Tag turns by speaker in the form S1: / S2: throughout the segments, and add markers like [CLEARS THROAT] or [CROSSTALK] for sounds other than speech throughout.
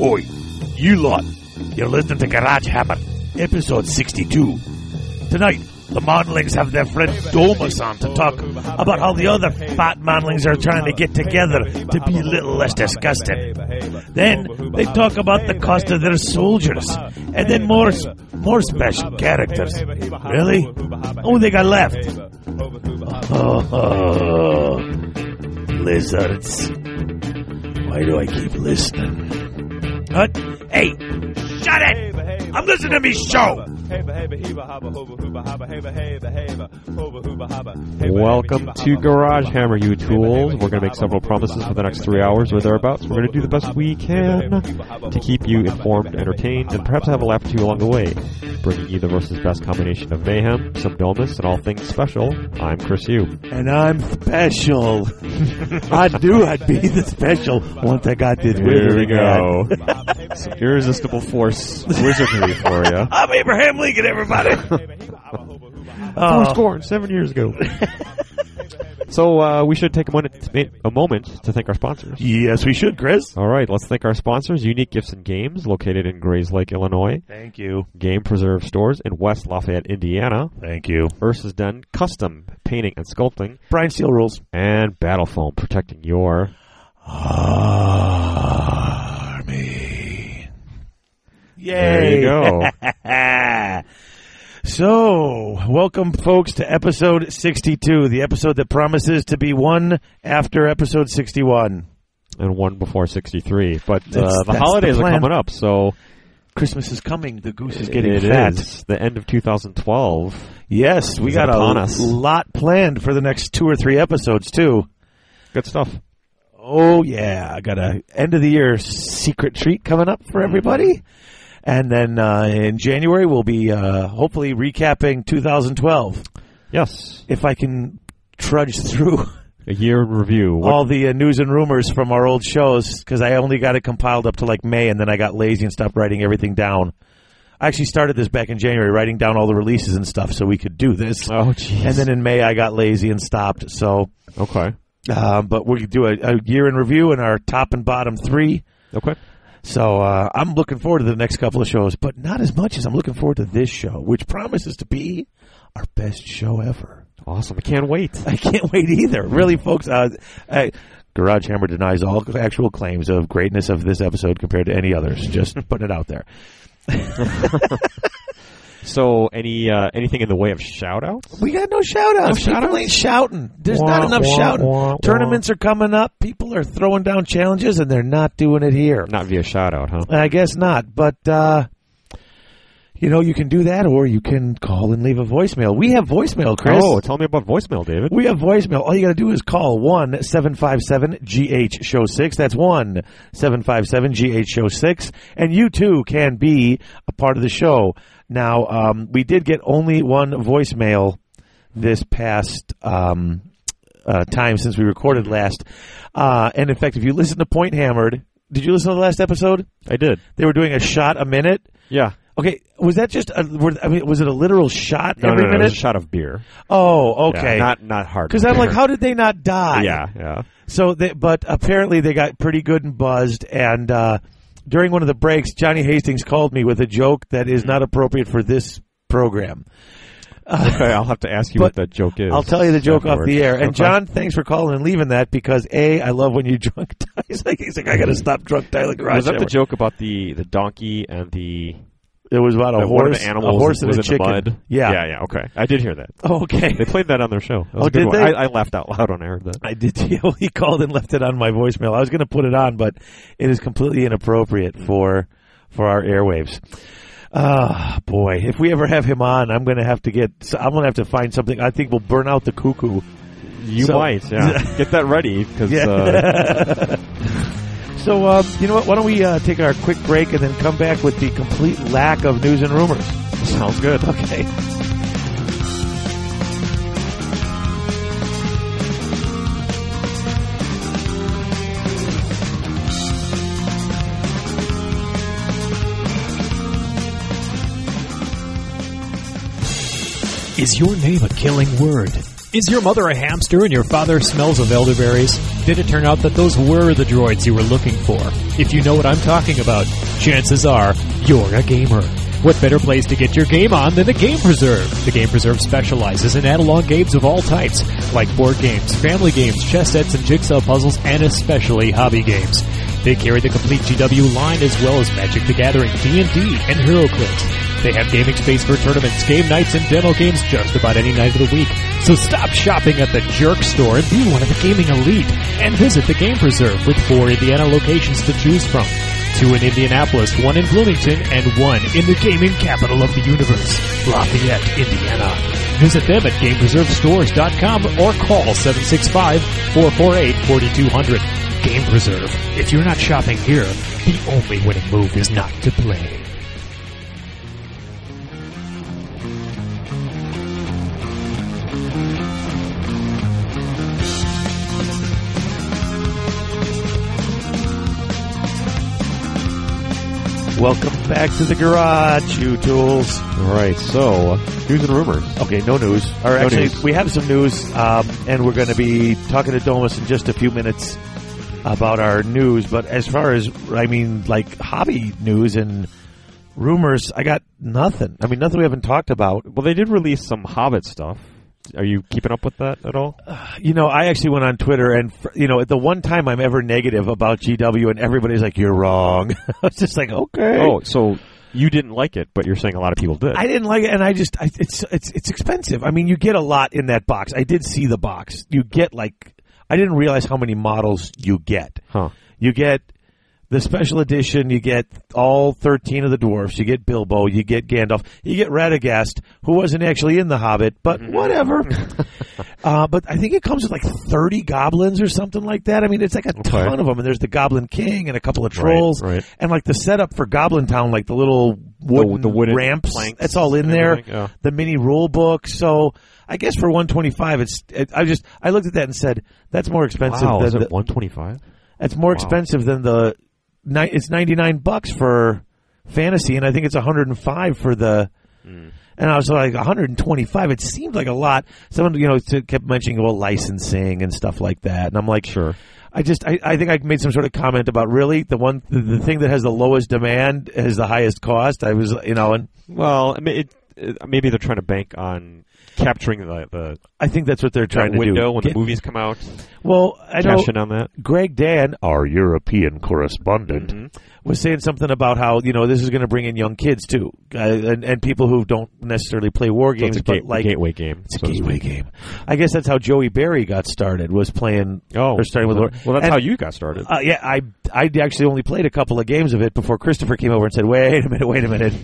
S1: Oi, you lot, you're listening to Garage Hammer, episode 62. Tonight, the manlings have their friend Domus on to talk about how the other fat manlings are trying to get together to be a little less disgusting. Then, they talk about the cost of their soldiers, and then more, s- more special characters. Really? Only they got left. Oh, [LAUGHS] lizards. Why do I keep listening? What? Hey, shut it! I'm listening to me show!
S2: Welcome
S3: Welcome
S2: to Garage Hammer, you tools. We're going to make several promises for the next three hours or thereabouts. We're going to do the best we can to keep you informed, entertained, and perhaps have a laugh or two along the way, bringing you the versus best combination of mayhem, some dullness, and all things special. I'm Chris Yu.
S1: And I'm special. I knew I'd be the special once I got this
S2: Here we
S1: wizard hat.
S2: go. Some irresistible force wizardry for you.
S1: I'm Abraham Lincoln, everybody!
S2: [LAUGHS] Four
S1: Oh,
S2: score and seven years ago. Uh, [LAUGHS] so uh, we should take a moment, a moment to thank our sponsors.
S1: yes, we should, Chris.
S2: All right, let's thank our sponsors, Unique Gifts and Games, located in Grays Lake, Illinois,
S1: Thank you.
S2: Game Preserve Stores in West Lafayette, Indiana,
S1: Thank you.
S2: Ursa's Den Custom Painting and Sculpting,
S1: Brian Steele rules.
S2: and Battle Foam, protecting your.
S1: Army. Yay!
S2: There you go.
S1: [LAUGHS] so, welcome, folks, to episode 62, the episode that promises to be one after episode 61.
S2: and one before 63. But uh,
S1: That's-
S2: the
S1: that's
S2: holidays
S1: the
S2: are
S1: plan.
S2: coming up, so
S1: Christmas is coming. The goose is
S2: it-
S1: getting
S2: it
S1: fat.
S2: is the end of 2012.
S1: Yes, we
S2: Is
S1: got
S2: it upon
S1: a
S2: us?
S1: lot planned for the next two or three episodes, too.
S2: Good stuff.
S1: Oh yeah, I got a end of the year secret treat coming up for everybody, and then uh, in January we'll be uh, hopefully recapping 2012
S2: Yes,
S1: if I can trudge [LAUGHS] through
S2: a year in review. What-
S1: all the uh, news and rumors from our old shows because I only got it compiled up to like May, and then I got lazy and stopped writing everything down. I actually started this back in January, writing down all the releases and stuff so we could do this.
S2: oh, jeez.
S1: And then in May, I got lazy and stopped. So,
S2: okay,
S1: uh, but we could do a, a year in review and our top and bottom three.
S2: okay.
S1: So uh, I'm looking forward to the next couple of shows, but not as much as I'm looking forward to this show, which promises to be our best show ever. [LAUGHS]
S2: Awesome. I can't wait.
S1: I can't wait either. Really, folks. Uh, I, Garage Hammer denies all actual claims of greatness of this episode compared to any others. Just [LAUGHS] putting it out there.
S2: So, any uh, anything in the way of shout outs?
S1: We got no shout outs. People ain't shouting. There's not
S2: Wah,
S1: enough
S2: wah,
S1: shouting.
S2: wah, wah.
S1: Tournaments are coming up. People are throwing down challenges, and they're not doing it here.
S2: Not via shout out, huh?
S1: I guess not. But uh, you know, you can do that, or you can call and leave a voicemail. We have voicemail, Chris.
S2: Oh, tell me about voicemail, David.
S1: We have voicemail. All you got to do is call one seven five seven GH Show 6. That's 1 757 GH Show 6. And you too can be a part of the show. Now, um, we did get only one voicemail this past um, uh, time since we recorded last. Uh, and in fact, if you listen to Point Hammered, did you listen to the last episode?
S2: I did.
S1: They were doing a shot a minute.
S2: Yeah.
S1: Okay, was that just a, were, I mean, was it a literal shot
S2: No,
S1: every
S2: no, no, it was
S1: minute?
S2: a shot of beer.
S1: oh,
S2: Yeah,
S1: okay.
S2: not not hard.
S1: Because I'm
S2: beer.
S1: like, how did they not die?
S2: Yeah, yeah. [LAUGHS]
S1: So, they, but apparently they got pretty good and buzzed. And uh, during one of the breaks, Johnny Hastings called me with a joke that is not appropriate for this program.
S2: Okay, I'll have to ask you
S1: But
S2: what that joke is.
S1: I'll tell you the joke off
S2: afterwards.
S1: the air. And
S2: Okay.
S1: John, thanks for calling and leaving that because a, I love when you [LAUGHS] drunk. die. He's like, he's like, I got to stop drunk Tyler Garage.
S2: Mm. was that the
S1: Hour."
S2: joke about the the donkey and the,
S1: It was about a
S2: the one of
S1: horse,
S2: the animals
S1: a horse
S2: that
S1: and
S2: was
S1: a
S2: in the
S1: chicken.
S2: mud?
S1: Yeah.
S2: yeah, yeah. Okay, I did hear that.
S1: [LAUGHS] Okay.
S2: They played that on their show. That was
S1: Oh,
S2: a good
S1: did
S2: one.
S1: they?
S2: I, I laughed out loud on air. Then.
S1: I did. [LAUGHS] Yeah, well, he called and left it on my voicemail. I was going to put it on, but it is completely inappropriate for for our airwaves. Ah, boy! If we ever have him on, I'm going to have to get. so I'm going to have to find something. I think we'll burn out the
S2: [LAUGHS]
S1: cuckoo.
S2: You
S1: So-
S2: might, yeah. [LAUGHS] Get that ready because
S1: Yeah.
S2: uh,
S1: [LAUGHS] So uh, you know what? Why don't we uh, take our quick break and then come back with the complete lack of news and rumors?
S2: sounds good.
S1: Okay.
S4: Is your name a killing word?
S3: Is your mother a hamster and your father smells of elderberries? Did it turn out that those were the droids you were looking for? If you know what I'm talking about, chances are you're a gamer. What better place to get your game on than the Game Preserve? The Game Preserve specializes in analog games of all types, like board games, family games, chess sets and jigsaw puzzles, and especially hobby games. They carry the complete GW line as well as Magic the Gathering, D&D, and HeroClix. They have gaming space for tournaments, game nights, and demo games just about any night of the week. So stop shopping at the jerk store and be one of the gaming elite and visit the Game Preserve with four Indiana locations to choose from. Two in Indianapolis, one in Bloomington, and one in the gaming capital of the universe, Lafayette, Indiana. Visit them at GamePreserveStores.com or call 765-448-4200. Game Preserve. If you're not shopping here, the only winning move is not to play.
S1: Welcome back to the garage, you tools.
S2: All right, so news and rumors.
S1: Okay, no news. Or
S2: No
S1: actually,
S2: news.
S1: we have some news, um, and we're going to be talking to Domus in just a few minutes about our news. But as far as I mean, like hobby news and rumors, I got nothing. I mean, nothing we haven't talked about.
S2: Well, they did release some Hobbit stuff. Are you keeping up with that at all?
S1: You know, I actually went on Twitter, and fr- you know, the one time I'm ever negative about GW, and everybody's like, "You're wrong." [LAUGHS] I was just like, "Okay."
S2: Oh, so you didn't like it, but you're saying a lot of people did.
S1: I didn't like it, and I just I, it's it's it's expensive. I mean, you get a lot in that box. I did see the box. You get like I didn't realize how many models you get.
S2: huh.
S1: You get the special edition. You get all thirteen of the dwarfs. You get Bilbo. You get Gandalf. You get Radagast, who wasn't actually in the Hobbit, but
S2: Mm-hmm. [LAUGHS]
S1: whatever. uh, but I think it comes with like thirty goblins or something like that. I mean, it's like a ton of them. And there's the Goblin King and a couple of trolls,
S2: right.
S1: and like the setup for Goblin Town, like the little wooden,
S2: the wooden
S1: ramps.
S2: planks
S1: That's all in
S2: and
S1: there.
S2: everything, yeah.
S1: The mini rule book. So I guess for one twenty five, it's. It, I just I looked at that and said that's more expensive
S2: Wow,
S1: than
S2: is
S1: the,
S2: it 125?
S1: that's more expensive than the. Ni- it's ninety nine bucks for fantasy, and I think it's one hundred and five for the.
S2: Hmm.
S1: And I was like one hundred and twenty five. It seemed like a lot. Someone you know t- kept mentioning well licensing and stuff like that, and I'm like,
S2: Sure.
S1: I just I, I think I made some sort of comment about really the one the, the thing that has the lowest demand has the highest cost. I was you know, and
S2: Well, I mean, it, it, maybe they're trying to bank on capturing the, the
S1: I think that's what they're trying to
S2: window
S1: do.
S2: when
S1: Get-
S2: the movies come out.
S1: well, I know
S2: Cash in on that.
S1: Greg Dan, our European correspondent,
S2: Mm-hmm.
S1: was saying something about how you know this is going to bring in young kids too, uh, and, and people who don't necessarily play war
S2: So
S1: games,
S2: it's a
S1: but
S2: gate-
S1: like
S2: gateway game.
S1: it's a
S2: so to
S1: gateway
S2: speak.
S1: game. I guess that's how Joey Berry got started was playing
S2: Oh,
S1: or starting with
S2: well,
S1: war.
S2: well, that's
S1: And-
S2: how you got started.
S1: Uh, yeah, I I actually only played a couple of games of it before Christopher came over and said, "Wait a minute, wait a minute."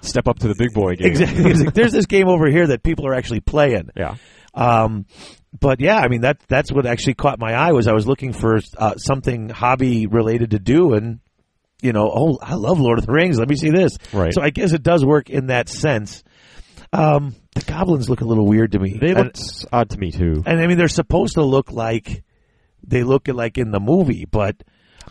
S2: Step up to the big boy game. [LAUGHS]
S1: Exactly. It's like, There's this game over here that people are actually playing.
S2: Yeah.
S1: Um, but yeah, I mean that that's what actually caught my eye was I was looking for uh, something hobby related to do, and you know, oh, I love Lord of the Rings. Let me see this.
S2: Right.
S1: So I guess it does work in that sense. Um, the goblins look a little weird to me.
S2: They
S1: And-
S2: looked odd to me too.
S1: and I mean they're supposed to look like they look like in the movie, but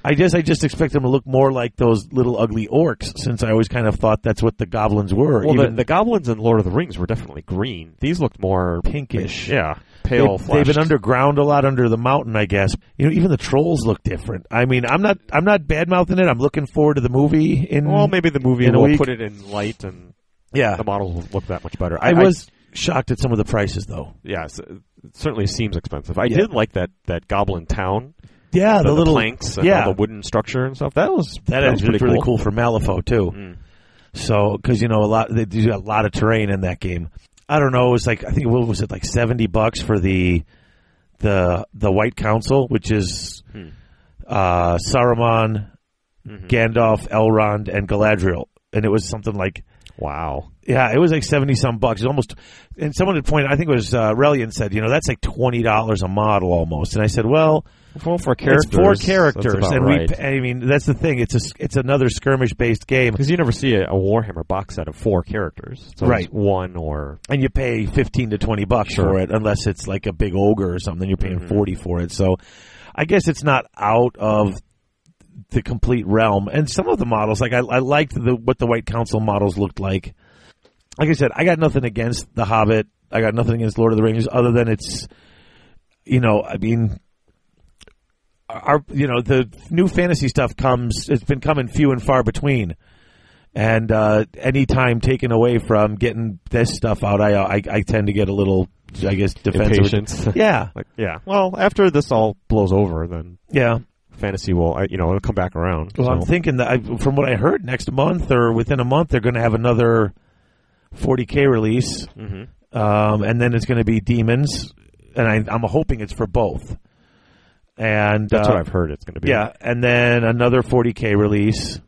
S1: I guess I just expect them to look more like those little ugly orcs, since I always kind of thought that's what the goblins were.
S2: Well, the,
S1: even-
S2: the goblins in Lord of the Rings were definitely green. These looked more
S1: Pinkish.
S2: Yeah, pale.
S1: They've, they've been
S2: fleshed.
S1: underground a lot under the mountain, I guess. You know, even the trolls look different. I mean, I'm not I'm not bad mouthing it. I'm looking forward to the movie. In
S2: Well, maybe the movie
S1: In a
S2: will
S1: week.
S2: put it in light, and
S1: yeah,
S2: the models will look that much better.
S1: I was shocked at some of the prices though.
S2: yeah, it's- it certainly seems expensive. I
S1: Yeah.
S2: did like that that goblin town,
S1: Yeah,
S2: the,
S1: the,
S2: the
S1: little
S2: planks, and
S1: yeah.
S2: all the wooden structure and stuff. That was
S1: that,
S2: was
S1: is
S2: pretty
S1: really cool. for Malifaux too. So because you know a lot, they do a lot of terrain in that game. I don't know. It was like I think what was it like seventy bucks for the the the White Council, which is uh, Saruman, Gandalf, Elrond, and Galadriel, and it was something like
S2: Wow.
S1: yeah, it was like seventy some bucks. It almost, and someone had pointed. I think it was uh, Relian said, you know, that's like twenty dollars a model almost. And I said, well,
S2: Well, for characters,
S1: it's four
S2: that's
S1: characters,
S2: about
S1: and
S2: right.
S1: we. I mean, that's the thing. It's a, it's another skirmish based game.
S2: Because you never see a, a Warhammer box set of four characters. So
S1: Right.
S2: it's one or
S1: and you pay 15 to 20 bucks
S2: Sure. Mm-hmm.
S1: for it unless it's like a big ogre or something you're paying 40 for it so i guess it's not out of the complete realm and some of the models like i, I liked the what the white council models looked like like I said, I got nothing against The Hobbit. I got nothing against Lord of the Rings, other than it's, you know, I mean, our, you know, the new fantasy stuff comes. It's been coming few and far between, and uh, any time taken away from getting this stuff out, I, I, I tend to get a little, I guess, defensive.
S2: Impatience.
S1: Yeah,
S2: Like, [LAUGHS] yeah. Well, after this all blows over, then
S1: yeah.
S2: fantasy will, I- you know, it'll come back around.
S1: Well, I'm
S2: so.
S1: thinking that I, from what I heard, next month or within a month, they're going to have another 40k release,
S2: Mhm.
S1: um, and then it's going to be demons, and I, I'm hoping it's for both. And
S2: That's
S1: uh,
S2: what I've heard it's going to be.
S1: yeah, and then another 40k release,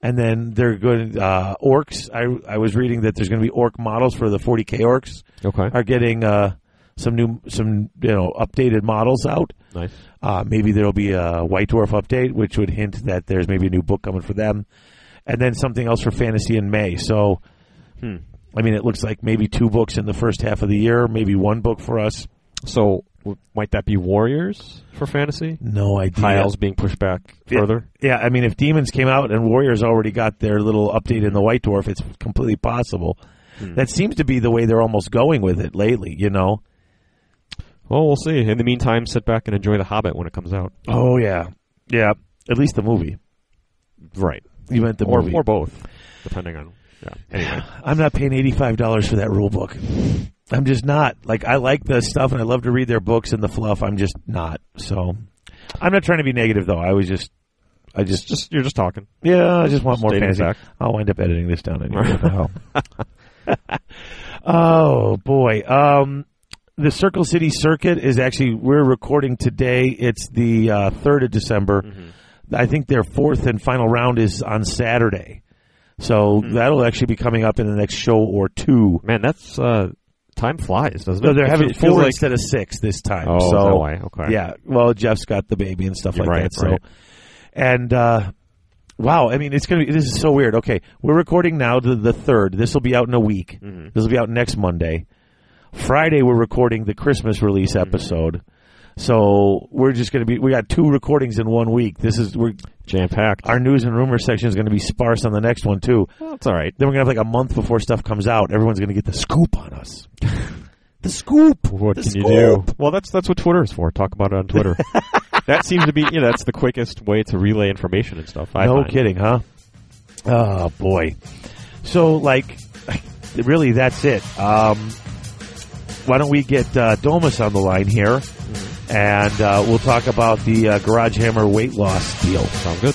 S1: and then they're going uh, orcs. I I was reading that there's going to be orc models for the 40k orcs
S2: Okay.
S1: are getting uh, some new some you know updated models out.
S2: Nice.
S1: Uh, maybe there'll be a White Dwarf update, which would hint that there's maybe a new book coming for them, and then something else for fantasy in May. So,
S2: Hmm.
S1: I mean, it looks like maybe two books in the first half of the year, maybe one book for us.
S2: So w- might that be Warriors for fantasy?
S1: No idea.
S2: Tiles being pushed back
S1: Yeah.
S2: further.
S1: Yeah, I mean, if Demons came out and Warriors already got their little update in the White Dwarf, it's completely possible.
S2: Hmm.
S1: That seems to be the way they're almost going with it lately. You know?
S2: Well, we'll see. In the meantime, sit back and enjoy The Hobbit when it comes out.
S1: Oh yeah, yeah. At least the movie.
S2: Right.
S1: You meant the
S2: or,
S1: movie.
S2: or both, depending on. Yeah. [LAUGHS] Anyway.
S1: I'm not paying eighty five dollars for that rule book. I'm just not. Like I like the stuff and I love to read their books and the fluff. I'm just not. So I'm not trying to be negative though. I was just I just,
S2: Just you're just talking.
S1: yeah, I just want more
S2: Stating
S1: fantasy.
S2: fact.
S1: I'll wind up editing this down
S2: [LAUGHS]
S1: anyway. What the hell? oh boy. Um the Circle City Circuit is actually we're recording today. It's the uh, 3rd of December.
S2: Mm-hmm.
S1: I think their fourth and final round is on Saturday. So
S2: Mm-hmm.
S1: that'll actually be coming up in the next show or two.
S2: Man, that's uh, time flies, doesn't it?
S1: No, they're
S2: It
S1: having
S2: fe- feels
S1: four
S2: like-
S1: instead of six this time.
S2: Oh, is
S1: so
S2: that why? Okay.
S1: yeah, well, Jeff's got the baby and stuff like
S2: Right,
S1: that. So,
S2: right.
S1: and uh, wow, I mean, it's gonna be this is so weird. Okay, we're recording now the, the third. This will be out in a week.
S2: Mm-hmm.
S1: This will be out next Monday. Friday, we're recording the Christmas release
S2: Mm-hmm.
S1: episode. So we're just gonna be we got two recordings in one week. This is we're
S2: Jam packed.
S1: our news and rumor section is gonna be sparse on the next one too.
S2: Well, it's all right.
S1: Then we're gonna have like a month before stuff comes out. Everyone's gonna get the scoop on us. the scoop.
S2: What
S1: The
S2: can you
S1: scoop.
S2: do? Well, that's that's what Twitter is for. Talk about it on
S1: [LAUGHS]
S2: Twitter. that seems to be you know, that's the quickest way to relay information and stuff. I
S1: no
S2: find.
S1: kidding, huh? Oh boy. So like, [LAUGHS] really, that's it. Um, why don't we get uh, Domus on the line here,
S2: Mm-hmm.
S1: and uh, we'll talk about the uh, Garage Hammer weight loss deal.
S2: Sound good.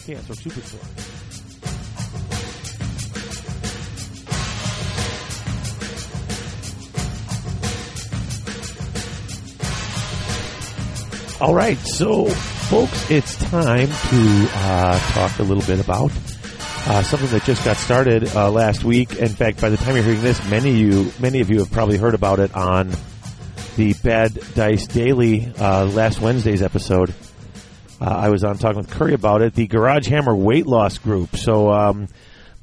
S1: Chaos Orc Superstore. All right, so folks, it's time to uh, talk a little bit about uh, something that just got started uh, last week. In fact, by the time you're hearing this, many of you, many of you have probably heard about it on the Bad Dice Daily uh, last Wednesday's episode. Uh, I was on talking with Curry about it. The Garage Hammer Weight Loss Group. So um,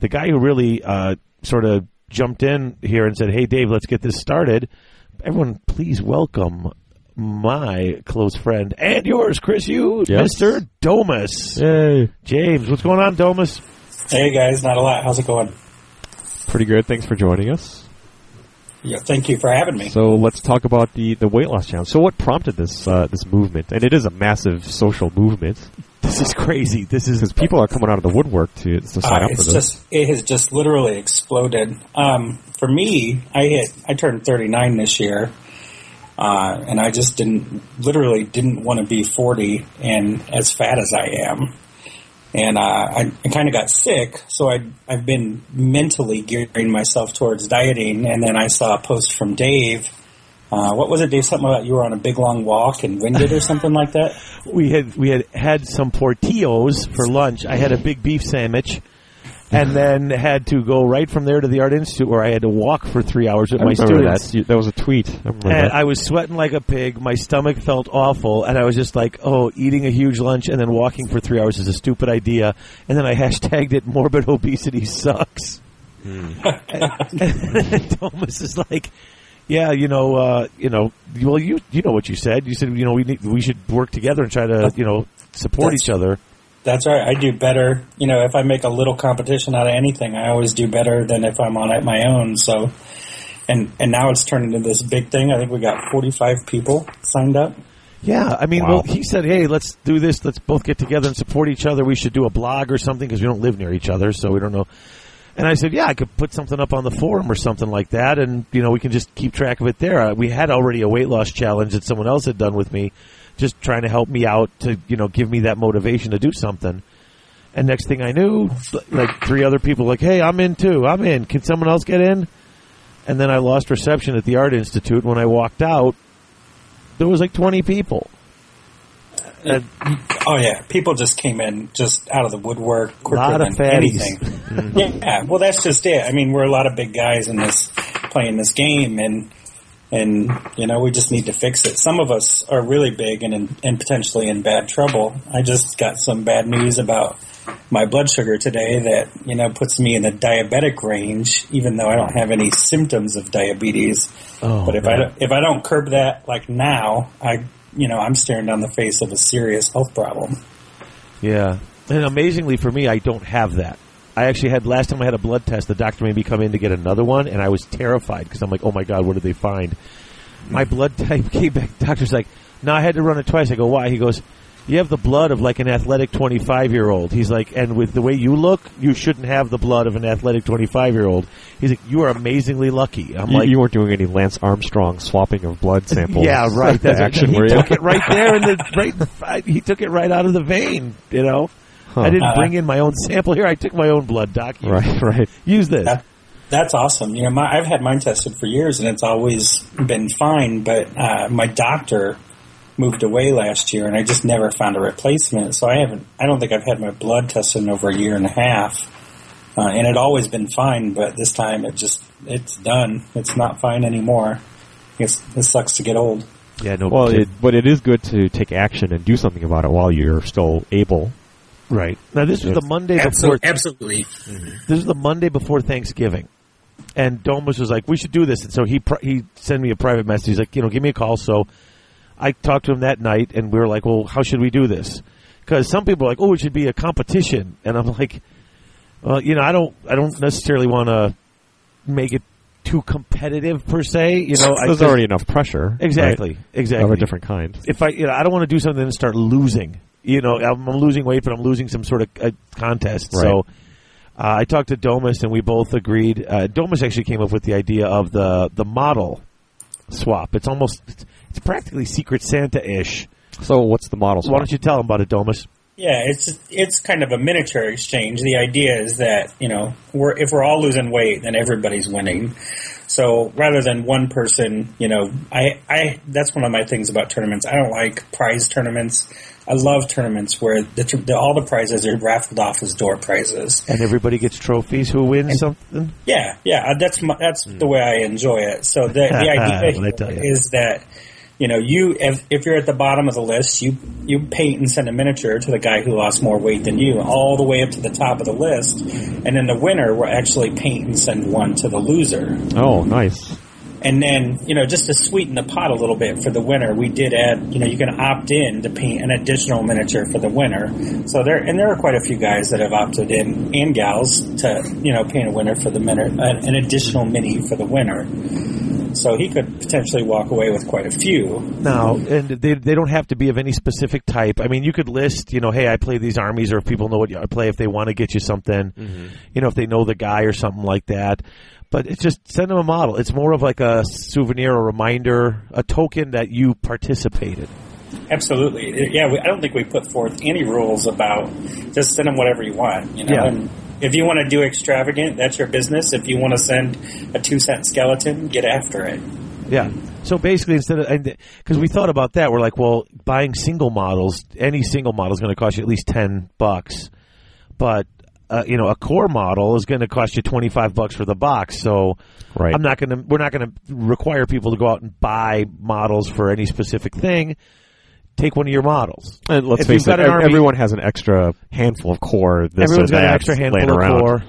S1: the guy who really uh, sort of jumped in here and said, "Hey, Dave, let's get this started." Everyone, please welcome my close friend and yours, Chris Hughes,
S2: Yes.
S1: Mr. Domus.
S2: Yay.
S1: James, what's going on, Domus?
S4: Hey guys, not a lot. How's it going?
S2: Pretty good. Thanks for joining us.
S4: Yeah, thank you for having me.
S2: So let's talk about the, the weight loss challenge. So what prompted this uh, this movement? And it is a massive social movement
S1: This is crazy. This is
S2: because people are coming out of the woodwork to, to sign
S4: Uh,
S2: up for
S4: it's
S2: this.
S4: just it has just literally exploded. Um, for me, I hit I turned 39 this year, Uh, and I just didn't, literally didn't want to be 40 and as fat as I am. And uh, I, I kind of got sick, so I, I've been mentally gearing myself towards dieting. And then I saw a post from Dave. Uh, what was it, Dave? Something about you were on a big long walk and winded or something like that?
S1: We had we had had some portillos for lunch. I had a big beef sandwich, and then had to go right from there to the art institute where I had to walk for three hours with
S2: I
S1: my
S2: remember
S1: students.
S2: that. You- That was a tweet. I remember
S1: And
S2: that.
S1: I was sweating like a pig. My stomach felt awful, and I was just like, "Oh, eating a huge lunch and then walking for three hours is a stupid idea." And then I [LAUGHS] hashtagged it: "Morbid obesity sucks." [LAUGHS] and [LAUGHS] Thomas is like, "Yeah, you know, uh, you know, well, you you know what you said. You said you know we need, we should work together and try to you know support
S4: That's-
S1: each other."
S4: That's right. I do better. You know, if I make a little competition out of anything, I always do better than if I'm on it my own. So, and and now it's turned into this big thing. I think we got 45 people signed up.
S1: Yeah, I mean,
S2: Wow.
S1: well, he said, "Hey, let's do this. Let's both get together and support each other. We should do a blog or something because we don't live near each other, so we don't know." And I said, "Yeah, I could put something up on the forum or something like that, and you know, we can just keep track of it there." Uh, we had already a weight loss challenge that someone else had done with me, just trying to help me out to you know give me that motivation to do something. And next thing I knew, like three other people, like, "Hey, I'm in too. I'm in. Can someone else get in?" And then I lost reception at the art institute. When I walked out, there was like 20 people. And
S4: Oh yeah, people just came in just out of the woodwork. quicker
S1: Lot of
S4: than
S1: fatties.
S4: anything.
S1: [LAUGHS]
S4: yeah, well, that's just it. I mean, we're a lot of big guys in this playing this game, and and you know we just need to fix it. Some of us are really big and in, and potentially in bad trouble. I just got some bad news about my blood sugar today that you know puts me in the diabetic range, even though I don't have any symptoms of diabetes.
S1: Oh,
S4: but if I don't- if I don't curb that like now, I you know I'm staring down the face of a serious health problem.
S1: yeah. And amazingly for me, I don't have that. I actually had last time I had a blood test, the doctor made me come in to get another one, and I was terrified because I'm like, oh my god, what did they find? My blood [LAUGHS] type came back. Doctor's like, no, I had to run it twice. I go, why? He goes, you have the blood of like an athletic 25 year old. He's like, and with the way you look, you shouldn't have the blood of an athletic 25 year old. He's like, you are amazingly lucky. I'm
S2: You,
S1: like,
S2: you weren't doing any Lance Armstrong swapping
S1: [LAUGHS]
S2: of blood samples.
S1: Yeah,
S2: [LAUGHS]
S1: right. That's
S2: action,
S1: He
S2: were you?
S1: took it right there, in
S2: [LAUGHS]
S1: the right. in the fi- He took it right out of the vein. You know,
S2: Huh.
S1: I didn't
S4: Uh-huh.
S1: bring in my own sample here. I took my own blood. Doc, use,
S2: Right, right.
S1: use this.
S4: That, that's awesome. You know, my, I've had mine tested for years, and it's always been fine. But uh, my doctor moved away last year, and I just never found a replacement. So I haven't. I don't think I've had my blood tested in over a year and a half. Uh, and it always been fine, but this time it just it's done. It's not fine anymore. It's, it sucks to get old.
S1: Yeah, no.
S2: Well,
S1: kidding.
S2: it, but it is good to take action and do something about it while you're still able.
S1: right now this was the Monday before.
S4: absolutely.
S1: This was the Monday before Thanksgiving, and Domus was like, "We should do this." And so he pri- he sent me a private message. He's like, "You know, give me a call." So I talked to him that night, and we were like, "Well, how should we do this?" Because some people are like, "Oh, it should be a competition," and I'm [LAUGHS] like, "Well, you know, I don't I don't necessarily want to make it too competitive per se. You know, I
S2: There's
S1: just-
S2: already enough pressure. right,
S1: exactly exactly
S2: Of a different kind.
S1: if I, you know, I don't want to do something and start losing. You know, I'm, I'm losing weight, but I'm losing some sort of uh, contest.
S2: Right.
S1: So uh, I talked to Domus, and we both agreed. Uh, Domus actually came up with the idea of the the model swap. It's almost it's, it's practically Secret Santa ish.
S2: So what's the model?
S1: So why don't you tell him about it, Domus?
S4: Yeah, it's it's kind of a miniature exchange. The idea is that you know we're if we're all losing weight, then everybody's winning. So rather than one person, you know, I I that's one of my things about tournaments. I don't like prize tournaments. I love tournaments where the, tr- the all the prizes are raffled off as door prizes.
S1: And everybody gets trophies. Who wins something?
S4: Yeah, yeah, uh, that's my, that's the way I enjoy it. So the,
S1: [LAUGHS] What I
S4: the
S1: Hmm. tell
S4: idea
S1: you.
S4: is that you know you if, if you're at the bottom of the list, you you paint and send a miniature to the guy who lost more weight than you, all the way up to the top of the list, and then the winner will actually paint and send one to the loser.
S2: Oh, nice.
S4: And then, you know, just to sweeten the pot a little bit for the winner, we did add, you know, you can opt in to paint an additional miniature for the winner. So there, and there are quite a few guys that have opted in and uh, gals to, you know, paint a winner for the minute, an, an additional mini for the winner. so he could potentially walk away with quite a few.
S1: Now, and they, they don't have to be of any specific type. I mean, you could list, you know, hey, I play these armies, or if people know what you- I play, if they want to get you something, you know, if they know the guy or something like that. But it's just send them a model. It's more of like a souvenir, a reminder, a token that you participated.
S4: Absolutely, Uh, yeah. We, I don't think we put forth any rules about just send them whatever you want. You know,
S1: Yeah.
S4: and if you want to do extravagant, that's your business. If you want to send a two cent skeleton, get after it.
S1: Yeah. So basically, instead of because we thought about that, we're like, well, buying single models, any single model is going to cost you at least ten bucks, but uh, you know, a core model is going to cost you twenty five bucks for the box. So
S2: Right.
S1: I'm not going to. We're not going to require people to go out and buy models for any specific thing. Take one of your models.
S2: And let's
S1: If
S2: face
S1: you've got
S2: it,
S1: an
S2: ev-
S1: army-
S2: everyone has an extra handful of core. This
S1: Everyone's
S2: or
S1: got an
S2: that
S1: extra
S2: laying
S1: handful of
S2: around.
S1: core.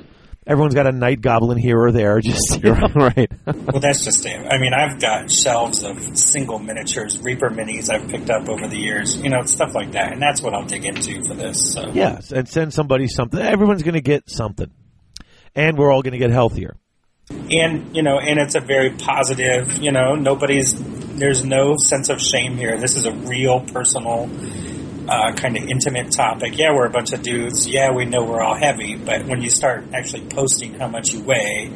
S1: Everyone's got a night goblin here or there. [LAUGHS] Just
S2: [LAUGHS] You're
S1: [LAUGHS]
S2: right.
S4: Well, that's just it. I mean, I've got shelves of single miniatures, Reaper minis I've picked up over the years, you know, stuff like that. And that's what I'll dig into for this. So.
S1: Yes, and send somebody something. Everyone's going to get something, and we're all going to get healthier.
S4: And, you know, and it's a very positive, you know, nobody's, there's no sense of shame here. This is a real personal, uh, kind of intimate topic. Yeah, we're a bunch of dudes. Yeah, we know we're all heavy. But when you start actually posting how much you weigh,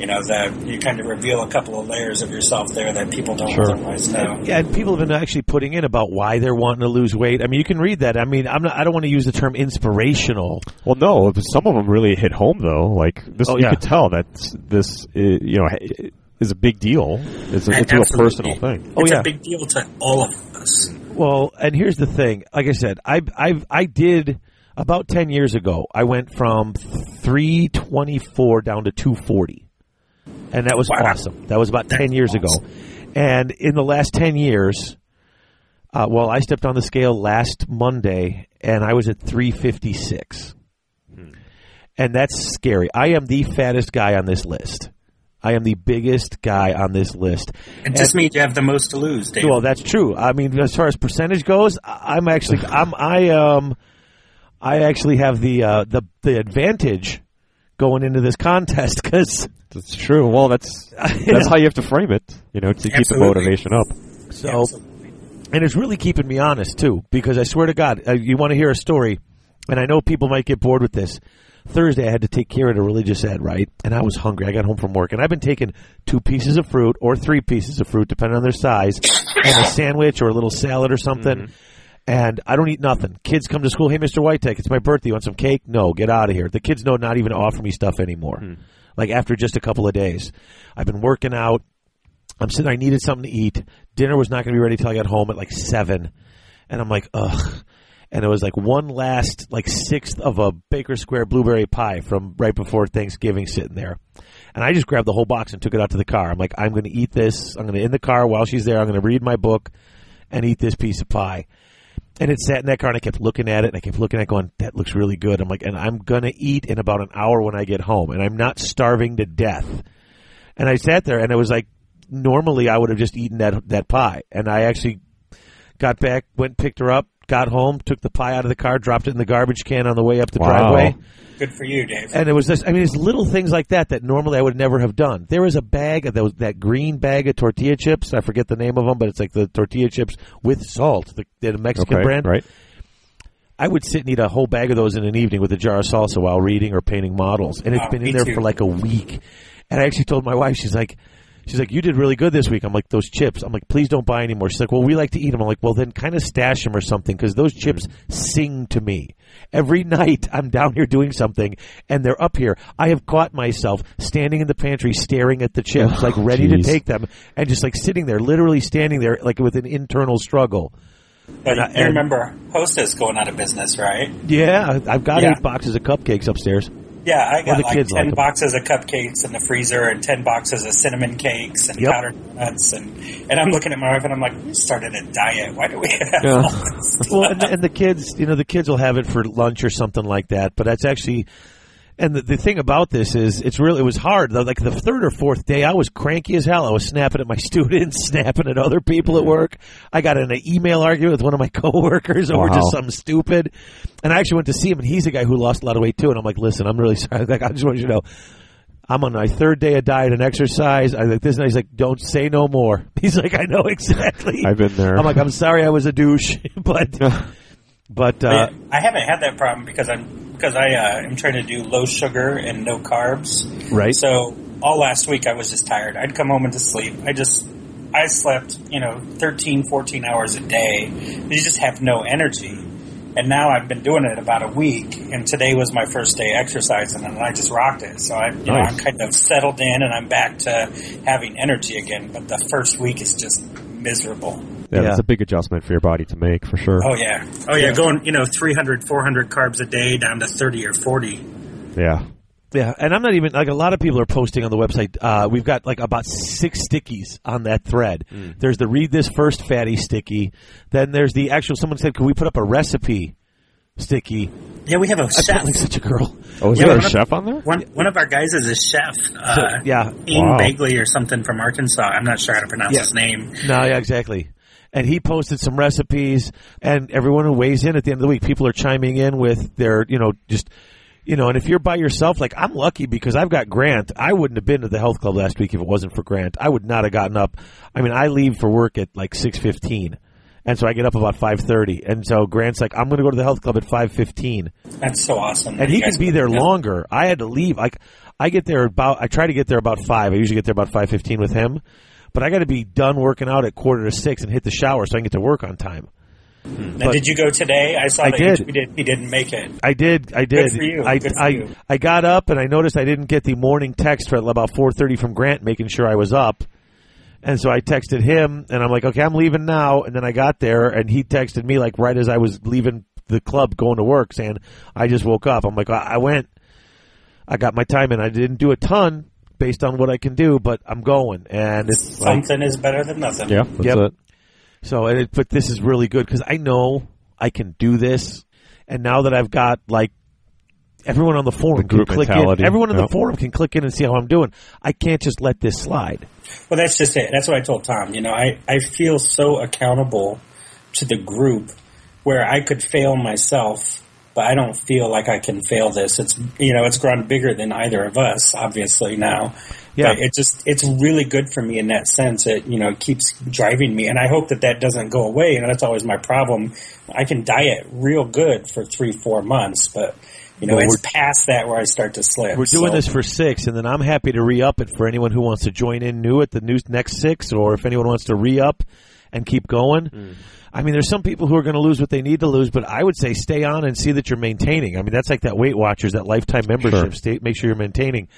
S4: you know, that you kind of reveal a couple of layers of yourself there that people don't
S2: Sure.
S4: otherwise know.
S1: Yeah, and people have been actually putting in about why they're wanting to lose weight. I mean, you can read that. I mean, I'm not. I don't want to use the term inspirational.
S2: Well, no, but some of them really hit home though. Like this,
S1: Oh,
S2: you
S1: yeah.
S2: could tell that this, uh, you know, h- is a big deal. It's a, it's a real
S4: Absolutely.
S2: personal thing.
S1: Oh,
S4: it's
S1: yeah.
S4: a big deal to all of us.
S1: Well, and here's the thing. Like I said, I I I did about ten years ago. I went from three twenty four down to two forty, and that was
S4: Wow.
S1: awesome. That was about ten
S4: That's
S1: years
S4: awesome.
S1: ago, and in the last ten years, uh, well, I stepped on the scale last Monday, and I was at three fifty six,
S4: Hmm.
S1: and that's scary. I am the fattest guy on this list. I am the biggest guy on this list.
S4: It just means you have the most to lose, Dave.
S1: Well, that's true. I mean, as far as percentage goes, I- I'm actually I'm I um I actually have the uh, the the advantage going into this contest [LAUGHS] because
S2: That's true. Well,
S1: [LAUGHS]
S2: that's that's how you have to frame it. You know, to keep the
S4: Absolutely.
S2: motivation up.
S1: so and it's really keeping me honest too because I swear to God, uh, you want to hear a story, and I know people might get bored with this. Thursday, I had to take care of the religious ed, right? And I was hungry. I got home from work, and I've been taking two pieces of fruit or three pieces of fruit, depending on their size, and a sandwich or a little salad or something. And I don't eat nothing. Kids come to school. Hey, Mister Whitetack, it's my birthday. You want some cake? No, get out of here. The kids know not even to offer me stuff anymore. Like after just a couple of days, I've been working out. I'm sitting. I needed something to eat. Dinner was not going to be ready till I got home at like seven, and I'm like, ugh. And it was like one last, like sixth of a Baker Square blueberry pie from right before Thanksgiving, sitting there. And I just grabbed the whole box and took it out to the car. I'm like, I'm going to eat this. I'm going to in the car while she's there. I'm going to read my book and eat this piece of pie. And it sat in that car, and I kept looking at it, and I kept looking at it, going, that looks really good. I'm like, and I'm going to eat in about an hour when I get home, and I'm not starving to death. And I sat there, and it was like, normally I would have just eaten that, that pie. And I actually got back, went, and picked her up, got home, took the pie out of the car, dropped it in the garbage can on the way up the
S2: Wow.
S1: driveway.
S4: Good for you, Dave.
S1: And it was just, I mean, it's little things like that that normally I would never have done. There was a bag of those, that green bag of tortilla chips. I forget the name of them, but it's like the tortilla chips with salt, the, the Mexican
S2: Okay,
S1: brand.
S2: right?
S1: I would sit and eat a whole bag of those in an evening with a jar of salsa while reading or painting models, and it's
S4: Oh,
S1: been
S4: me
S1: in there
S4: too.
S1: for like a week. And I actually told my wife, she's like, she's like, you did really good this week. I'm like, those chips. I'm like, please don't buy any more. She's like, well, we like to eat them. I'm like, well, then kind of stash them or something because those chips sing to me every [LAUGHS] night. I'm down here doing something, and they're up here. I have caught myself standing in the pantry staring at the
S4: Oh,
S1: chips, like ready
S2: Jeez.
S1: to take them, and just like sitting there, literally standing there, like with an internal struggle.
S4: But
S1: and I-
S4: you
S1: and-
S4: remember Hostess going out of business, right?
S1: Yeah, I've got
S4: Yeah.
S1: eight boxes of cupcakes upstairs.
S4: Yeah, I got
S1: the
S4: like
S1: kids like
S4: ten
S1: 'em.
S4: boxes of cupcakes in the freezer and ten boxes of cinnamon cakes and
S1: Yep.
S4: powdered nuts and and I'm looking at my wife and I'm like, we started a diet. Why do we have
S2: Yeah.
S4: all this? stuff?"
S1: [LAUGHS] well, and, and the kids, you know, the kids will have it for lunch or something like that. But that's actually, and the, the thing about this is, it's really it was hard. though. Like the third or fourth day, I was cranky as hell. I was snapping at my [LAUGHS] students, snapping at other people at work. I got in an email argument with one of my [LAUGHS] coworkers over
S2: Wow.
S1: just something stupid. [LAUGHS] And I actually went to see him, and he's a guy who lost a lot of weight too. And I'm like, listen, I'm really sorry. Like I just want you to know. I'm on my third day of diet and exercise. I like this, and he's like, "Don't say no more." [LAUGHS] He's like, "I know exactly."
S2: I've been there.
S1: I'm
S2: [LAUGHS]
S1: like, "I'm sorry, I was a douche," [LAUGHS] but but uh,
S4: But I haven't had that problem because I'm because I uh, am trying to do low sugar and no carbs.
S1: right,
S4: So all last week I was just tired. I'd come home and just sleep. I just I slept, you know, 13, 14 hours a day. You just have no energy. And now I've been doing it about a week, and today was my first day exercising, and I just rocked it. So I, you know,
S2: Nice.
S4: I'm kind of settled in, and I'm back to having energy again. But the first week is just miserable.
S1: Yeah.
S2: yeah, that's a big adjustment for your body to make for sure.
S4: Oh yeah, oh yeah, going you know 300, 400 carbs a day down to thirty or forty.
S2: Yeah,
S1: yeah. And I'm not even like a lot of people are posting on the website. Uh, we've got like about six stickies on that thread. There's the read this first fatty sticky. Then there's the actual. Someone said, "Can we put up a recipe sticky?"
S4: Yeah, we have a
S1: I felt
S4: chef.
S1: like such a girl.
S2: Oh, is
S4: Yeah,
S2: there a
S4: one of-
S2: chef on there?
S4: One one of our guys is a chef. Uh,
S1: yeah.
S4: Ian
S2: Wow.
S4: Bagley or something from Arkansas. I'm not sure how to pronounce
S1: Yeah.
S4: his name.
S1: No, yeah, exactly. And he posted some recipes, and everyone who weighs in at the end of the week, people are chiming in with their, you know, just, you know, and if you're by yourself, like I'm lucky because I've got Grant. I wouldn't have been to the health club last week if it wasn't for Grant. I would not have gotten up. I mean, I leave for work at like six fifteen, and so I get up about five thirty. And so Grant's like, I'm going to go to the health club at five fifteen,
S4: That's so awesome. that
S1: and
S4: you
S1: he
S4: guys-
S1: could be there
S4: Yeah.
S1: longer. I had to leave. Like I get there about. I try to get there about five. I usually get there about five fifteen with him, but I got to be done working out at quarter to six and hit the shower so I can get to work on time.
S4: Now, did you go today? I saw
S1: I
S4: that you
S1: did.
S4: tweeted he didn't make it.
S1: I did. I did.
S4: for you.
S1: I
S4: Good for
S1: I
S4: you.
S1: I got up and I noticed I didn't get the morning text for about four thirty from Grant making sure I was up. And so I texted him and I'm like, okay, I'm leaving now. And then I got there and he texted me like right as I was leaving the club going to work saying, I just woke up. I'm like, I I went, I got my time in. I didn't do a ton based on what I can do, but I'm going. And it's like,
S4: Something is better than nothing.
S2: Yeah, that's
S1: Yep.
S2: it.
S1: so, and it, but this is really good because I know I can do this, and now that I've got like everyone on the forum
S2: The group
S1: can click
S2: mentality.
S1: in, everyone on
S2: Yep.
S1: the forum can click in and see how I'm doing. I can't just let this slide.
S4: Well, that's just it. That's what I told Tom. You know, I, I feel so accountable to the group where I could fail myself, but I don't feel like I can fail this. It's, you know, it's grown bigger than either of us, obviously now.
S1: Yeah.
S4: But it just, it's really good for me in that sense. It, you know, keeps driving me. And I hope that that doesn't go away. You know, that's always my problem. I can diet real good for three, four months, but, you know,
S1: Well,
S4: it's past that where I start to slip.
S1: We're doing
S4: So-
S1: this for six, and then I'm happy to re up it for anyone who wants to join in new at the new next six, or if anyone wants to re up and keep going. I mean, there's some people who are going to lose what they need to lose, but I would say stay on and see that you're maintaining. I mean, that's like that Weight Watchers, that lifetime membership.
S2: Sure.
S1: Stay, make sure you're maintaining.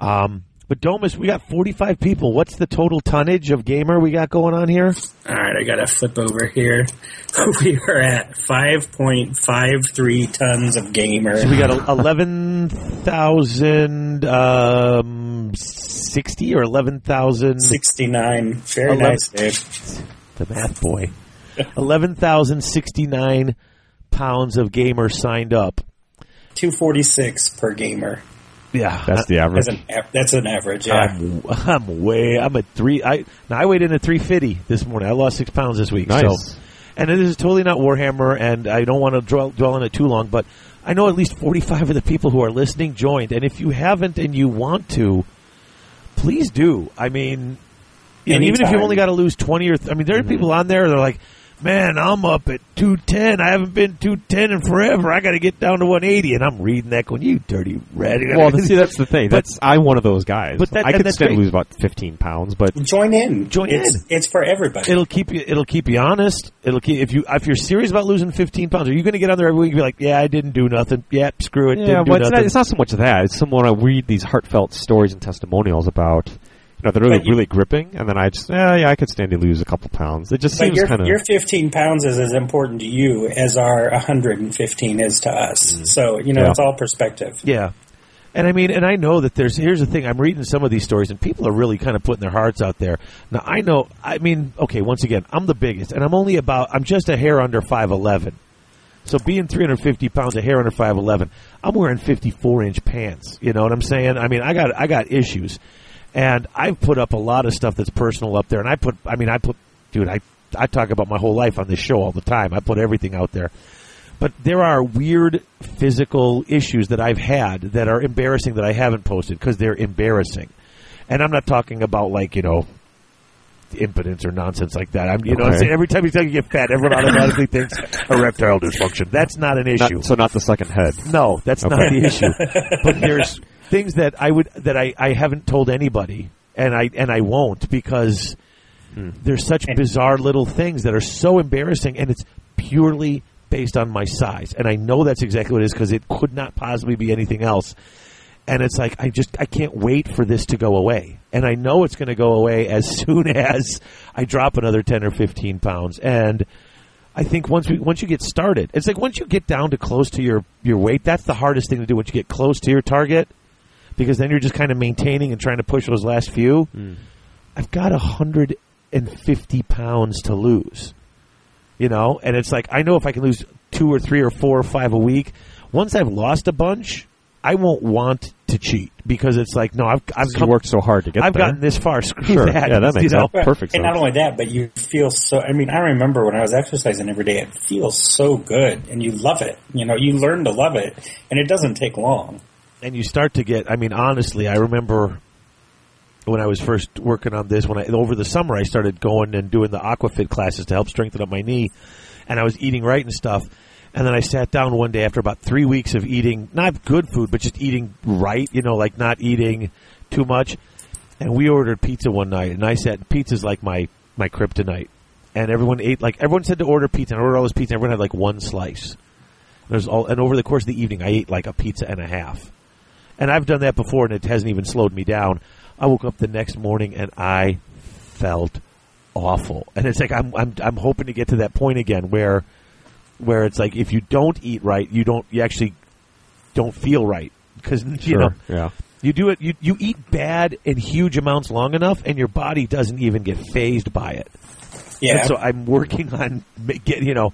S1: Um, but Domus, we got 45 people. What's the total tonnage of gamer we got going on here?
S4: All right, I gotta flip over here. [LAUGHS] we are at five point five three tons of gamer.
S1: We got a- 11,060 um, 60 or 11,000.
S4: sixty nine. Very
S1: Eleven-
S4: nice, Dave.
S1: the math boy. 11,069 pounds of gamers signed up.
S4: Two forty six per gamer.
S1: Yeah.
S2: That's the average.
S4: That's an av- that's an average. Yeah.
S1: I'm, I'm way, I'm at three, I, now I weighed in at 350 this morning. I lost six pounds this week.
S2: Nice.
S1: So, and this is totally not Warhammer, and I don't want to dwell, dwell on it too long, but I know at least 45 of the people who are listening joined, and if you haven't and you want to, please do. I mean, you know, even if you
S4: Anytime.
S1: only got to lose 20 or, th- I mean,
S2: Mm-hmm.
S1: there are people on there that are like, man, I'm up at 210. I haven't been 210 in forever. I got to get down to 180. And I'm reading that going, you dirty rat. [LAUGHS]
S2: Well, [LAUGHS] see, that's the thing.
S1: But-
S2: That's I'm one of those guys.
S1: But that-
S2: I
S1: and
S2: could
S1: that's
S2: still
S1: great.
S2: lose about 15 pounds, but
S4: Join in.
S1: Join
S4: it's,
S1: in.
S4: It's for everybody.
S1: It'll keep you. It'll keep you honest. It'll keep if you if you're serious about losing 15 pounds. Are you going to get on there every week and be like, "Yeah, I didn't do nothing. Yeah, screw it.
S2: yeah,
S1: didn't do
S2: but it's not,
S1: nothing."
S2: it's not so much of that. It's someone I read these heartfelt stories and testimonials about. You know, they're really,
S4: But you-
S2: really gripping, and then I just, eh, yeah, yeah, I could stand to lose a couple pounds. It just
S4: but
S2: seems
S4: your,
S2: kind of [LAUGHS]
S4: your 15 pounds is as important to you as our 115 is to us. So, you know,
S2: Yeah.
S4: it's all perspective.
S1: yeah, and I mean, and I know that there's. Here's the thing. I'm reading some of these stories, and people are really kind of putting their hearts out there. Now, I know. I mean, okay. Once again, I'm the biggest, and I'm only about. I'm just a hair under 5'11. So being 350 pounds, a hair under 5'11, I'm wearing 54 inch pants. You know what I'm saying? I mean, I got I got issues, and I've put up a lot of stuff that's personal up there. And I put, I mean, I put, dude, I I talk about my whole life on this show all the time. I put everything out there, But there are weird physical issues that I've had that are embarrassing that I haven't posted because they're embarrassing. And I'm not talking about like you know impotence or nonsense like that. I'm you know what I'm
S2: Okay.
S1: saying every time you tell you get fat, everyone automatically thinks
S2: [LAUGHS]
S1: erectile dysfunction. That's not an issue.
S2: Not, so not the second head.
S1: No, that's not the issue. But there's things that I would that I, I haven't told anybody, and I and I won't because there's such bizarre little things that are so embarrassing, and it's purely based on my size, and I know that's exactly what it is because it could not possibly be anything else. And it's like I just I can't wait for this to go away, and I know it's going to go away as [LAUGHS] soon as I drop another ten or fifteen pounds, and. I think once we once you get started, it's like once you get down to close to your your weight, that's the hardest thing to do. Once you get close to your target, because then you're just kind of maintaining and trying to push those last few.
S2: Mm.
S1: I've got hundred and fifty pounds to lose, you know, and it's like I know if I can lose two or three or four or five a week. Once I've lost a bunch, I won't want to cheat because it's like no, I've I've
S2: You
S1: come,
S2: worked so hard to get
S1: I've
S2: there.
S1: gotten this far. Screw
S2: Sure.
S1: that.
S2: Yeah,
S1: [LAUGHS]
S2: that
S1: you
S2: makes
S1: know?
S2: sense. Perfect
S4: [LAUGHS]
S2: sense.
S4: And not only that, but you feel so. I mean, I remember when I was exercising every day, it feels so good, and you love it. You know, you learn to love it, and it doesn't take long.
S1: and you start to get i mean honestly i remember when i was first working on this when i over the summer i started going and doing the aquafit classes to help strengthen up my knee and i was eating right and stuff and then i sat down one day after about three weeks of eating not good food but just eating right you know like not eating too much and we ordered pizza one night and i said pizza's like my my kryptonite and everyone ate like everyone said to order pizza and i ordered all this pizza and everyone had like one slice there's all, and over the course of the evening, I ate like a pizza and a half. And I've done that before, and it hasn't even slowed me down. I woke up the next morning and I felt awful. And it's like I'm I'm I'm hoping to get to that point again where where it's like if you don't eat right, you don't you actually don't feel right because you
S2: Sure.
S1: know
S2: yeah.
S1: you do it. You you eat bad in huge amounts long enough, and your body doesn't even get phased by it.
S4: Yeah,
S1: And so I'm working on ma- get you know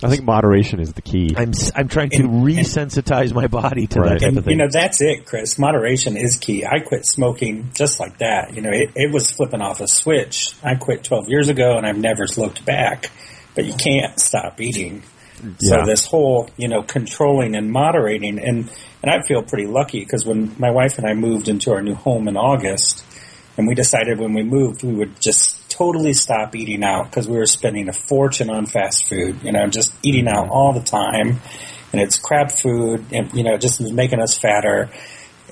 S2: I think moderation is the key.
S1: I'm s- I'm trying to resensitize my body to
S2: Right.
S1: that type of
S4: and, you
S1: thing.
S4: know that's it, Chris. Moderation is key. I quit smoking just like that. You know, it, it was flipping off a switch. I quit 12 years ago, and I've never looked back. But you can't stop eating.
S2: Yeah.
S4: So this whole, you know, controlling and moderating, and and I feel pretty lucky because when my wife and I moved into our new home in August, and we decided when we moved we would just totally stop eating out because we were spending a fortune on fast food, you know, just eating
S2: Mm-hmm.
S4: out all the time, and it's crap food, and you know, it just was making us fatter,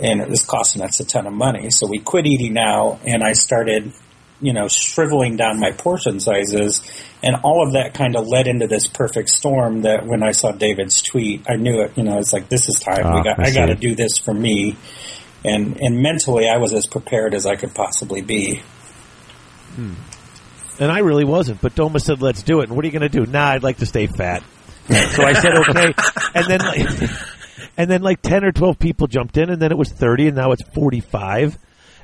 S4: and it was costing us a ton of money. So we quit eating out, and I started you know, shriveling down my portion sizes. And all of that kind of led into this perfect storm that when I saw David's tweet, I knew it, you know, it's like, this is time.
S2: Ah,
S4: we got,
S2: I
S4: I, got to
S2: see.
S4: do this for me. And, and mentally, I was as prepared as I could possibly be.
S1: And I really wasn't, but Doma said, "Let's do it." And what are you going to do? Nah, I'd like to stay fat. so I said, "Okay." And then, like, [LAUGHS] and then like ten or twelve people jumped in, and then it was thirty, and now it's forty-five.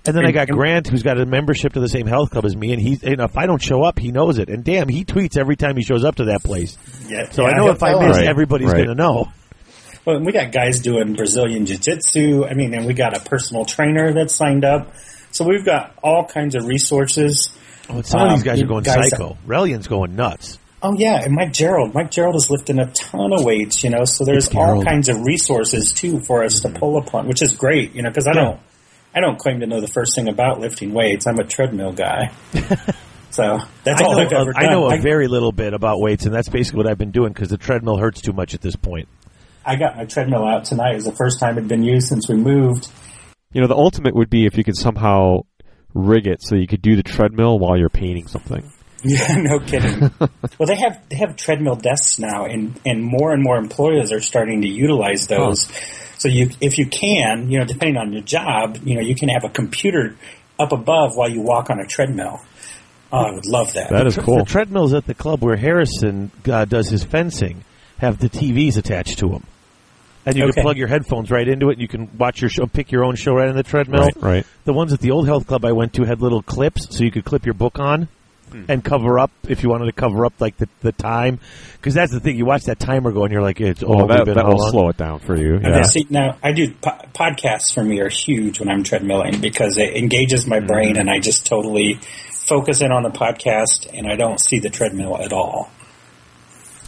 S1: And then I got Grant, who's got a membership to the same health club as me, and he's you know if I don't show up, he knows it. And damn, he tweets every time he shows up to that place.
S4: Yeah.
S1: So I know if I miss,
S2: Right,
S1: everybody's
S2: right.
S1: going to know.
S4: Well, and we got guys doing Brazilian Jiu Jitsu. I mean, and we got a personal trainer that's signed up. So we've got all kinds of resources.
S1: Oh, and some of these
S4: Um,
S1: guys are
S4: you
S1: going
S4: guys-
S1: psycho. Relian's going nuts.
S4: Oh yeah, and Mike Gerald. Mike Gerald is lifting a ton of weights, you know. So there's all
S1: Gerald. Mm-hmm.
S4: kinds of resources too for us to pull upon, which is great, you know. Because I don't, I don't claim to know the first thing about lifting weights. I'm a
S1: [LAUGHS]
S4: treadmill guy, so that's
S1: I
S4: all
S1: know,
S4: I've ever
S1: a,
S4: done.
S1: I know a very little bit about weights, and that's basically what I've been doing because the treadmill hurts too much at this point.
S4: I got my treadmill out tonight. It was the first time it'd been used since we moved. [LAUGHS]
S2: You know, the ultimate would be if you could somehow rig it so you could do the treadmill while you're painting something.
S4: Yeah, no kidding.
S2: [LAUGHS]
S4: well, they have they have treadmill desks now, and and more and more employers are starting to utilize those. So you, if you can, you know, depending on your job, you know, you can have a computer up above while you walk on a treadmill. Oh, I would love that.
S2: That is
S1: Tre-
S2: cool.
S1: The treadmills at the club where Harrison uh, does his fencing have the TVs attached to them, and you
S4: Okay.
S1: can plug your headphones right into it. And you can watch your show, pick your own show right on the treadmill.
S2: Right, right.
S1: The ones at the old health club I went to had little clips, so you could clip your book on. And cover up if you wanted to cover up like the, the time, because that's the thing. You watch that timer go, and you're like, "It's oh,
S2: Well, that,
S1: we've been
S2: that
S1: how
S2: will
S1: long?
S2: slow it down for you.
S4: Okay,
S2: Yeah.
S4: see, now I do po- podcasts for me are huge when I'm treadmilling because it engages my brain
S2: Mm.
S4: and I just totally focus in on the podcast and I don't see the treadmill at all.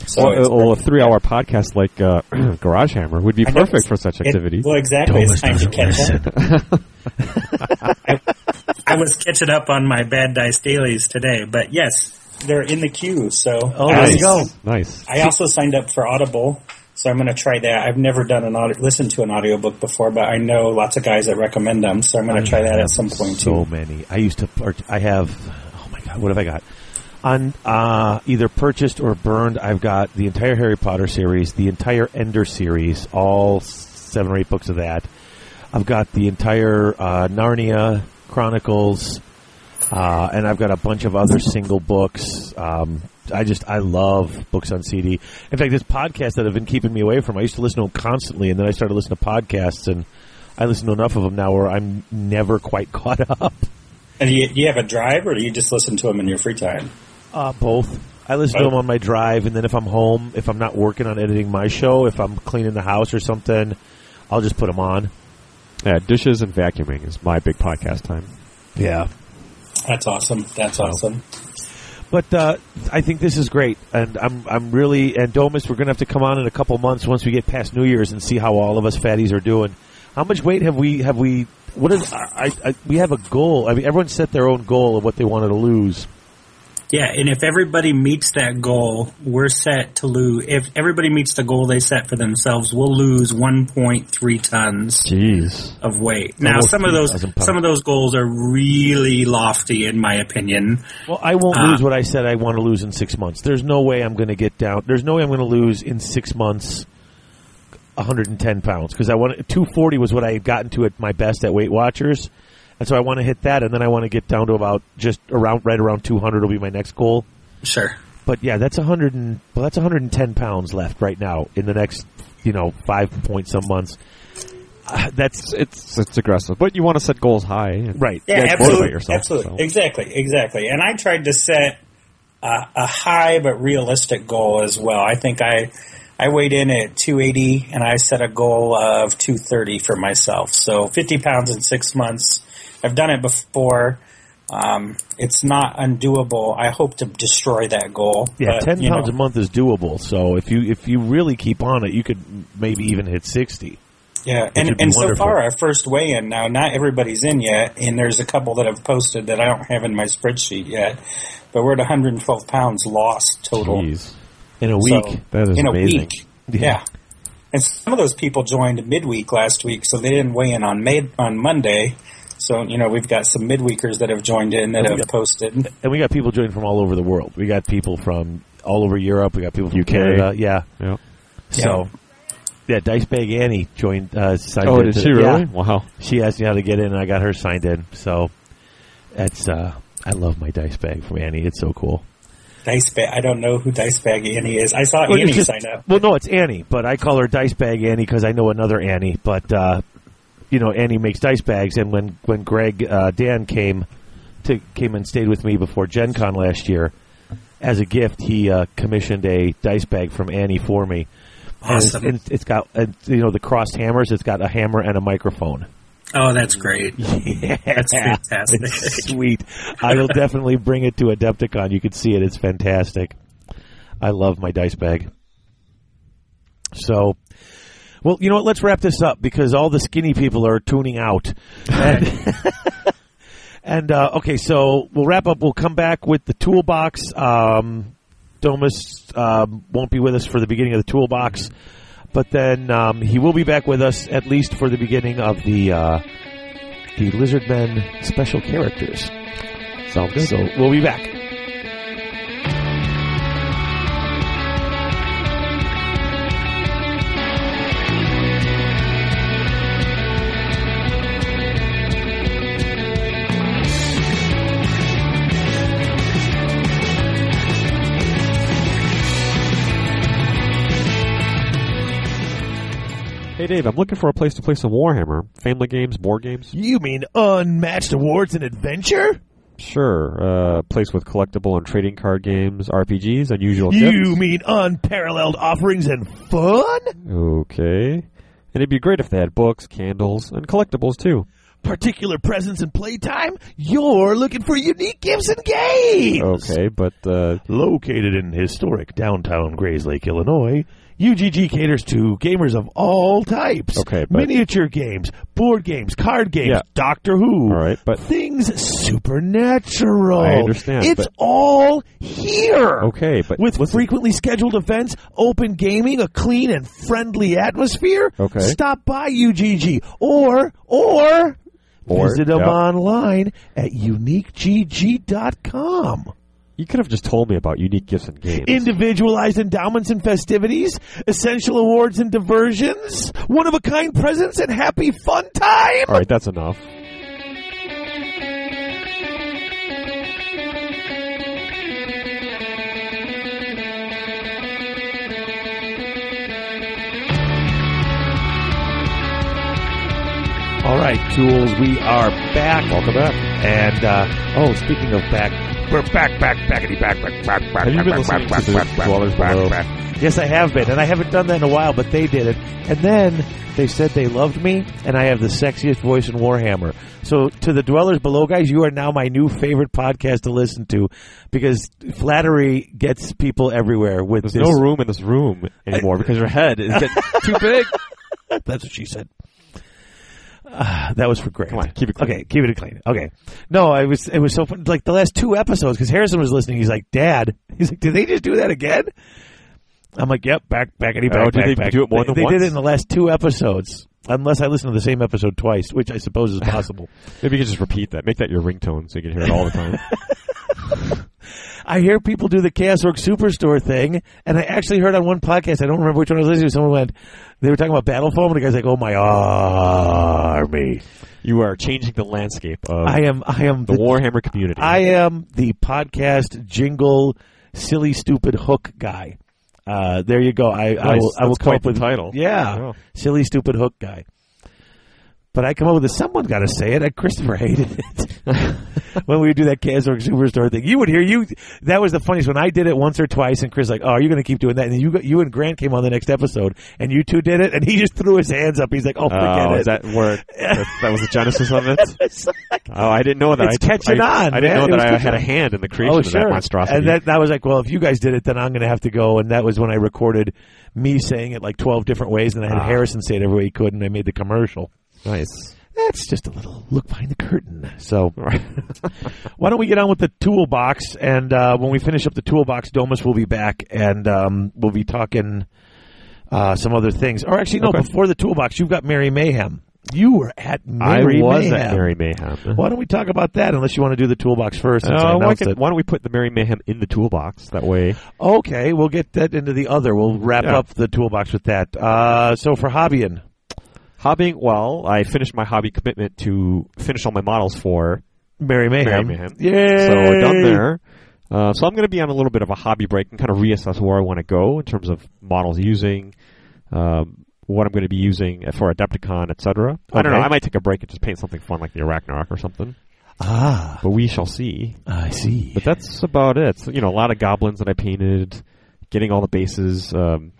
S4: So
S2: Well,
S4: it's
S2: a- well, a
S4: perfect.
S2: three-hour podcast like uh, [CLEARS THROAT] Garage Hammer would be
S4: I know,
S2: perfect
S4: it's-
S2: for such
S4: it-
S2: activity.
S4: well, exactly.
S1: Thomas
S4: it's time to
S1: doesn't
S4: catch
S1: listen.
S4: up. I, [LAUGHS] I was catching up on my bad dice dailies today, but yes, they're in the queue. So
S1: Oh,
S4: I
S1: there
S2: nice.
S1: you go.
S2: Nice.
S4: I also signed up for Audible, so I'm going to try that. I've never done an audio, listened to an audiobook before, but I know lots of guys that recommend them, so I'm going to try that at some point
S1: So
S4: too.
S1: many. I used to. Pur- I have. Oh my god, what have I got? On uh, either purchased or burned, I've got the entire Harry Potter series, the entire Ender series, all seven or eight books of that. I've got the entire uh, Narnia Chronicles, uh, and I've got a bunch of other single books. Um, I just I love books on CD. In fact, this podcast that have been keeping me away from, I used to listen to them constantly, and then I started listening to podcasts, and I listen to enough of them now where I'm never quite [LAUGHS] caught up.
S4: And do you, do you have a drive, or do you just listen to them in your free time?
S1: Uh, both. I listen to them on my drive, and then if I'm home, if I'm not working on editing my show, if I'm cleaning the house or something, I'll just put them on.
S2: Yeah, dishes and vacuuming is my big podcast time.
S1: Yeah.
S4: That's awesome. That's awesome.
S1: But uh, I think this is great, and I'm I'm really and Domus. We're going to have to come on in a couple months once we get past New Year's and see how all of us fatties are doing. How much weight have we have we? What is I, I we have a goal? I mean, everyone set their own goal of what they wanted to lose.
S4: Yeah, and if everybody meets that goal, we're set to lose. If everybody meets the goal they set for themselves, we'll lose 1.3 tons
S2: Jeez.
S4: of weight. Now,
S1: Almost
S4: some of those
S1: 3,000 pounds.
S4: some of those goals are really lofty, in my opinion.
S1: Well, I won't
S4: Ah.
S1: lose what I said I want to lose in six months. There's no way I'm going to get down. There's no way I'm going to lose in six months. 110 pounds because I want 240 was what I had gotten to at my best at Weight Watchers, and so I want to hit that, and then I want to get down to about just around right around 200 will be my next goal.
S4: Sure.
S1: But yeah, that's 100 and well, that's 110 pounds left right now in the next you know five point some months. Uh, that's
S2: It's it's aggressive, but you want to set goals high. and-
S1: right.
S4: Yeah,
S2: Yeah, motivate
S4: absolutely.
S2: yourself,
S4: absolutely.
S2: so.
S4: Exactly. Exactly. And I tried to set a, a high but realistic goal as well. I think I I weighed in at 280 and I set a goal of 230 for myself. So 50 pounds in six months. I've done it before. Um, it's not undoable. I hope to destroy that goal.
S1: Yeah,
S4: but,
S1: ten
S4: you
S1: pounds
S4: know,
S1: a month is doable. So if you if you really keep on it, you could maybe even hit sixty.
S4: Yeah,
S1: would
S4: and,
S1: be
S4: and so
S1: wonderful.
S4: far our first weigh in now, not everybody's in yet, and there's a couple that have posted that I don't have in my spreadsheet yet. But we're at 112 pounds lost total
S2: Jeez.
S1: in a
S4: So,
S1: week.
S2: That is
S4: in a
S2: amazing.
S4: week. Yeah. and some of those people joined midweek last week, so they didn't weigh in on mid on Monday. So you know we've got some midweekers that have joined in that have posted.
S1: and we got people joining from all over the world. We got people from all over Europe. We got people from
S2: UK.
S1: Canada. Yeah.
S2: Yeah.
S1: So yeah, Dice Bag Annie joined. Uh, signed
S2: Oh,
S1: in
S2: did
S1: to-
S2: she really?
S1: yeah.
S2: Wow.
S1: She asked me how to get in, and I got her signed in. So that's uh, I love my Dice Bag from Annie. It's so cool.
S4: Dice bag. I don't know who Dice Bag Annie is. I saw
S1: Well,
S4: Annie
S1: it's just-
S4: sign up.
S1: Well, no, it's Annie, but I call her Dice Bag Annie because I know another Annie. But uh, you know, Annie makes dice bags, and when when Greg uh, Dan came to came and stayed with me before Gen Con last year, as a gift, he uh, commissioned a dice bag from Annie for me. And it's-
S4: Awesome.
S1: and it's, it's got uh, you know the crossed hammers. It's got a hammer and a microphone.
S4: Oh, that's great.
S1: Yeah,
S4: [LAUGHS] That's fantastic.
S1: It's [LAUGHS] sweet. I will definitely bring it to Adepticon. You can see it. It's fantastic. I love my dice bag. So, well, you know what? Let's wrap this up because all the skinny people are tuning out. And, [LAUGHS] and uh, okay, so we'll wrap up. We'll come back with the toolbox. Um, Domus um, won't be with us for the beginning of the toolbox, but then um, he will be back with us at least for the beginning of the. Uh, the Lizardmen special characters.
S2: Sounds good.
S1: So we'll be back.
S2: Hey Dave, I'm looking for a place to play some Warhammer. Family games, board games?
S1: You mean unmatched awards and adventure?
S2: Sure. Uh, place with collectible and trading card games, RPGs, unusual
S1: You mean unparalleled offerings and fun?
S2: gifts. Okay. And it'd be great if they had books, candles, and collectibles too.
S1: particular presence and playtime, you're looking for Unique Gibson Games.
S2: Okay, but uh,
S1: Located in historic downtown Grays Lake, Illinois, UGG caters to gamers of all types.
S2: Okay, but-
S1: miniature games, board games, card games,
S2: Yeah.
S1: Doctor Who.
S2: All right, but-
S1: things supernatural.
S2: I understand,
S1: It's
S2: but-
S1: all here.
S2: Okay, but
S1: with
S2: listen-
S1: frequently scheduled events, open gaming, a clean and friendly atmosphere.
S2: Okay.
S1: stop by UGG or or.
S2: Or,
S1: Visit them
S2: yeah.
S1: online at uniquegg.com.
S2: you could have just told me about unique gifts and games.
S1: Individualized endowments and festivities, essential awards and diversions, one of a kind presents, and happy fun time.
S2: All right, that's enough.
S1: All right, tools, we are back.
S2: Welcome back.
S1: And uh,
S2: Oh, speaking of back,
S1: we're back, back, backity, back, back, back, back.
S2: Have you been
S1: back,
S2: listening
S1: back,
S2: to
S1: back,
S2: the
S1: back,
S2: Dwellers
S1: back,
S2: Below?
S1: back. Yes, I have been, and I haven't done that in a while, but they did it. And then they said they loved me, and I have the sexiest voice in Warhammer. So to the Dwellers Below guys, you are now my new favorite podcast to listen to because flattery gets people everywhere with
S2: there's
S1: this.
S2: no room in this room anymore because your head is getting too [LAUGHS] big.
S1: That's what she said. Ah, that was for Grant.
S2: Come on, keep it clean.
S1: Okay, keep it clean. Okay. No, I was. It was so fun. Like the last two episodes, because Harrison was listening. He's like, "Dad," [LAUGHS] he's like, "Did they just do that again?" I'm like, "Yep, back, back, and back,
S2: Oh, did
S1: back,
S2: they
S1: back."
S2: do it more than
S1: they
S2: once?
S1: did it in the last two episodes, unless I listen to the same episode twice, which I suppose
S2: [LAUGHS]
S1: is possible.
S2: Maybe you could just repeat that. Make that your ringtone so you can hear it all
S1: [LAUGHS]
S2: the time.
S1: I hear people do the Chaos Org Superstore thing, and I actually heard on one podcast, I don't remember which one I was listening to, someone went, they were talking about Battle Foam, and the guy's like, oh, my army.
S2: you are changing the landscape of
S1: I am, I am
S2: Oh. the
S1: the
S2: Warhammer community.
S1: I am the podcast jingle, silly, stupid hook guy. Uh, there you go. I, I
S2: Nice.
S1: will. I will
S2: That's
S1: come
S2: quite
S1: up
S2: the
S1: with
S2: title.
S1: Yeah,
S2: Oh.
S1: silly, stupid hook guy. But I come up with a. Someone got to say it. I, Christopher hated it [LAUGHS] when we would do that Kazorg Superstore thing. You would hear you. That was the funniest when I did it once or twice, and Chris like, "Oh, you're going to keep doing that." And you, you and Grant came on the next episode, and you two did it, and he just threw his hands up. He's like, "Oh, forget
S2: Oh,
S1: it."
S2: is that where that, that was the genesis of it?
S1: [LAUGHS] It's like-
S2: Oh, I didn't know that.
S1: It's
S2: I,
S1: catching
S2: I,
S1: on,
S2: I didn't
S1: man.
S2: know
S1: It was
S2: that I
S1: catching
S2: had a
S1: on. Oh,
S2: hand in the creation of that monstrosity.
S1: And that, that was like, well, if you guys did it, then I'm going to have to go. And that was when I recorded me saying it like 12 different ways, and I had
S2: Ah.
S1: Harrison say it every way he could, and I made the commercial.
S2: nice.
S1: That's just a little look behind the curtain.
S2: [LAUGHS]
S1: So, [LAUGHS] why don't we get on with the toolbox? And uh, when we finish up the toolbox, Domus will be back, and um, we'll be talking uh, some other things. Or actually, no,
S2: Okay.
S1: before the toolbox, you've got Mary Mayhem. You were at Mary
S2: I was
S1: Mayhem.
S2: at Mary Mayhem.
S1: Why don't we talk about that? Unless you want to do the toolbox first. since I
S2: Uh, why,
S1: announced
S2: could-
S1: it.
S2: why don't we put the Mary Mayhem in the toolbox? That way,
S1: Okay, we'll get that into the other. We'll wrap
S2: Yeah.
S1: up the toolbox with that. Uh, so for hobbying,
S2: hobbying. Well, I finished my hobby commitment to finish all my models for
S1: Mary Mayhem.
S2: Mary Mayhem.
S1: Yay!
S2: So done there. Uh, so I'm going to be on a little bit of a hobby break and kind of reassess where I want to go in terms of models using, um, what I'm going to be using for Adepticon, etc. I don't know.
S1: Okay.
S2: I might take a break and just paint something fun like the Arachnarok or something.
S1: Ah,
S2: But we shall see.
S1: I see.
S2: But that's about it. So, you know, a lot of goblins that I painted, getting all the bases um,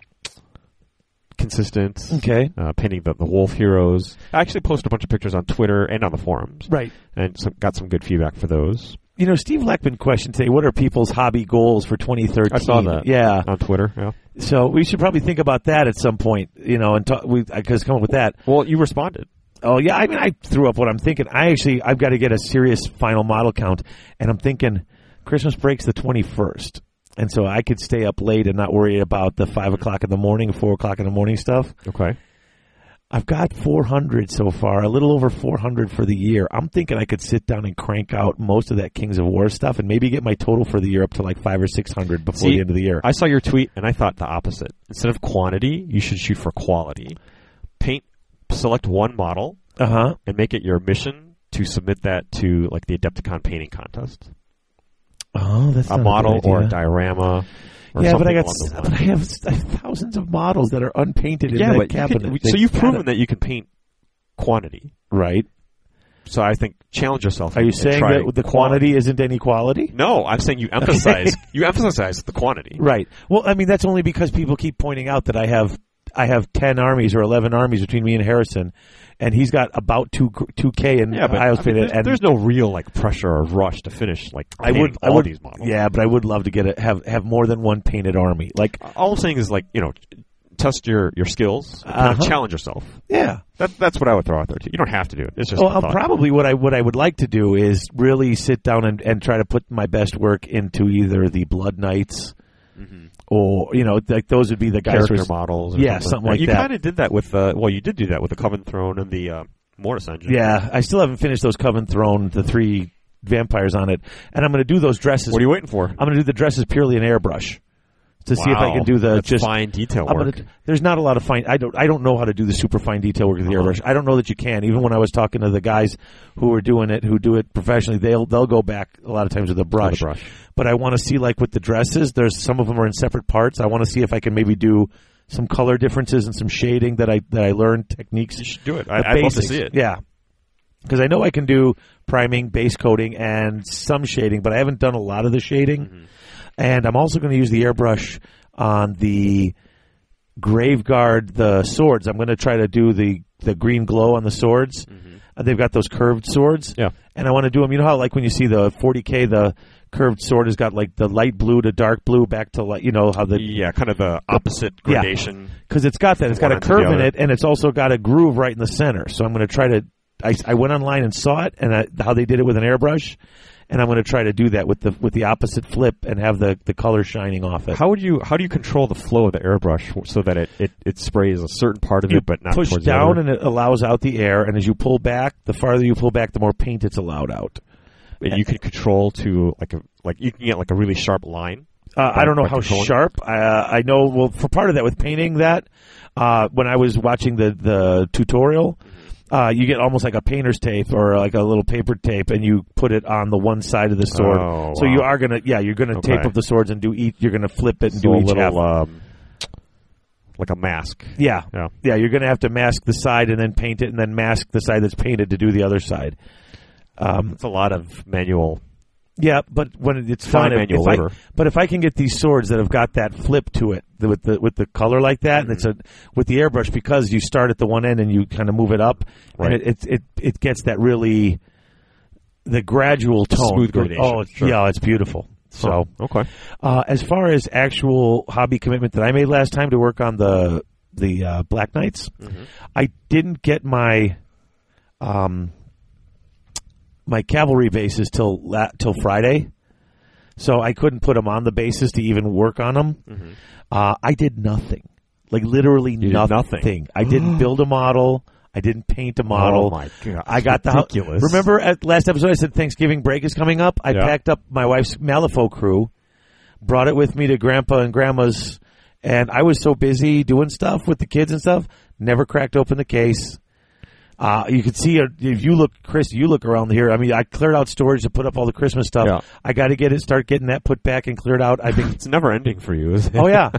S2: consistent,
S1: Okay.
S2: uh, painting the, the wolf heroes. I actually posted a bunch of pictures on Twitter and on the forums,
S1: Right.
S2: and some, got some good feedback for those
S1: You know, Steve Leckman questioned today, what are people's hobby goals for 2013?
S2: I saw that.
S1: Yeah.
S2: on Twitter. Yeah.
S1: So we should probably think about that at some point, you know, and talk, we, cause come up with that.
S2: Well, you responded.
S1: Oh yeah, I mean, I threw up what I'm thinking. I actually, I've got to get a serious final model count, and I'm thinking Christmas breaks the 21st, and so I could stay up late and not worry about the five o'clock in the morning, four o'clock in the morning stuff.
S2: Okay.
S1: I've got 400 so far, a little over 400 for the year. I'm thinking I could sit down and crank out most of that Kings of War stuff, and maybe get my total for the year up to like five or six hundred before
S2: See,
S1: the end of the year.
S2: I saw your tweet and I thought the opposite. Instead of quantity, you should shoot for quality. Paint, select one model,
S1: Uh huh.
S2: and make it your mission to submit that to like the Adepticon painting contest.
S1: Oh, that's
S2: a
S1: not
S2: model
S1: good
S2: or a
S1: idea.
S2: diorama. Or
S1: yeah, but
S2: something
S1: I got
S2: along
S1: s-
S2: those
S1: but I
S2: lines.
S1: have s- I have thousands of models that are unpainted in
S2: yeah,
S1: that
S2: but you
S1: cabinet.
S2: can-
S1: They
S2: so you've
S1: gotta-
S2: proven that you can paint quantity.
S1: right?
S2: So I think challenge yourself.
S1: Are you
S2: and- and
S1: saying
S2: try
S1: that the quantity isn't any quality?
S2: No, I'm
S1: [LAUGHS]
S2: saying you emphasize you emphasize the quantity.
S1: Right. Well, I mean that's only because people keep pointing out that I have I have ten armies or eleven armies between me and Harrison, and he's got about two two k in
S2: Yeah, but
S1: Iowa
S2: I
S1: State.
S2: mean, there's,
S1: and
S2: there's no real like pressure or rush to finish like
S1: I would,
S2: painting
S1: I
S2: all
S1: would,
S2: these models.
S1: yeah, but I would love to get it. Have have more than one painted army. Like,
S2: All I'm saying is like you know, test your your skills, and kind of
S1: Uh-huh.
S2: challenge yourself.
S1: yeah.
S2: That, that's what I would throw out there too. You don't have to do it. It's just
S1: Well,
S2: a
S1: I'll
S2: thought.
S1: probably what I what I would like to do is really sit down and, and try to put my best work into either the Blood Knights, or you know, like those would be the guys.
S2: Mm-hmm. character
S1: who-
S2: models. Or
S1: Yeah, something like
S2: you
S1: that.
S2: kind of did that with uh, well, you did do that with the Coven Throne and the uh, Mortis Engine.
S1: yeah, I still haven't finished those Coven Throne, the three vampires on it, and I'm going to do those dresses.
S2: What are you waiting for?
S1: I'm going to do the dresses purely in airbrush to see if I
S2: Wow.
S1: can do the
S2: That's
S1: just
S2: fine detail
S1: I'm
S2: work.
S1: gonna, there's not a lot of fine. I don't. I don't know how to do the super fine detail work with the
S2: Uh-huh.
S1: airbrush. I don't know that you can. Even when I was talking to the guys who are doing it, who do it professionally, they'll they'll go back a lot of times with a brush.
S2: brush.
S1: But I want to see like with the dresses. There's some of them are in separate parts. I want to see if I can maybe do some color differences and some shading that I that I learned techniques.
S2: You should do it.
S1: the
S2: I, I'd love to
S1: basics.
S2: see it.
S1: Yeah. Because I know I can do priming, base coating, and some shading, but I haven't done a lot of the shading.
S2: Mm-hmm.
S1: And I'm also going to use the airbrush on the Graveguard, the swords. I'm going to try to do the, the green glow on the swords. Uh, They've got those curved swords.
S2: Mm-hmm. Yeah.
S1: And I want to do them. You know how, like, when you see the 40K, the curved sword has got, like, the light blue to dark blue back to, like, you know, how the
S2: Yeah, kind of the opposite
S1: Yeah.
S2: gradation.
S1: because it's got that. It's got
S2: One
S1: a
S2: onto the
S1: curve in
S2: other.
S1: it, and it's also got a groove right in the center. So I'm going to try to. I, I went online and saw it, and I, how they did it with an airbrush, and I'm going to try to do that with the with the opposite flip and have the the color shining off it.
S2: How would you how do you control the flow of the airbrush so that it, it, it sprays a certain part of
S1: you
S2: it but not
S1: push
S2: towards
S1: down,
S2: the
S1: and
S2: other?
S1: it allows out the air, and as you pull back, the farther you pull back, the more paint it's allowed out.
S2: And, you can control to like a like you can get like a really sharp line.
S1: Uh, I don't know
S2: By
S1: how
S2: controlling-
S1: sharp. Uh, I know. Well, for part of that with painting that, uh, when I was watching the the tutorial, uh, you get almost like a painter's tape or like a little paper tape, and you put it on the one side of the sword.
S2: Oh,
S1: So you
S2: wow.
S1: are gonna, yeah, you're gonna tape
S2: Okay.
S1: up the swords and do each. You're gonna flip it and
S2: So
S1: do
S2: a
S1: each half.
S2: little um, like a mask.
S1: yeah,
S2: Yeah.
S1: yeah, you're gonna have to mask the side and then paint it, and then mask the side that's painted to do the other side.
S2: It's a lot of manual
S1: Yeah, but when it's
S2: Not
S1: fine, if-
S2: manual
S1: if I-
S2: labor.
S1: but if I can get these swords that have got that flip to it the- with the with the color like that, and it's a with the airbrush because you start at the one end and you kind of move it up,
S2: Right.
S1: and it, it it it gets that really the gradual tone.
S2: Smooth gradation,
S1: Oh, it's-
S2: sure.
S1: yeah, it's beautiful. So,
S2: Huh. okay.
S1: uh, as far as actual hobby commitment that I made last time to work on the the uh, Black Knights,
S2: Mm-hmm.
S1: I didn't get my um, my cavalry bases till la- till Friday, so I couldn't put them on the bases to even work on them. Uh, I did nothing, like literally
S2: Mm-hmm. did
S1: nothing.
S2: nothing.
S1: I
S2: [GASPS]
S1: didn't build a model. I didn't paint a model.
S2: Oh my god!
S1: I got the
S2: ridiculous.
S1: Remember at last episode I said Thanksgiving break is coming up. I
S2: Yeah.
S1: packed up my wife's Malifaux crew, brought it with me to Grandpa and Grandma's, and I was so busy doing stuff with the kids and stuff, never cracked open the case. Uh, you could see uh, if you look, Chris, you look around here. I mean, I cleared out storage to put up all the Christmas stuff.
S2: Yeah.
S1: I got to get it, start getting that put back and cleared out. I've been
S2: It's never ending for you, is it? [LAUGHS]
S1: oh yeah.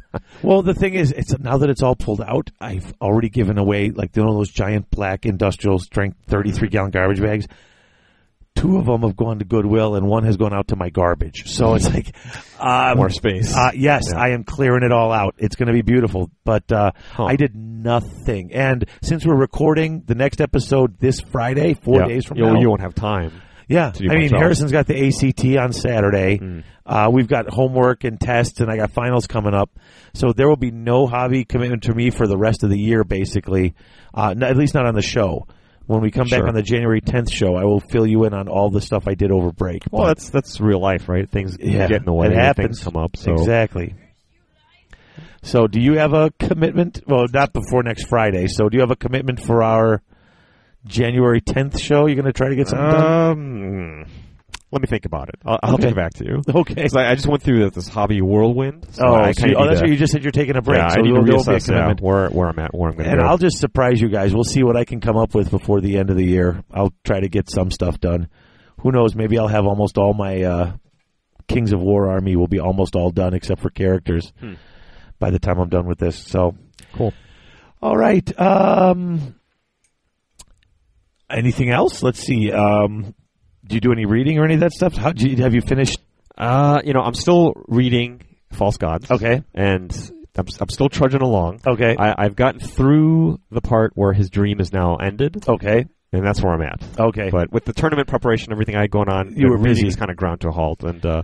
S1: Well, the thing is, it's now that it's all pulled out, I've already given away like you know those giant black industrial strength thirty-three gallon garbage bags. Two of them have gone to Goodwill, and one has gone out to my garbage. So it's like um,
S2: More space.
S1: Uh, yes,
S2: Yeah.
S1: I am clearing it all out. It's going to be beautiful. But uh,
S2: Huh.
S1: I did nothing, and since we're recording the next episode this Friday, four
S2: Yeah.
S1: days from
S2: You'll-
S1: now,
S2: you won't have time.
S1: yeah,
S2: to do Mm.
S1: I mean,
S2: myself.
S1: Harrison's got the ACT on Saturday. Uh, we've got homework and tests, and I got finals coming up. So there will be no hobby commitment to me for the rest of the year, basically. Uh, n- at least not on the show. When we come back
S2: Sure.
S1: on the January 10th show, I will fill you in on all the stuff I did over break.
S2: Well,
S1: But-
S2: that's that's real life, right? Things
S1: yeah,
S2: get in the way.
S1: It happens.
S2: Things come up. So
S1: Exactly. So, do you have a commitment? Well, not before next Friday. So, do you have a commitment for our January 10th show? You're going to try to get something done?
S2: Um, let me think about it. I'll, I'll
S1: Okay.
S2: get back to you.
S1: [LAUGHS] Okay.
S2: 'Cause I, I just went through this hobby whirlwind. So
S1: Oh,
S2: I
S1: so
S2: kinda
S1: you- oh
S2: need
S1: that's
S2: to-
S1: what you just said. You're taking a break,
S2: Yeah,
S1: so
S2: I
S1: there
S2: need to
S1: will be a
S2: reassess yeah,
S1: commitment.
S2: where where I'm at, where I'm going to
S1: And
S2: go.
S1: I'll just surprise you guys. We'll see what I can come up with before the end of the year. I'll try to get some stuff done. Who knows? Maybe I'll have almost all my uh, Kings of War army will be almost all done except for characters by the time I'm done with this. So,
S2: Hmm. cool.
S1: all right. Um, anything else? Let's see. Um, do you do any reading or any of that stuff? How, do you, have you finished?
S2: Uh, you know, I'm still reading False Gods.
S1: Okay.
S2: and I'm, I'm still trudging along.
S1: Okay.
S2: I, I've gotten through the part where his dream is now ended,
S1: Okay.
S2: and that's where I'm at.
S1: Okay.
S2: But with the tournament preparation, everything I had going on,
S1: You
S2: it
S1: were
S2: really
S1: busy.
S2: was kind of ground to a halt, and uh,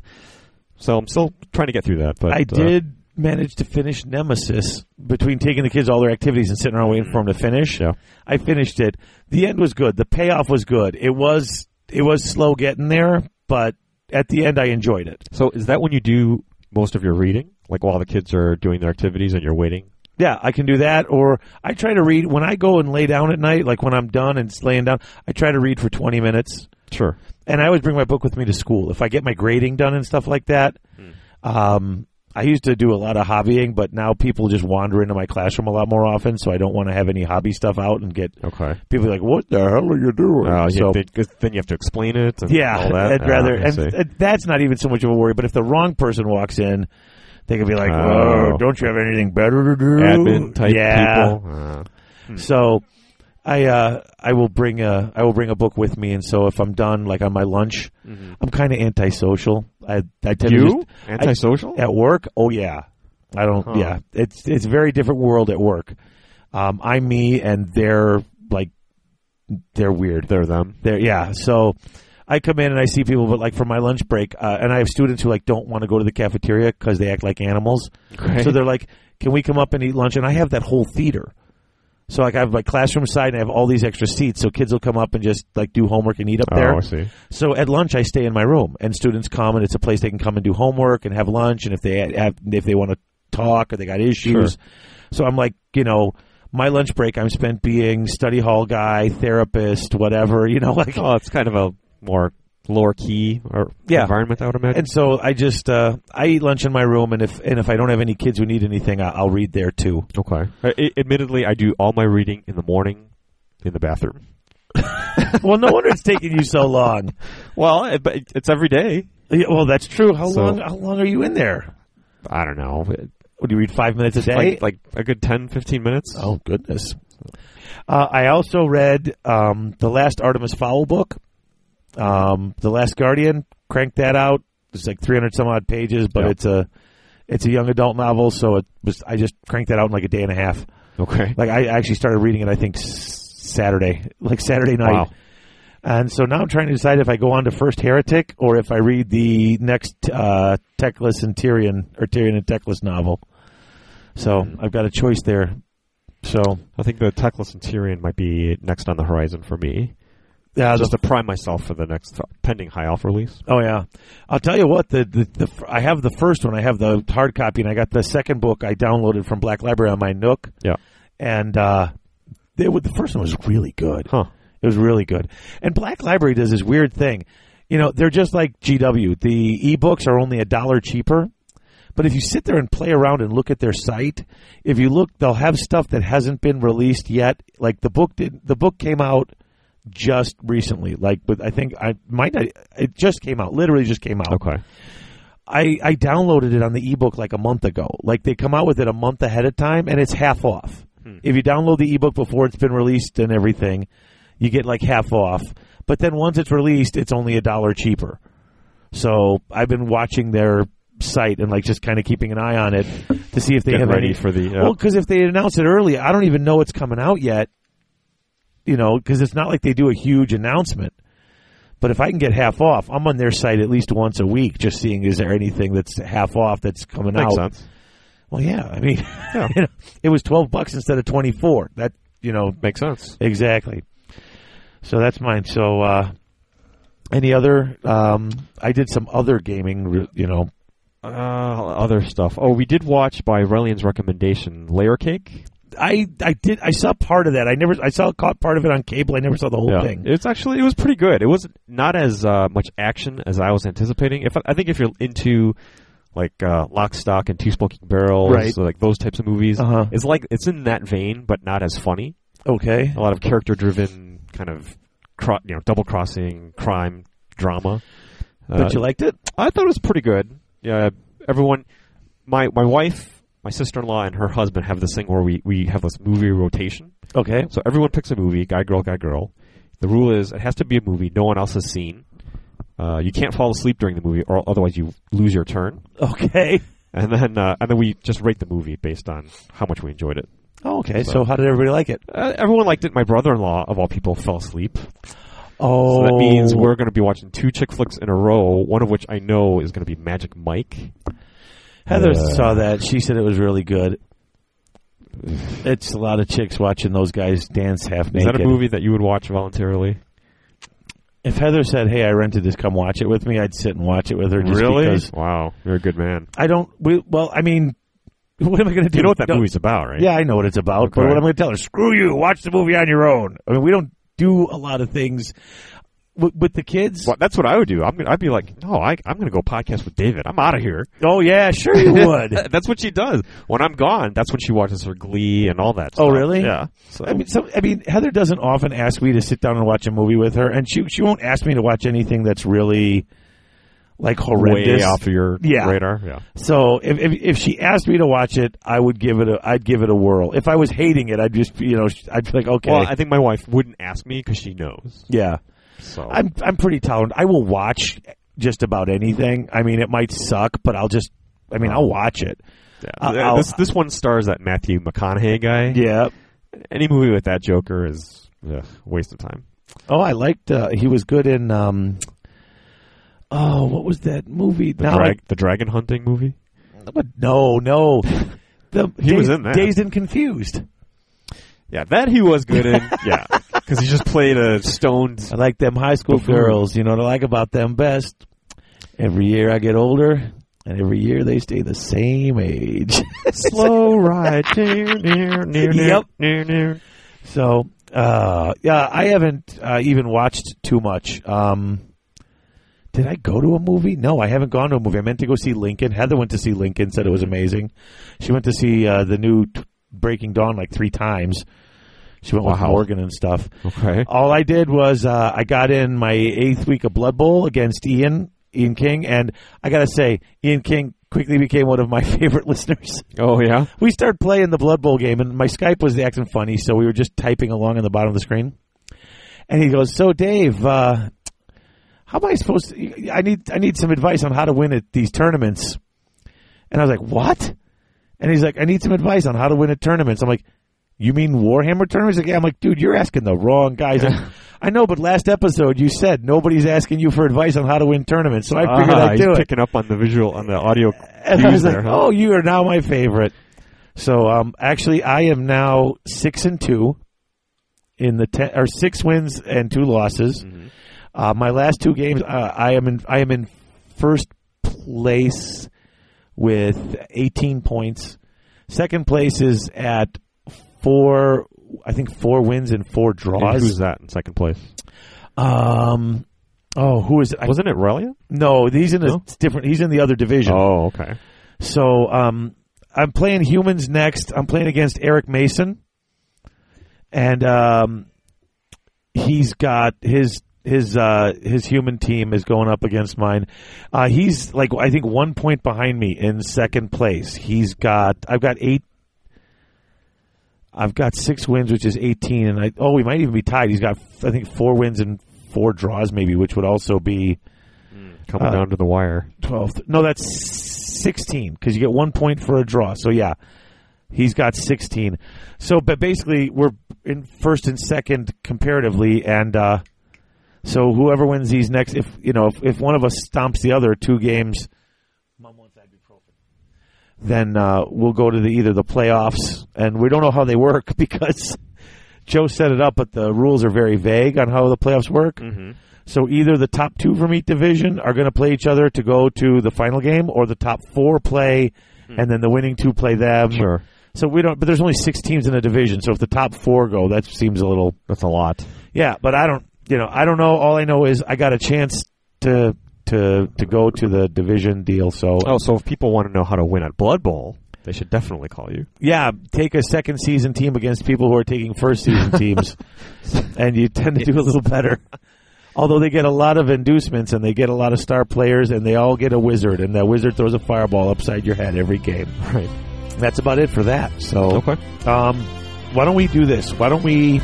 S2: so I'm still trying to get through that. But
S1: I
S2: uh,
S1: did manage to finish Nemesis between taking the kids all their activities and sitting around waiting for them to finish.
S2: Yeah.
S1: I finished it. The end was good. The payoff was good. It was it was slow getting there, but at the end I enjoyed it.
S2: So is that when you do most of your reading, like while the kids are doing their activities and you're waiting?
S1: Yeah, I can do that or I try to read when I go and lay down at night, like when I'm done and it's laying down, I try to read for 20 minutes.
S2: Sure.
S1: and I always bring my book with me to school. If I get my grading done and stuff like that,
S2: Hmm.
S1: um, I used to do a lot of hobbying, but now people just wander into my classroom a lot more often, so I don't want to have any hobby stuff out and get
S2: Okay.
S1: people like, "What the hell are you doing?"
S2: Uh,
S1: so.
S2: yeah, they- 'cause then you have to explain it.
S1: [LAUGHS]
S2: And
S1: yeah,
S2: all that.
S1: I'd rather.
S2: Ah, I
S1: and,
S2: see.
S1: and that's not even so much of a worry. But if the wrong person walks in, they could be like,
S2: Oh.
S1: "Oh, don't you have anything better to do?"
S2: admin type
S1: yeah.
S2: people. Uh,
S1: So I uh, I will bring a I will bring a book with me, and so if I'm done, like on my lunch, I'm kind of antisocial. I I tend to
S2: Mm-hmm. you
S1: just,
S2: antisocial?
S1: at work. Oh yeah, I don't.
S2: Huh.
S1: Yeah, it's it's a very different world at work. Um, I'm me, and they're like they're weird.
S2: They're them.
S1: There, yeah. So I come in and I see people, but like for my lunch break, uh, and I have students who like don't want to go to the cafeteria because they act like animals.
S2: Great.
S1: So they're like, "Can we come up and eat lunch?" And I have that whole theater. So like I have my classroom side and I have all these extra seats, so kids will come up and just like do homework and eat up
S2: Oh,
S1: there.
S2: I see.
S1: So at lunch I stay in my room, and students come and it's a place they can come and do homework and have lunch, and if they have if they want to talk or they got issues.
S2: Sure.
S1: So I'm like, you know, my lunch break I'm spent being study hall guy, therapist, whatever, you know, [LAUGHS] like
S2: Oh, it's kind of a more lower key or
S1: Yeah.
S2: environment, I would imagine.
S1: And so I just uh, I eat lunch in my room, and if and if I don't have any kids who need anything, I, I'll read there too.
S2: okay. Uh, I, I- admittedly, I do all my reading in the morning in the bathroom.
S1: well, no wonder it's taking you so long.
S2: Well, it, but it's every day.
S1: Yeah, well, that's true. How
S2: So-
S1: long? How long are you in there?
S2: I don't know. It-
S1: What do you read? Five minutes a day?
S2: Like, like a good 10, 15 minutes.
S1: oh goodness. Uh, I also read um, the last Artemis Fowl book, um, the Last Guardian. Cranked that out. It's like three hundred some odd pages, but
S2: Yeah.
S1: it's a it's a young adult novel, so it was. I just cranked that out in like a day and a half.
S2: Okay.
S1: Like I actually started reading it, I think s- Saturday, like Saturday night.
S2: Wow.
S1: And so now I'm trying to decide if I go on to First Heretic or if I read the next uh, Teclis and Tyrion or Tyrion and Teclis novel. So I've got a choice there. So
S2: I think the Teclis and Tyrion might be next on the horizon for me.
S1: yeah,
S2: just
S1: the,
S2: to prime myself for the next uh, pending high alpha release.
S1: oh yeah, I'll tell you what. The, the the f- I have the first one. I have the hard copy, and I got the second book I downloaded from Black Library on my Nook.
S2: Yeah.
S1: and uh, they, were- the first one was really good.
S2: Huh.
S1: It was really good. And Black Library does this weird thing. You know, they're just like GW. The ebooks are only a dollar cheaper. But if you sit there and play around and look at their site, if you look, they'll have stuff that hasn't been released yet. Like the book did, the book came out just recently. Like, but I think I might not. It just came out. Literally, just came out.
S2: Okay.
S1: I I downloaded it on the ebook like a month ago. Like they come out with it a month ahead of time, and it's half off.
S2: Hmm.
S1: If you download the ebook before it's been released and everything, you get like half off. But then once it's released, it's only a dollar cheaper. So I've been watching their site and like just kind of keeping an eye on it to see if they
S2: Get
S1: have
S2: ready
S1: any-
S2: for the, uh,
S1: well, because if they announce it early, I don't even know it's coming out yet. You know, because it's not like they do a huge announcement. But if I can get half off, I'm on their site at least once a week, just seeing is there anything that's half off that's coming
S2: Makes
S1: out.
S2: sense.
S1: Well, yeah, I mean, [LAUGHS] you know, it was twelve bucks instead of twenty four. That you know
S2: Makes sense.
S1: exactly. So that's mine. So uh, any other? Um, I did some other gaming. You know,
S2: Uh, other stuff. Oh, we did watch by Relian's recommendation, Layer Cake.
S1: I I did. I saw part of that. I never. I saw caught part of it on cable. I never saw the whole thing.
S2: It's actually it was pretty good. It was not as uh, much action as I was anticipating. If I think if you're into like uh, Lock, Stock, and Two Smoking Barrels,
S1: Right.
S2: or, like those types of movies,
S1: Uh-huh.
S2: it's like it's in that vein, but not as funny.
S1: Okay.
S2: A lot of character-driven kind of cro- you know double crossing crime drama. Uh,
S1: But you liked it?
S2: I thought it was pretty good. Yeah, everyone. My my wife, my sister in law, and her husband have this thing where we we have this movie rotation. [LAUGHS]
S1: Okay.
S2: So everyone picks a movie, guy, girl, guy, girl. The rule is it has to be a movie no one else has seen. Uh, you can't fall asleep during the movie, or otherwise you lose your turn.
S1: Okay.
S2: and then uh, and then we just rate the movie based on how much we enjoyed it.
S1: Oh, okay. So, how did everybody like it?
S2: Uh, everyone liked it. My brother-in-law, of all people, fell asleep.
S1: Oh,
S2: So that means we're going to be watching two chick flicks in a row. One of which I know is going to be Magic Mike.
S1: Heather
S2: Yeah.
S1: saw that. She said it was really good. It's a lot of chicks watching those guys dance half
S2: Is
S1: naked.
S2: that a movie that you would watch voluntarily?
S1: If Heather said, "Hey, I rented this. Come watch it with me," I'd sit and watch it with her. Just Because
S2: Wow, you're a good man.
S1: I don't. We, well, I mean, [LAUGHS] what am I going to do?
S2: You know what that
S1: No-
S2: movie's about, right?
S1: Yeah, I know what it's about. But
S2: Okay.
S1: what I'm going to tell her, screw you. Watch the movie on your own. I mean, we don't do a lot of things with, with the kids.
S2: Well, that's what I would do. I'm gonna, I'd be like, no, I, I'm going to go podcast with David. I'm out of here.
S1: Oh yeah, sure you
S2: [LAUGHS]
S1: would.
S2: that's what she does. When I'm gone, that's when she watches her Glee and all that.
S1: Oh,
S2: stuff.
S1: really?
S2: Yeah. So
S1: I mean, some, I mean, Heather doesn't often ask me to sit down and watch a movie with her, and she she won't ask me to watch anything that's really like horrendous.
S2: way off your
S1: Yeah.
S2: radar. Yeah.
S1: So if, if if she asked me to watch it, I would give it a I'd give it a whirl. If I was hating it, I'd just you know sh- I'd be like okay,
S2: Well, I think my wife wouldn't ask me because she knows.
S1: yeah.
S2: So
S1: I'm I'm pretty tolerant. I will watch just about anything. I mean, it might suck, but I'll just I mean I'll watch it.
S2: yeah.
S1: I'll-
S2: Yeah,
S1: uh, I'll-
S2: this this one stars that Matthew McConaughey guy.
S1: Yeah.
S2: Any movie with that Joker is ugh, a waste of time.
S1: Oh, I liked. Uh, he was good in. Um, oh, what was that movie?
S2: The, drag, the dragon hunting movie.
S1: But no, no.
S2: [LAUGHS]
S1: The,
S2: He was in that.
S1: Dazed and Confused.
S2: Yeah, that he was good
S1: [LAUGHS]
S2: in. yeah, because he just played a stoned.
S1: I like them high school
S2: Buffoon.
S1: girls. You know what I like about them best? Every year I get older, and every year they stay the same age. [LAUGHS]
S2: [LAUGHS] Slow ride, near, near, near, near,
S1: Yep.
S2: near, near.
S1: so, uh, yeah, I haven't uh, even watched too much. Um, did I go to a movie? No, I haven't gone to a movie. I meant to go see Lincoln. Heather went to see Lincoln, said it was amazing. She went to see uh, the new t- Breaking Dawn like three times. She went with
S2: Wow.
S1: Morgan and stuff.
S2: Okay.
S1: All I did was uh, I got in my eighth week of Blood Bowl against Ian Ian King, and I gotta say, Ian King quickly became one of my [LAUGHS] favorite listeners.
S2: Oh yeah.
S1: We started playing the Blood Bowl game, and my Skype was acting funny, so we were just typing along on the bottom of the screen. And he goes, "So Dave, uh, how am I supposed to? I need I need some advice on how to win at these tournaments." And I was like, "What?" And he's like, "I need some advice on how to win at tournaments." I'm like, "You mean Warhammer tournaments?" Like, yeah. I'm like, "Dude, you're asking the wrong guys." I'm like, I know, but last episode you said nobody's asking you for advice on how to win tournaments, so I figured
S2: [LAUGHS] Ah,
S1: I'd
S2: he's
S1: do it. Uh,
S2: picking up on the visual, on the audio.
S1: And I
S2: cues
S1: was like,
S2: there, huh?
S1: "Oh, you are now my favorite." So, um, actually, I am now six and two in the ten or six wins and two losses.
S2: Mm-hmm.
S1: Uh, my last two games, uh, I am in. I am in first place with eighteen points. Second place is at four. I think four wins and four
S2: And who's
S1: draws.
S2: that in second place?
S1: Um, oh, who is it? I,
S2: Wasn't it Relia?
S1: no, he's in a
S2: No?
S1: different. He's in the other division.
S2: Oh, okay.
S1: So um, I'm playing humans next. I'm playing against Eric Mason, and um, he's got his his uh, his human team is going up against mine. Uh, he's like I think one point behind me in second place. He's got I've got eight. I've got six wins, which is eighteen, and I oh we might even be tied. He's got I think four wins and four draws, maybe, which would also be
S2: Coming
S1: Uh,
S2: down to the wire.
S1: 12. No, that's 16 because you get one point for a draw. So, yeah, he's got 16. So, but basically, we're in first and second comparatively. And uh, so, whoever wins these next, if you know, if, if one of us stomps the other two games, Mom wants ibuprofen. then uh, we'll go to the either the playoffs. And we don't know how they work [LAUGHS] because Joe set it up, but the rules are very vague on how the playoffs work. So either the top two from each division are going to play each other to go to the final game, or the top four play, and then the winning two play them.
S2: Sure.
S1: So we don't. But there's only six teams in a division. So if the top four go, that seems a little.
S2: That's a lot.
S1: Yeah, but I don't. You know, I don't know. All I know is I got a chance to to to go to the division deal. So
S2: Oh, so if people want to know how to win at Blood Bowl, they should definitely call you.
S1: yeah, take a second season team against people who are taking first
S2: [LAUGHS]
S1: season teams, and you tend to do a little better. Although they get a lot of inducements and they get a lot of star players, and they all get a wizard, and that wizard throws a fireball upside your head every game.
S2: Right.
S1: That's about it for that. So,
S2: Oh, Okay.
S1: um, why don't we do this? Why don't we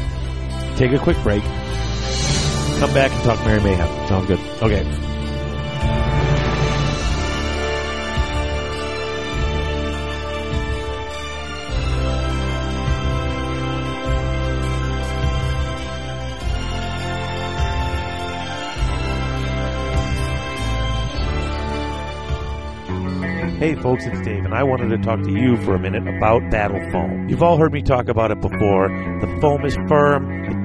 S1: take a quick break, come back and talk Mary Mayhem?
S2: Sounds good.
S1: Okay. Hey folks, it's Dave, and I wanted to talk to you for a minute about Battle Foam. You've all heard me talk about it before. The foam is firm, it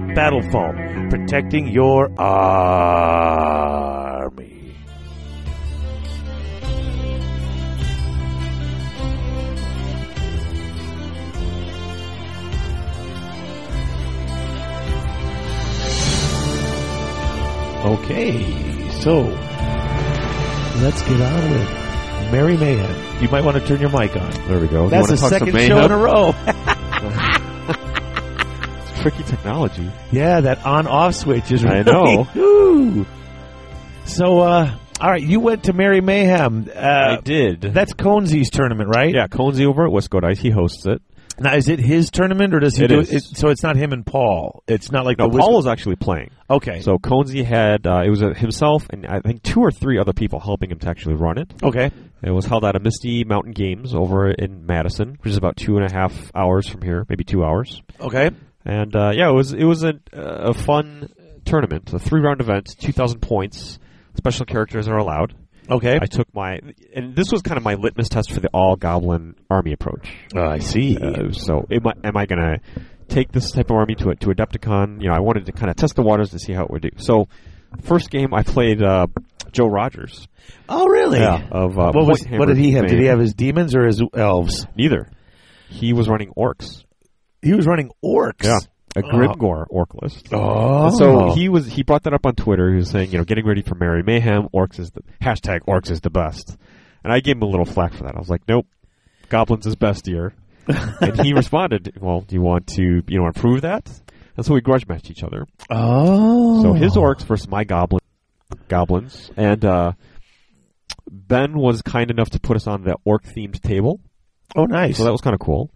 S1: Battle Foam, protecting your army. Okay, so let's get on with Merry Mayhem. You might want to turn your mic on.
S2: There we go. You
S1: That's
S2: wanna
S1: the
S2: talk some
S1: second
S2: mayhem?
S1: show in a row.
S2: [LAUGHS] Tricky technology.
S1: Yeah, that on off switch is
S2: I
S1: really. [LAUGHS]
S2: know.
S1: Ooh. So, uh, all right, you went to Mary Mayhem. Uh,
S2: I did.
S1: that's Conzi's tournament, right?
S2: yeah, Conzi over at Westcote Ice, he hosts it.
S1: Now, is it his tournament or does he
S2: It
S1: do
S2: is.
S1: it? So it's not him and Paul. It's not like
S2: No,
S1: the
S2: Paul was actually playing.
S1: Okay.
S2: So Conzi had uh, it was uh, himself and I think two or three other people helping him to actually run it.
S1: okay.
S2: It was held out of Misty Mountain Games over in Madison, which is about two and a half hours from here, maybe two hours.
S1: Okay.
S2: And uh, yeah, it was it was a, a fun tournament, a three round event, two thousand points. Special characters are allowed.
S1: Okay.
S2: I took my, and this was kind of my litmus test for the all goblin army approach.
S1: Oh, I see.
S2: Uh, so am I, am I going to take this type of army to a, to Adepticon? You know, I wanted to kind of test the waters to see how it would do. So, first game I played uh, Joe Rogers.
S1: oh, really?
S2: Of uh,
S1: what was?
S2: Whitehammer
S1: What did he have? Did he
S2: fame.
S1: have his demons or his elves?
S2: neither? He was running orcs.
S1: He was running orcs.
S2: Yeah, a Grimgore orc list.
S1: Oh.
S2: So he was he brought that up on Twitter. He was saying, you know, getting ready for Merry Mayhem. Orcs is the hashtag Orcs is the best, and I gave him a little flack for that. I was like, nope, Goblins is best
S1: [LAUGHS]
S2: year. and he responded, well, do you want to you know improve that? And so we grudge matched each other.
S1: Oh.
S2: So his orcs versus my goblin goblins, and uh, Ben was kind enough to put us on the orc themed table.
S1: Oh, nice.
S2: So that was kind of cool.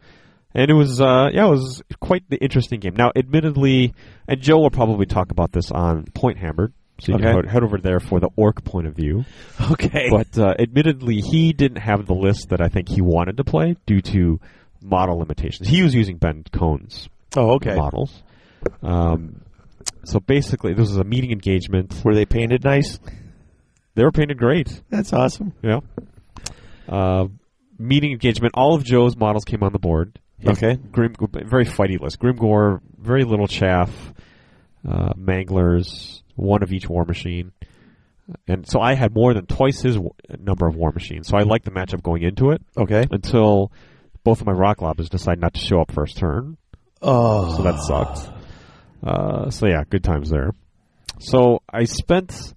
S2: And it was, uh, yeah, it was quite the interesting game. Now, admittedly, and Joe will probably talk about this on Point Hammered, so you
S1: Okay.
S2: can head- head over there for the orc point of view.
S1: [LAUGHS] okay.
S2: But uh, admittedly, he didn't have the list that I think he wanted to play due to model limitations. He was using Ben Cohn's
S1: oh, okay.
S2: models. Um, so basically, this was a meeting engagement.
S1: Were they painted nice?
S2: They were painted great.
S1: That's awesome.
S2: Yeah. Uh, meeting engagement. All of Joe's models came on the board. He has
S1: Okay.
S2: Grim, very fighty list. Grimgore, very little chaff, uh, manglers, one of each war machine. And so I had more than twice his w- number of war machines. So I liked the matchup going into it
S1: Okay.
S2: until both of my rock lobbers decided not to show up first turn.
S1: Oh.
S2: So that sucked. Uh, so yeah, good times there. So I spent.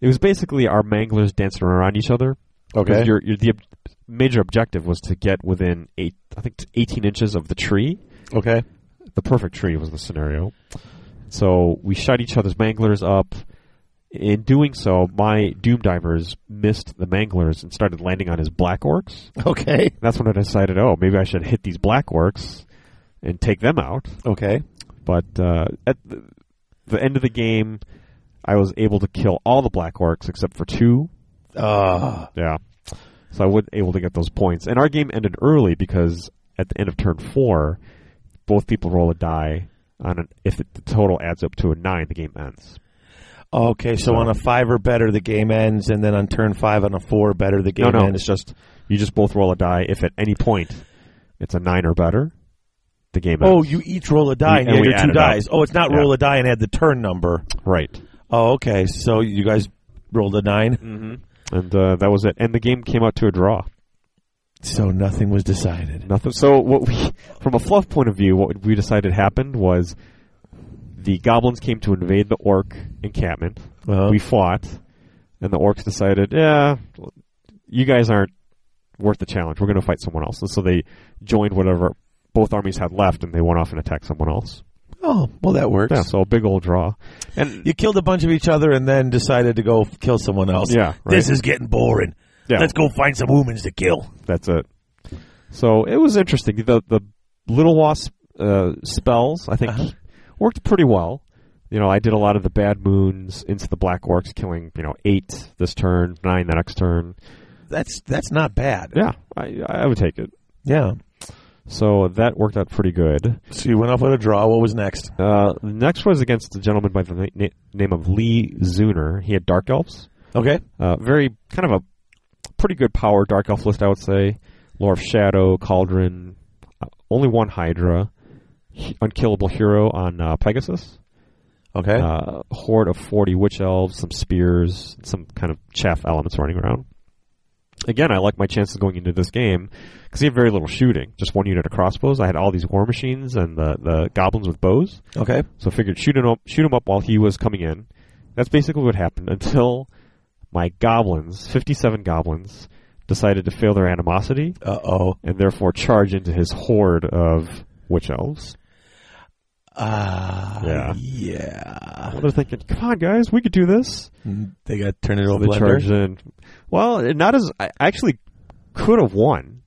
S2: It was basically our manglers dancing around each other.
S1: Okay.
S2: Because your, your the ob- major objective was to get within eight, I think, it's eighteen inches of the tree.
S1: okay.
S2: The perfect tree was the scenario. So we shot each other's manglers up. In doing so, my doom divers missed the manglers and started landing on his
S1: [LAUGHS]
S2: black orcs.
S1: Okay.
S2: That's when I decided, oh, maybe I should hit these black orcs and take them out.
S1: Okay.
S2: But uh, at the, the end of the game, I was able to kill all the black orcs except for two.
S1: Uh,
S2: Yeah. So I was able to get those points. And our game ended early because at the end of turn four, both people roll a die. On an, if the total adds up to a nine, the game ends.
S1: okay. So on a five or better, the game ends, and then on turn five on a four or better, the game
S2: no, no,
S1: ends.
S2: it's just you just both roll a die. If at any point it's a nine or better, the game
S1: Oh,
S2: ends.
S1: you each roll a die and,
S2: and we
S1: add
S2: add
S1: your two
S2: it up.
S1: dies. Oh, it's not
S2: Yeah.
S1: roll a die and add the turn number.
S2: right.
S1: Oh, okay. So you guys rolled a nine.
S2: Mm-hmm. And uh, that was it. And the game came out to a draw.
S1: So nothing was decided.
S2: Nothing. So what we, [LAUGHS] from a fluff point of view, what we decided happened was the goblins came to invade the orc encampment.
S1: Uh,
S2: we fought, and the orcs decided, yeah, you guys aren't worth the challenge. We're going to fight someone else. And so they joined whatever both armies had left, and they went off and attacked someone else.
S1: oh, well, that works.
S2: Yeah, so a big old draw. And
S1: You killed a bunch of each other and then decided to go f- kill someone else.
S2: Yeah, right.
S1: This is getting boring.
S2: Yeah.
S1: Let's go find some humans to kill.
S2: that's it. So it was interesting. The the little wasp uh, spells I think worked pretty well. You know, I did a lot of the bad moons into the black orcs, killing you know eight this turn, nine the next turn.
S1: That's that's not bad.
S2: Yeah, I I would take it.
S1: Yeah.
S2: So that worked out pretty good.
S1: So you went off with a draw. What was next?
S2: Uh, the next was against a gentleman by the na- na- name of Lee Zuner. He had dark elves.
S1: Okay.
S2: Uh, very kind of a pretty good power dark elf list, I would say. Lord of Shadow, Cauldron, uh, only one Hydra, H- unkillable hero on uh, Pegasus,
S1: Okay.
S2: uh, horde of forty witch elves, some spears, some kind of chaff elements running around. Again, I like my chances going into this game because he had very little shooting, just one unit of crossbows. I had all these war machines and the, the goblins with bows.
S1: okay.
S2: So I figured shoot him up, shoot him up while he was coming in. That's basically what happened until my goblins, 57 goblins, decided to fail their animosity
S1: Uh oh.
S2: and therefore charge into his horde of witch elves.
S1: Ah.
S2: Yeah.
S1: Yeah.
S2: Well, they're thinking, come on, guys, we could do this.
S1: They got turned it
S2: So
S1: over.
S2: they charged in. Well, not as I actually could have won.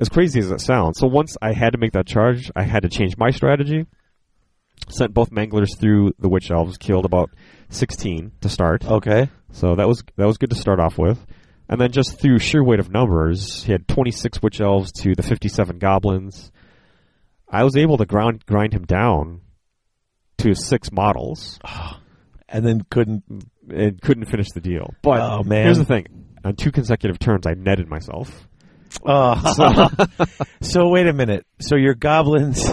S2: As crazy as that sounds. So once I had to make that charge, I had to change my strategy. Sent both manglers through the witch elves, killed about 16 to start.
S1: Okay.
S2: So that was that was good to start off with. And then just through sheer weight of numbers, he had 26 witch elves to the 57 goblins. I was able to ground grind him down to six models
S1: And then couldn't.
S2: and couldn't finish the deal. But
S1: Oh, man.
S2: here's the thing: on two consecutive turns, I netted myself. Ah.
S1: Oh. [LAUGHS] so wait a minute. So your goblins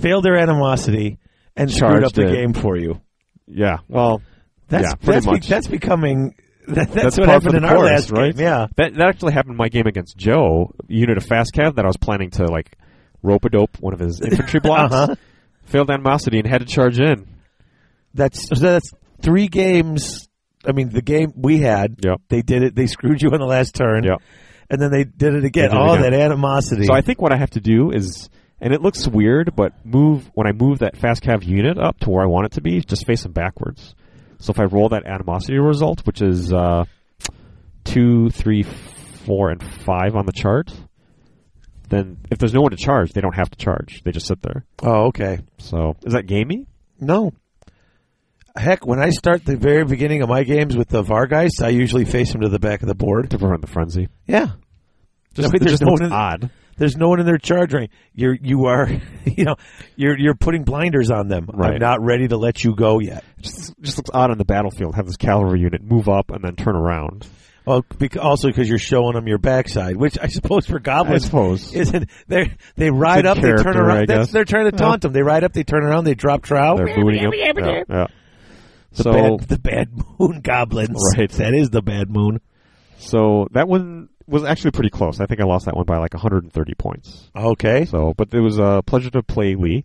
S1: failed their animosity and screwed
S2: Charged
S1: up the
S2: it.
S1: game for you.
S2: Yeah. Well,
S1: That's
S2: Yeah, pretty
S1: that's, be-
S2: much.
S1: that's becoming. That, that's,
S2: That's
S1: what
S2: par for
S1: happened
S2: the
S1: in our
S2: course,
S1: last
S2: right?
S1: game. Yeah.
S2: that that actually happened in my game against Joe, a unit of fast cav that I was planning to like rope a dope one of
S1: [LAUGHS]
S2: his infantry blocks.
S1: Uh-huh.
S2: Failed animosity and had to charge in.
S1: That's so that's three games. I mean, the game we had,
S2: Yep.
S1: they did it. They screwed you on the last turn,
S2: Yep.
S1: and then they did it again.
S2: They did it
S1: All
S2: again.
S1: that animosity.
S2: So I think what I have to do is, and it looks weird, but move when I move that fast cav unit up to where I want it to be, just face them backwards. So if I roll that animosity result, which is uh, two, three, four, and five on the chart, then if there's no one to charge, they don't have to charge. They just sit there.
S1: oh, okay.
S2: So is that gamey?
S1: No. Heck, when I start the very beginning of my games with the Vargeist, I usually face him to the back of the board.
S2: To prevent the frenzy,
S1: Yeah.
S2: just,
S1: I mean,
S2: it
S1: there's
S2: just
S1: no
S2: looks
S1: one in-
S2: odd.
S1: There's no one in their charge range. You're you are [LAUGHS] you know you're you're putting blinders on them. I'm
S2: Right.
S1: not ready to let you go yet.
S2: It [LAUGHS] Just, just looks odd on the battlefield. Have this cavalry unit move up and then turn around.
S1: Well, bec- also because you're showing them your backside, which I suppose for
S2: I
S1: goblins
S2: suppose.
S1: isn't they they ride
S2: Good
S1: up, they turn
S2: character, I
S1: around. That's,
S2: guess.
S1: they're trying to taunt them. They ride up, they turn around, they drop trout.
S2: They're booting him. Yeah, yeah.
S1: The,
S2: So
S1: bad, the bad moon goblins.
S2: Right.
S1: That is the bad moon.
S2: So that one was actually pretty close. I think I lost that one by like 130 points.
S1: Okay.
S2: So, but it was a pleasure to play Lee.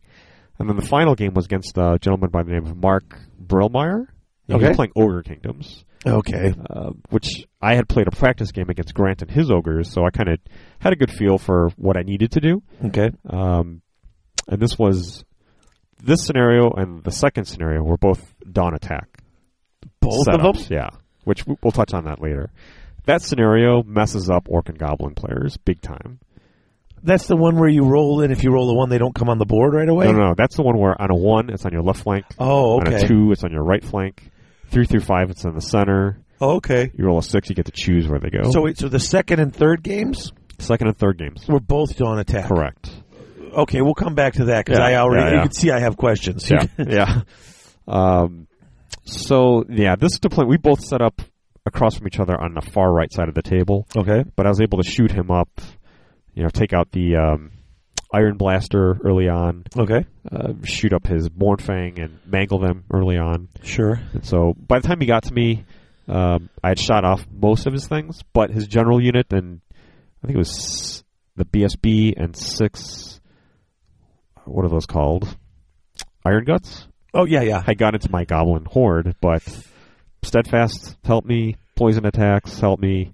S2: And then the final game was against a gentleman by the name of Mark Brillmeyer. He
S1: Okay.
S2: was playing Ogre Kingdoms,
S1: Okay.
S2: uh, which I had played a practice game against Grant and his ogres, so I kind of had a good feel for what I needed to do.
S1: Okay.
S2: Um, and this was this scenario and the second scenario were both dawn attack
S1: Both of them.
S2: setups, Yeah, which w- we'll touch on that later. That scenario messes up orc and goblin players big time.
S1: That's the one where you roll, and if you roll the one, they don't come on the board right away.
S2: No, no, no, that's the one where on a one it's on your left flank,
S1: Oh,
S2: on
S1: okay.
S2: a two it's on your right flank, three through five it's in the center.
S1: Oh, Okay.
S2: You roll a six, you get to choose where they go.
S1: So, wait, so the second and third games
S2: second and third games,
S1: were both dawn attack.
S2: correct?
S1: [LAUGHS] Okay, we'll come back to that because
S2: Yeah,
S1: I already
S2: yeah,
S1: you
S2: yeah.
S1: can see I have questions.
S2: Yeah, yeah. Um, so yeah, this deployment we both set up across from each other on the far right side of the table.
S1: [LAUGHS] okay.
S2: but I was able to shoot him up, you know, take out the um, Iron Blaster early on,
S1: Okay.
S2: uh, shoot up his Bornfang and mangle them early on.
S1: Sure.
S2: And so by the time he got to me, um, I had shot off most of his things, but his general unit and I think it was the BSB and six, what are those called? Iron Guts?
S1: Oh yeah, yeah.
S2: I got into my goblin horde, but steadfast helped me, poison attacks helped me,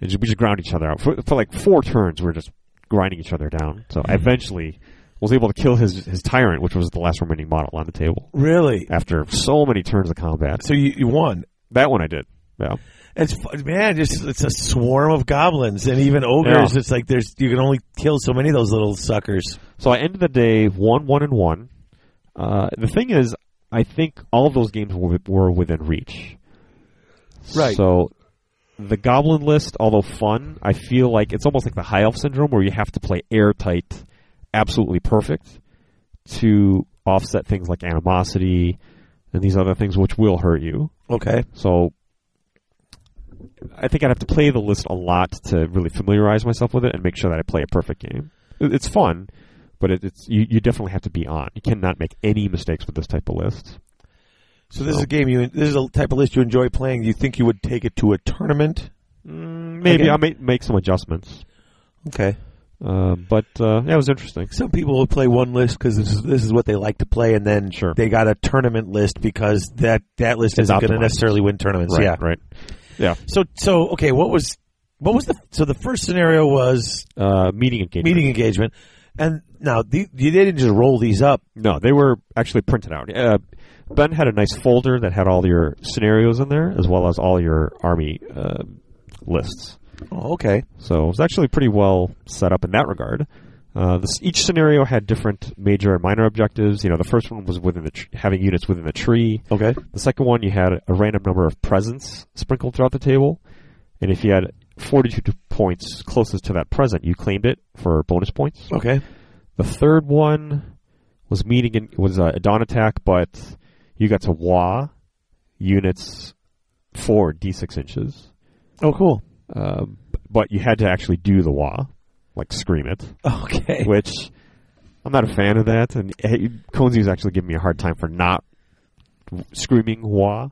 S2: and ju- we just ground each other out for, for like four turns. We were just grinding each other down. So I eventually was able to kill his his tyrant, which was the last remaining model on the table.
S1: Really.
S2: After so many turns of combat,
S1: So you, you won.
S2: that one I did. Yeah.
S1: It's fu- man, just it's a swarm of goblins and even ogres.
S2: Yeah.
S1: It's like there's you can only kill so many of those little suckers.
S2: So I ended the day one, one, and one. Uh, the thing is, I think all of those games were, were within reach.
S1: Right.
S2: So the Goblin list, although fun, I feel like it's almost like the High Elf syndrome, where you have to play airtight, absolutely perfect, to offset things like animosity and these other things, which will hurt you.
S1: Okay,
S2: So I think I'd have to play the list a lot to really familiarize myself with it and make sure that I play a perfect game. It- It's fun, but it, it's you, you definitely have to be on. You cannot make any mistakes with this type of list.
S1: so this is a game you this is a type of list you enjoy playing. You think you would take it to a tournament?
S2: Maybe
S1: Okay.
S2: I may make some adjustments,
S1: Okay,
S2: uh, but uh, yeah, it was interesting.
S1: some people will play one list because this is, this is what they like to play, and then
S2: Sure.
S1: they got a tournament list because that that list
S2: It's
S1: isn't going to
S2: optimized.
S1: necessarily win tournaments.
S2: Right,
S1: yeah.
S2: right.
S1: So so okay, what was what was the so the first scenario was
S2: Uh, meeting engagement.
S1: meeting engagement, and now the, they didn't just roll these up.
S2: No, they were actually printed out. Uh, ben had a nice folder that had all your scenarios in there, as well as all your army uh, lists.
S1: Oh, okay.
S2: So it was actually pretty well set up in that regard. Uh, this, each scenario had different major and minor objectives. You know, the first one was within the tr- having units within the tree.
S1: Okay.
S2: The second one, you had a random number of presents sprinkled throughout the table, and if you had 42 points closest to that present, you claimed it for bonus points.
S1: Okay.
S2: The third one was meeting in, was a dawn attack, but you got to wah units for d6 inches.
S1: Oh, cool.
S2: Uh, b- but you had to actually do the wah, like scream it,
S1: Okay.
S2: which I'm not a fan of that. And hey, Conzi was actually giving me a hard time for not w- screaming wah.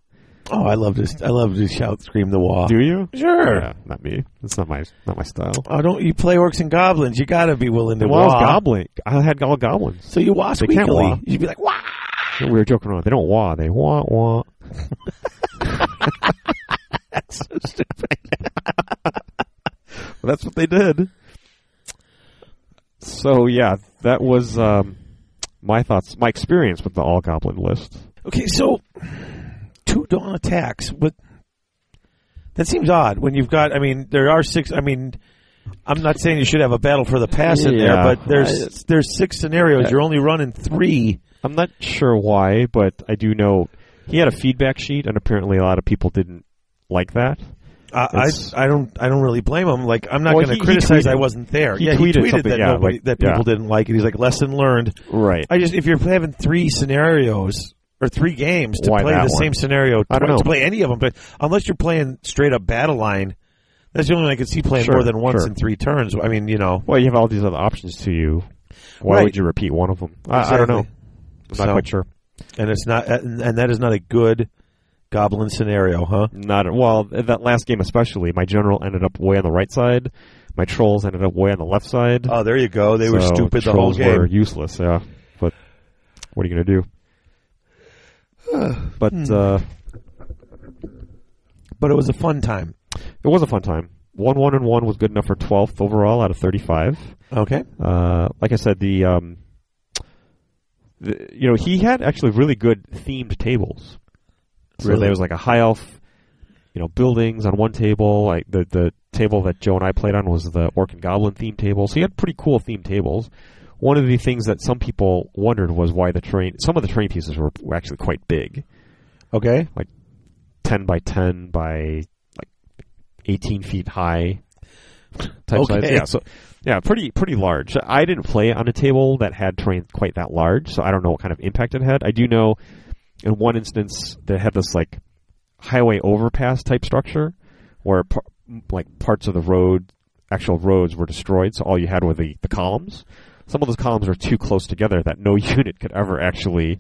S1: Oh, I love this. I love to shout, scream the wall.
S2: Do you?
S1: Sure.
S2: Yeah, not me. It's not my not my style.
S1: Oh, don't you play orcs and goblins? You gotta be willing to
S2: Well, I was
S1: wah.
S2: goblin. I had all goblins.
S1: So you wah
S2: They can't
S1: squeakily.
S2: wah.
S1: You'd be like wah.
S2: We were joking around. They don't wah. They wah wah.
S1: [LAUGHS] That's so stupid.
S2: Well, that's what they did. So yeah, that was um, my thoughts, my experience with the all goblin list.
S1: Okay, so two dawn attacks. What? That seems odd. When you've got, I mean, there are six. I mean, I'm not saying you should have a battle for the pass in there,
S2: Yeah.
S1: but there's
S2: I-
S1: there's six scenarios. You're only running three.
S2: I'm not sure why, but I do know he had a feedback sheet, and apparently a lot of people didn't like that.
S1: I,
S2: It's-
S1: I I don't I don't really blame him. Like I'm not
S2: Well,
S1: going
S2: he-
S1: to
S2: he
S1: criticize.
S2: tweeted-
S1: I wasn't there.
S2: he
S1: yeah,
S2: tweeted
S1: he tweeted
S2: something,
S1: that
S2: yeah,
S1: nobody
S2: like-
S1: that people
S2: yeah.
S1: didn't like it. He's like lesson learned.
S2: Right.
S1: I just if you're having three scenarios or three games to
S2: Why
S1: play the
S2: that one?
S1: same scenario,
S2: I
S1: twice,
S2: don't know.
S1: to play any of them, but unless you're playing straight up battle line, that's the only one I could see playing
S2: Sure,
S1: more than once
S2: sure.
S1: in three turns. I mean, you know,
S2: Well, you have all these other options to you. Why
S1: Right.
S2: would you repeat one of them? I, I don't know. I'm
S1: Exactly.
S2: not
S1: So-
S2: quite sure.
S1: and it's not, uh, and and that is not a good goblin scenario, huh?
S2: Not well. in That last game, especially, my general ended up way on the right side. My trolls ended up way on the left side.
S1: Oh, there you go. They were
S2: So
S1: stupid the whole
S2: trolls were
S1: game.
S2: useless, yeah. But what are you
S1: [SIGHS]
S2: going to do? but uh,
S1: But it was a fun time.
S2: it was a fun time. One one and one was good enough for twelfth overall out of thirty-five.
S1: Okay.
S2: Uh, like I said, the, um, the you know he had actually really good themed tables. Where
S1: Really?
S2: there was like a high elf, you know, buildings on one table. Like the the table that Joe and I played on was the orc and goblin themed table. So he had pretty cool themed tables. One of the things that some people wondered was why the terrain. Some of the terrain pieces were, were actually quite big,
S1: Okay.
S2: ten by ten by like eighteen feet high. Type
S1: Okay.
S2: size. Yeah, so yeah, pretty pretty large. I didn't play it on a table that had terrain quite that large, so I don't know what kind of impact it had. I do know in one instance they had this like highway overpass type structure where par- like parts of the road, actual roads were destroyed, so all you had were the, the columns. Some of those columns were too close together that no [LAUGHS] unit could ever actually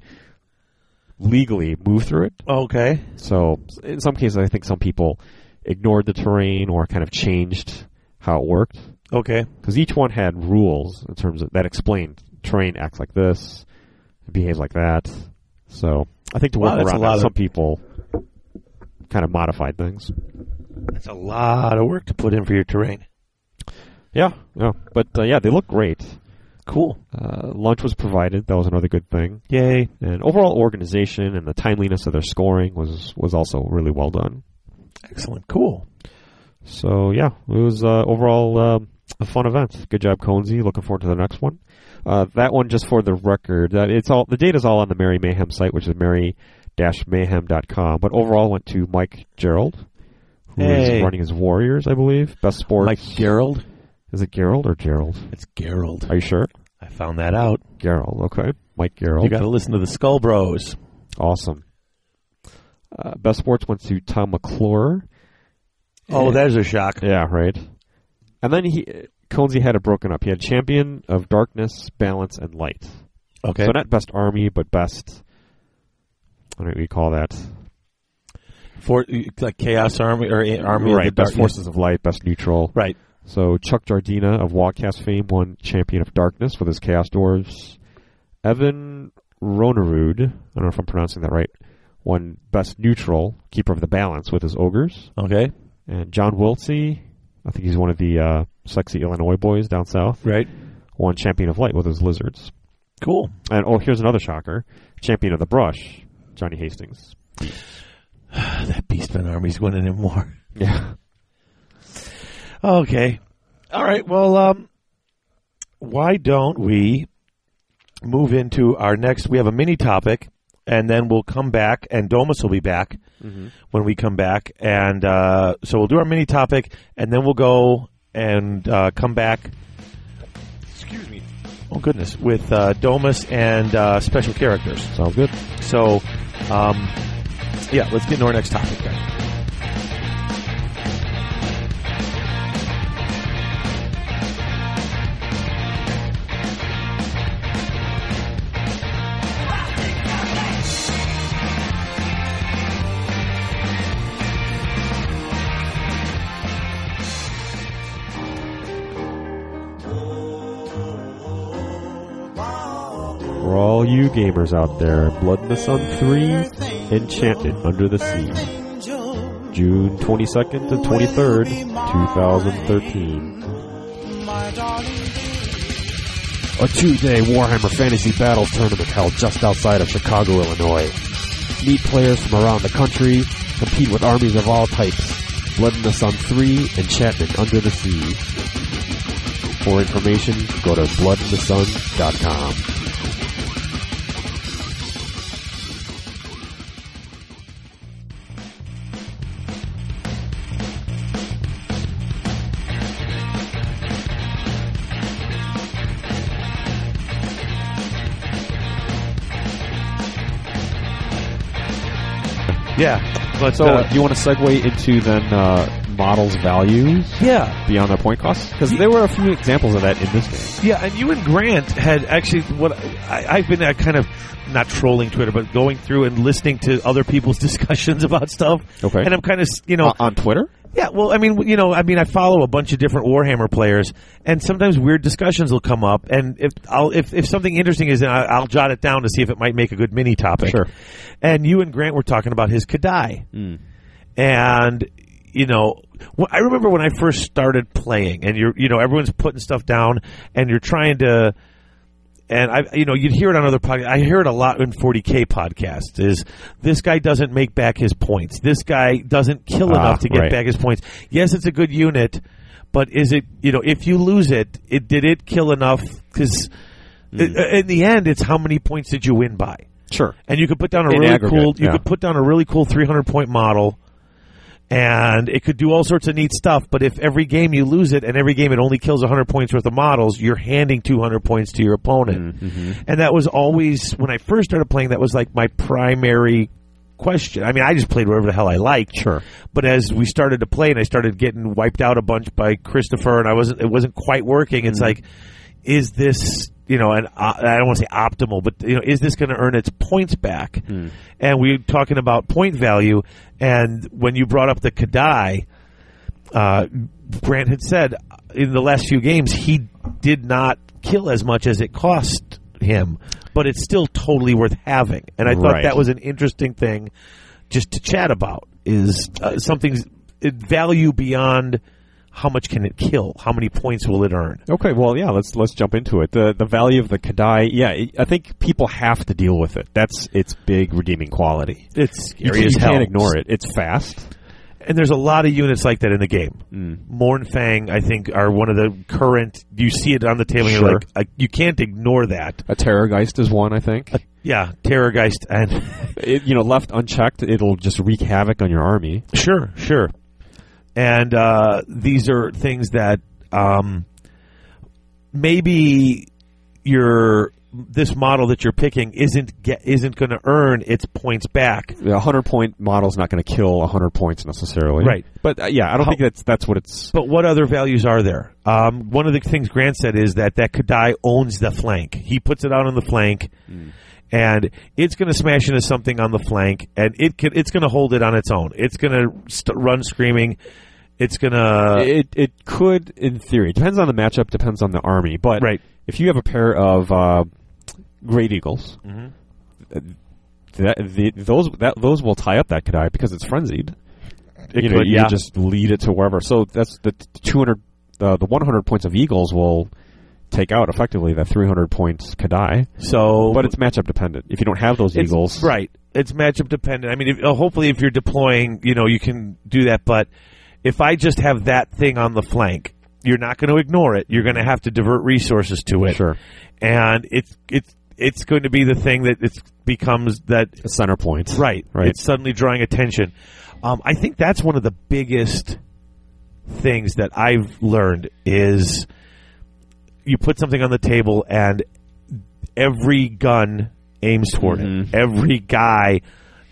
S2: legally move through it.
S1: Okay.
S2: So in some cases, I think some people ignored the terrain or kind of changed how it worked
S1: Okay.
S2: because each one had rules in terms of that explained terrain acts like this, it behaves like that. So I think to
S1: Wow,
S2: work
S1: that's a
S2: around
S1: lot
S2: that,
S1: of-
S2: some people kind of modified things.
S1: That's a lot of work to put in for your terrain.
S2: Yeah, yeah, but uh, yeah, they look great.
S1: Cool.
S2: Uh, lunch was provided. That was another good thing.
S1: Yay.
S2: And overall organization and the timeliness of their scoring was was also really well done.
S1: Excellent. Cool.
S2: So yeah, it was uh, overall uh, a fun event. Good job, Conzi. Looking forward to the next one. Uh, that one, just for the record, that it's all the data's all on the Mary Mayhem site, which is mary-mayhem.com. But overall, went to Mike Gerald, who is
S1: Hey.
S2: running his Warriors, I believe. Best sports.
S1: Mike Gerald.
S2: Is it Gerald or Gerald?
S1: It's Gerald.
S2: Are you sure?
S1: I found that out.
S2: Gerald. Okay, Mike Gerald.
S1: You got to listen to the Skull Bros.
S2: Awesome. Uh, best sports went to Tom McClure.
S1: Oh, there's a shock.
S2: Yeah, right. And then he Conzi had it broken up. He had champion of darkness, balance, and light.
S1: Okay.
S2: So not best army, but best. I don't know what do you call that.
S1: For, like Chaos Army or eh, Army
S2: right,
S1: of the
S2: best
S1: Dark
S2: forces of light, best neutral.
S1: Right.
S2: So Chuck Jardina of Wildcast fame won champion of darkness with his Chaos Dwarves. Evan Ronerud, I don't know if I'm pronouncing that right, won best neutral, keeper of the balance with his ogres.
S1: Okay.
S2: And John Wiltsey, I think he's one of the uh, sexy Illinois boys down south,
S1: Right.
S2: won Champion of Light with his lizards.
S1: Cool.
S2: And oh, here's another shocker: Champion of the Brush, Johnny Hastings.
S1: [LAUGHS] That Beastman Army's winning in war.
S2: Yeah,
S1: Okay. All right. Well, um, why don't we move into our next? We have a mini topic, and then we'll come back, and Domus will be back when we come back, and uh, so we'll do our mini topic, and then we'll go and uh, come back. Excuse me. Oh goodness, with uh, Domus and uh, special characters.
S2: sounds good.
S1: So, um, yeah, let's get into our next topic. Guys.
S2: For all you gamers out there, Blood in the Sun Three, Enchanted Under the Sea, June 22nd to 23rd, 2013. A two-day Warhammer Fantasy Battles tournament held just outside of Chicago, Illinois. Meet players from around the country, compete with armies of all types. Blood in the Sun 3, Enchantment Under the Sea. For information, go to bloodinthesun.com.
S1: Yeah, uh, but
S2: So, do you want to segue into then uh, models' values
S1: yeah,
S2: beyond their point costs? Because there were a few examples of that in this game.
S1: Yeah, and you and Grant had actually what I, I've been uh, kind of not trolling Twitter, but going through and listening to other people's [LAUGHS] discussions about stuff.
S2: Okay.
S1: and I'm kind of you know
S2: on Twitter?
S1: yeah, well, I mean, you know, I mean, I follow a bunch of different Warhammer players, and sometimes weird discussions will come up. And if I'll if, if something interesting is, I- I'll jot it down to see if it might make a good mini topic.
S2: Sure.
S1: And you and Grant were talking about his Kadai, and you know, wh- I remember when I first started playing, and you're, you know, everyone's putting stuff down, and you're trying to and I, you know, you'd hear it on other podcasts. I hear it a lot in 40k podcasts. Is this guy doesn't make back his points? This guy doesn't kill
S2: Ah,
S1: enough to get
S2: right.
S1: back his points. Yes, it's a good unit, but is it? You know, if you lose it, it did it kill enough? Because
S2: Hmm.
S1: in the end, it's how many points did you win by?
S2: Sure.
S1: and you could put down a
S2: In
S1: really
S2: aggregate,
S1: cool you
S2: yeah.
S1: could put down a really cool 300 point model and it could do all sorts of neat stuff but if every game you lose it and every game it only kills 100 points worth of models you're handing 200 points to your opponent
S2: Mm-hmm.
S1: and that was always when i first started playing that was like my primary question i mean i just played whatever the hell i liked
S2: Sure.
S1: but as we started to play and i started getting wiped out a bunch by christopher and i wasn't it wasn't quite working it's
S2: Mm-hmm.
S1: like is this you know an uh, i don't want to say optimal but you know is this going to earn its points back and we were talking about point value and when you brought up the kadai uh, grant had said uh, in the last few games he did not kill as much as it cost him but it's still totally worth having and i thought
S2: Right.
S1: that was an interesting thing just to chat about is uh, something's it value beyond how much can it kill how many points will it earn
S2: Okay, well, yeah, let's let's jump into it. The the value of the Kadai, yeah, it, I think people have to deal with it. That's its big redeeming quality.
S1: It's
S2: You,
S1: scary as
S2: you
S1: hell.
S2: can't ignore it. It's fast.
S1: And there's a lot of units like that in the game. Mornfang, I think, are one of the current. You see it on the table, and
S2: Sure.
S1: you're like, I, you can't ignore that.
S2: A terrorgeist is one, I think.
S1: Yeah, Terrorgeist, and [LAUGHS]
S2: It, you know, left unchecked, it'll just wreak havoc on your army.
S1: Sure, sure. And uh, these are things that um, maybe your this model that you're picking isn't ge isn't going to earn its points back.
S2: A hundred point model's not going to kill a hundred points necessarily,
S1: Right.
S2: But uh, yeah, I don't think that's that's what it's.
S1: But what other values are there? Um, one of the things Grant said is that that Kadai owns the flank. He puts it out on the flank, and it's going to smash into something on the flank, and it could, it's going to hold it on its own. It's going to st- run screaming. It's going to
S2: it it could, in theory, depends on the matchup, depends on the army. But
S1: Right.
S2: if you have a pair of uh, great eagles,
S1: Mm-hmm.
S2: uh, that the, those that those will tie up that Kadai because it's frenzied. you know,
S1: could,
S2: you
S1: yeah.
S2: just lead it to wherever. So that's the two hundred, uh, the one hundred points of eagles will take out effectively the three hundred points Kadai.
S1: so.
S2: But it's matchup dependent. If you don't have those
S1: It's-
S2: eagles,
S1: Right. It's matchup dependent. I mean, if, uh, hopefully, if you're deploying, you know, you can do that. But if I just have that thing on the flank, you're not going to ignore it. You're going to have to divert resources to it.
S2: Sure.
S1: And it's it's it's going to be the thing that it becomes that
S2: the center point.
S1: right.
S2: Right.
S1: It's suddenly drawing attention. Um, I think that's one of the biggest things that I've learned is you put something on the table and every gun aims toward it. Every guy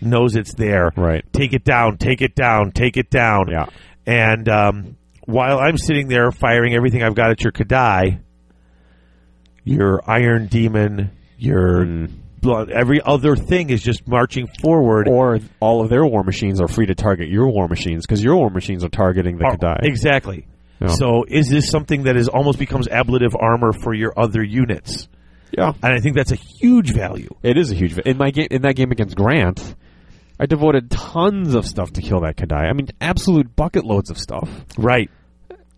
S1: knows it's there.
S2: Mm-hmm. Right.
S1: Take it down, take it down, take it down.
S2: Yeah.
S1: And um, while I'm sitting there firing everything I've got at your Kadai, your Iron Demon, your blood, every other thing is just marching forward.
S2: Mm. Or all of their war machines are free to target your war machines because your war machines are targeting the
S1: Ar-
S2: Kadai.
S1: Exactly.
S2: Yeah.
S1: So is this something that is almost becomes ablative armor for your other units?
S2: yeah,
S1: And I think that's a huge value.
S2: it is a huge. va- In my game, in that game against Grant, I devoted tons of stuff to kill that Kadai. I mean, absolute bucket loads of stuff.
S1: Right.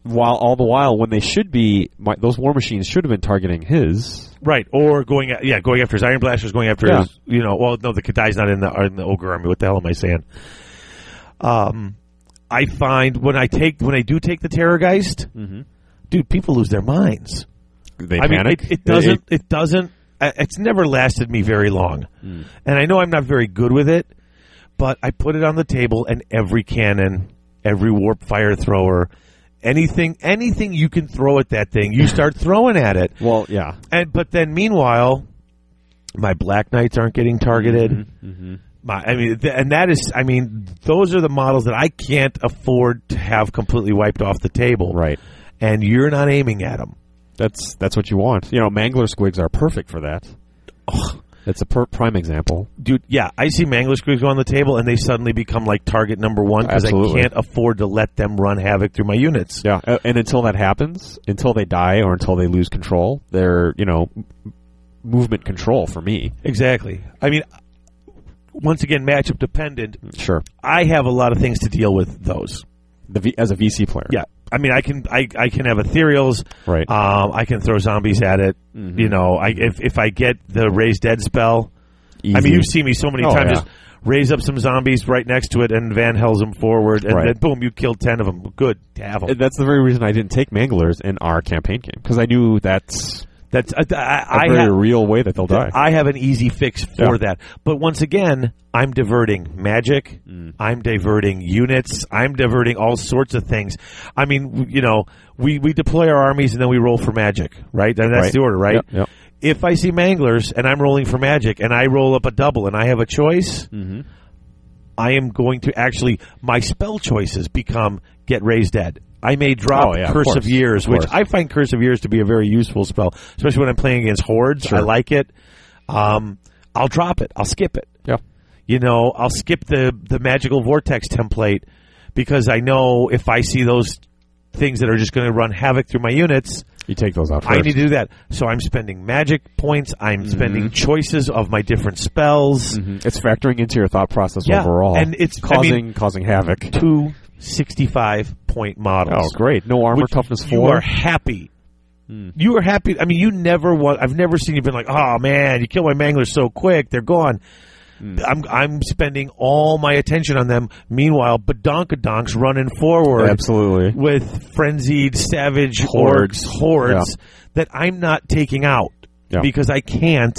S2: While all the while, when they should be, my, those war machines should have been targeting his.
S1: Right. Or going a yeah, going after his iron blasters, going after
S2: Yeah.
S1: his you know, well no, the Kadai's not in the are in the ogre army. What the hell am I saying? Um I find when I take when I do take the terrorgeist,
S2: Mm-hmm.
S1: dude, people lose their minds.
S2: They
S1: I
S2: panic.
S1: mean, it, it doesn't. It, doesn't. uh, It's never lasted me very long,
S2: Hmm.
S1: and I know I'm not very good with it, but I put it on the table, and every cannon, every warp fire thrower, anything, anything you can throw at that thing, you
S2: [LAUGHS]
S1: start throwing at it.
S2: well, yeah.
S1: And but then, meanwhile, my black knights aren't getting targeted.
S2: Mm-hmm,
S1: My, I mean, th- and that is, I mean, those are the models that I can't afford to have completely wiped off the table.
S2: Right.
S1: And you're not aiming at them.
S2: That's that's what you want. You know, mangler squigs are perfect for that. It's a per- prime example.
S1: dude, yeah, I see Mangler Squigs go on the table and they suddenly become like target number one because I
S2: Absolutely.
S1: can't afford to let them run havoc through my units.
S2: Yeah, a- and until that happens, until they die or until they lose control, they're you know m- movement control for me.
S1: Exactly. I mean, once again, matchup dependent.
S2: Sure,
S1: I have a lot of things to deal with those.
S2: the v- as a VC player.
S1: Yeah, I mean, I can I, I can have ethereals.
S2: Right.
S1: Um,
S2: Mm-hmm.
S1: I can throw zombies at it. You know, I if if I get the raise dead spell, I
S2: Easy.
S1: mean, you've seen me so many
S2: Oh,
S1: times
S2: yeah.
S1: just raise up some zombies right next to it and Van Hels them forward, and
S2: Right.
S1: then boom, you killed ten of them. Good to have them.
S2: that's the very reason I didn't take manglers in our campaign game because I knew that's
S1: That's I, I,
S2: a
S1: I
S2: very
S1: ha-
S2: real way that they'll die.
S1: I have an easy fix for
S2: Yeah.
S1: that. But once again, I'm diverting magic. I'm diverting units. I'm diverting all sorts of things. I mean, w- you know, we, we deploy our armies and then we roll for magic, right? And that's
S2: Right.
S1: the order, right?
S2: Yep, yep.
S1: If I see manglers and I'm rolling for magic and I roll up a double and I have a choice, I am going to actually, my spell choices become get raised dead. I may drop
S2: Oh, yeah, of
S1: Curse of,
S2: course,
S1: Years,
S2: of
S1: which
S2: course.
S1: I find Curse of Years to be a very useful spell, especially when I'm playing against hordes. I like it. Um, I'll drop it. I'll skip it.
S2: yeah,
S1: You know, I'll skip the the magical vortex template because I know if I see those things that are just going to run havoc through my units,
S2: you take those out. First.
S1: I need to do that. So I'm spending magic points. I'm
S2: Mm-hmm.
S1: spending choices of my different spells.
S2: Mhm. It's factoring into your thought process
S1: Yeah,
S2: overall,
S1: and it's- I
S2: causing
S1: mean-
S2: causing havoc.
S1: Two 65 point models.
S2: Mm-hmm. Oh, great! No armor
S1: Which
S2: toughness
S1: You
S2: four. Hmm.
S1: are happy. You are happy. I mean, you never want. I've never seen you been like, oh man, you killed my manglers so quick, they're gone.
S2: Hmm.
S1: I'm I'm spending all my attention on them. Meanwhile, Badonkadonks running forward
S2: Absolutely.
S1: with frenzied savage
S2: Hordes.
S1: hordes, hordes that I'm not taking out
S2: Yeah. Hmm.
S1: because I can't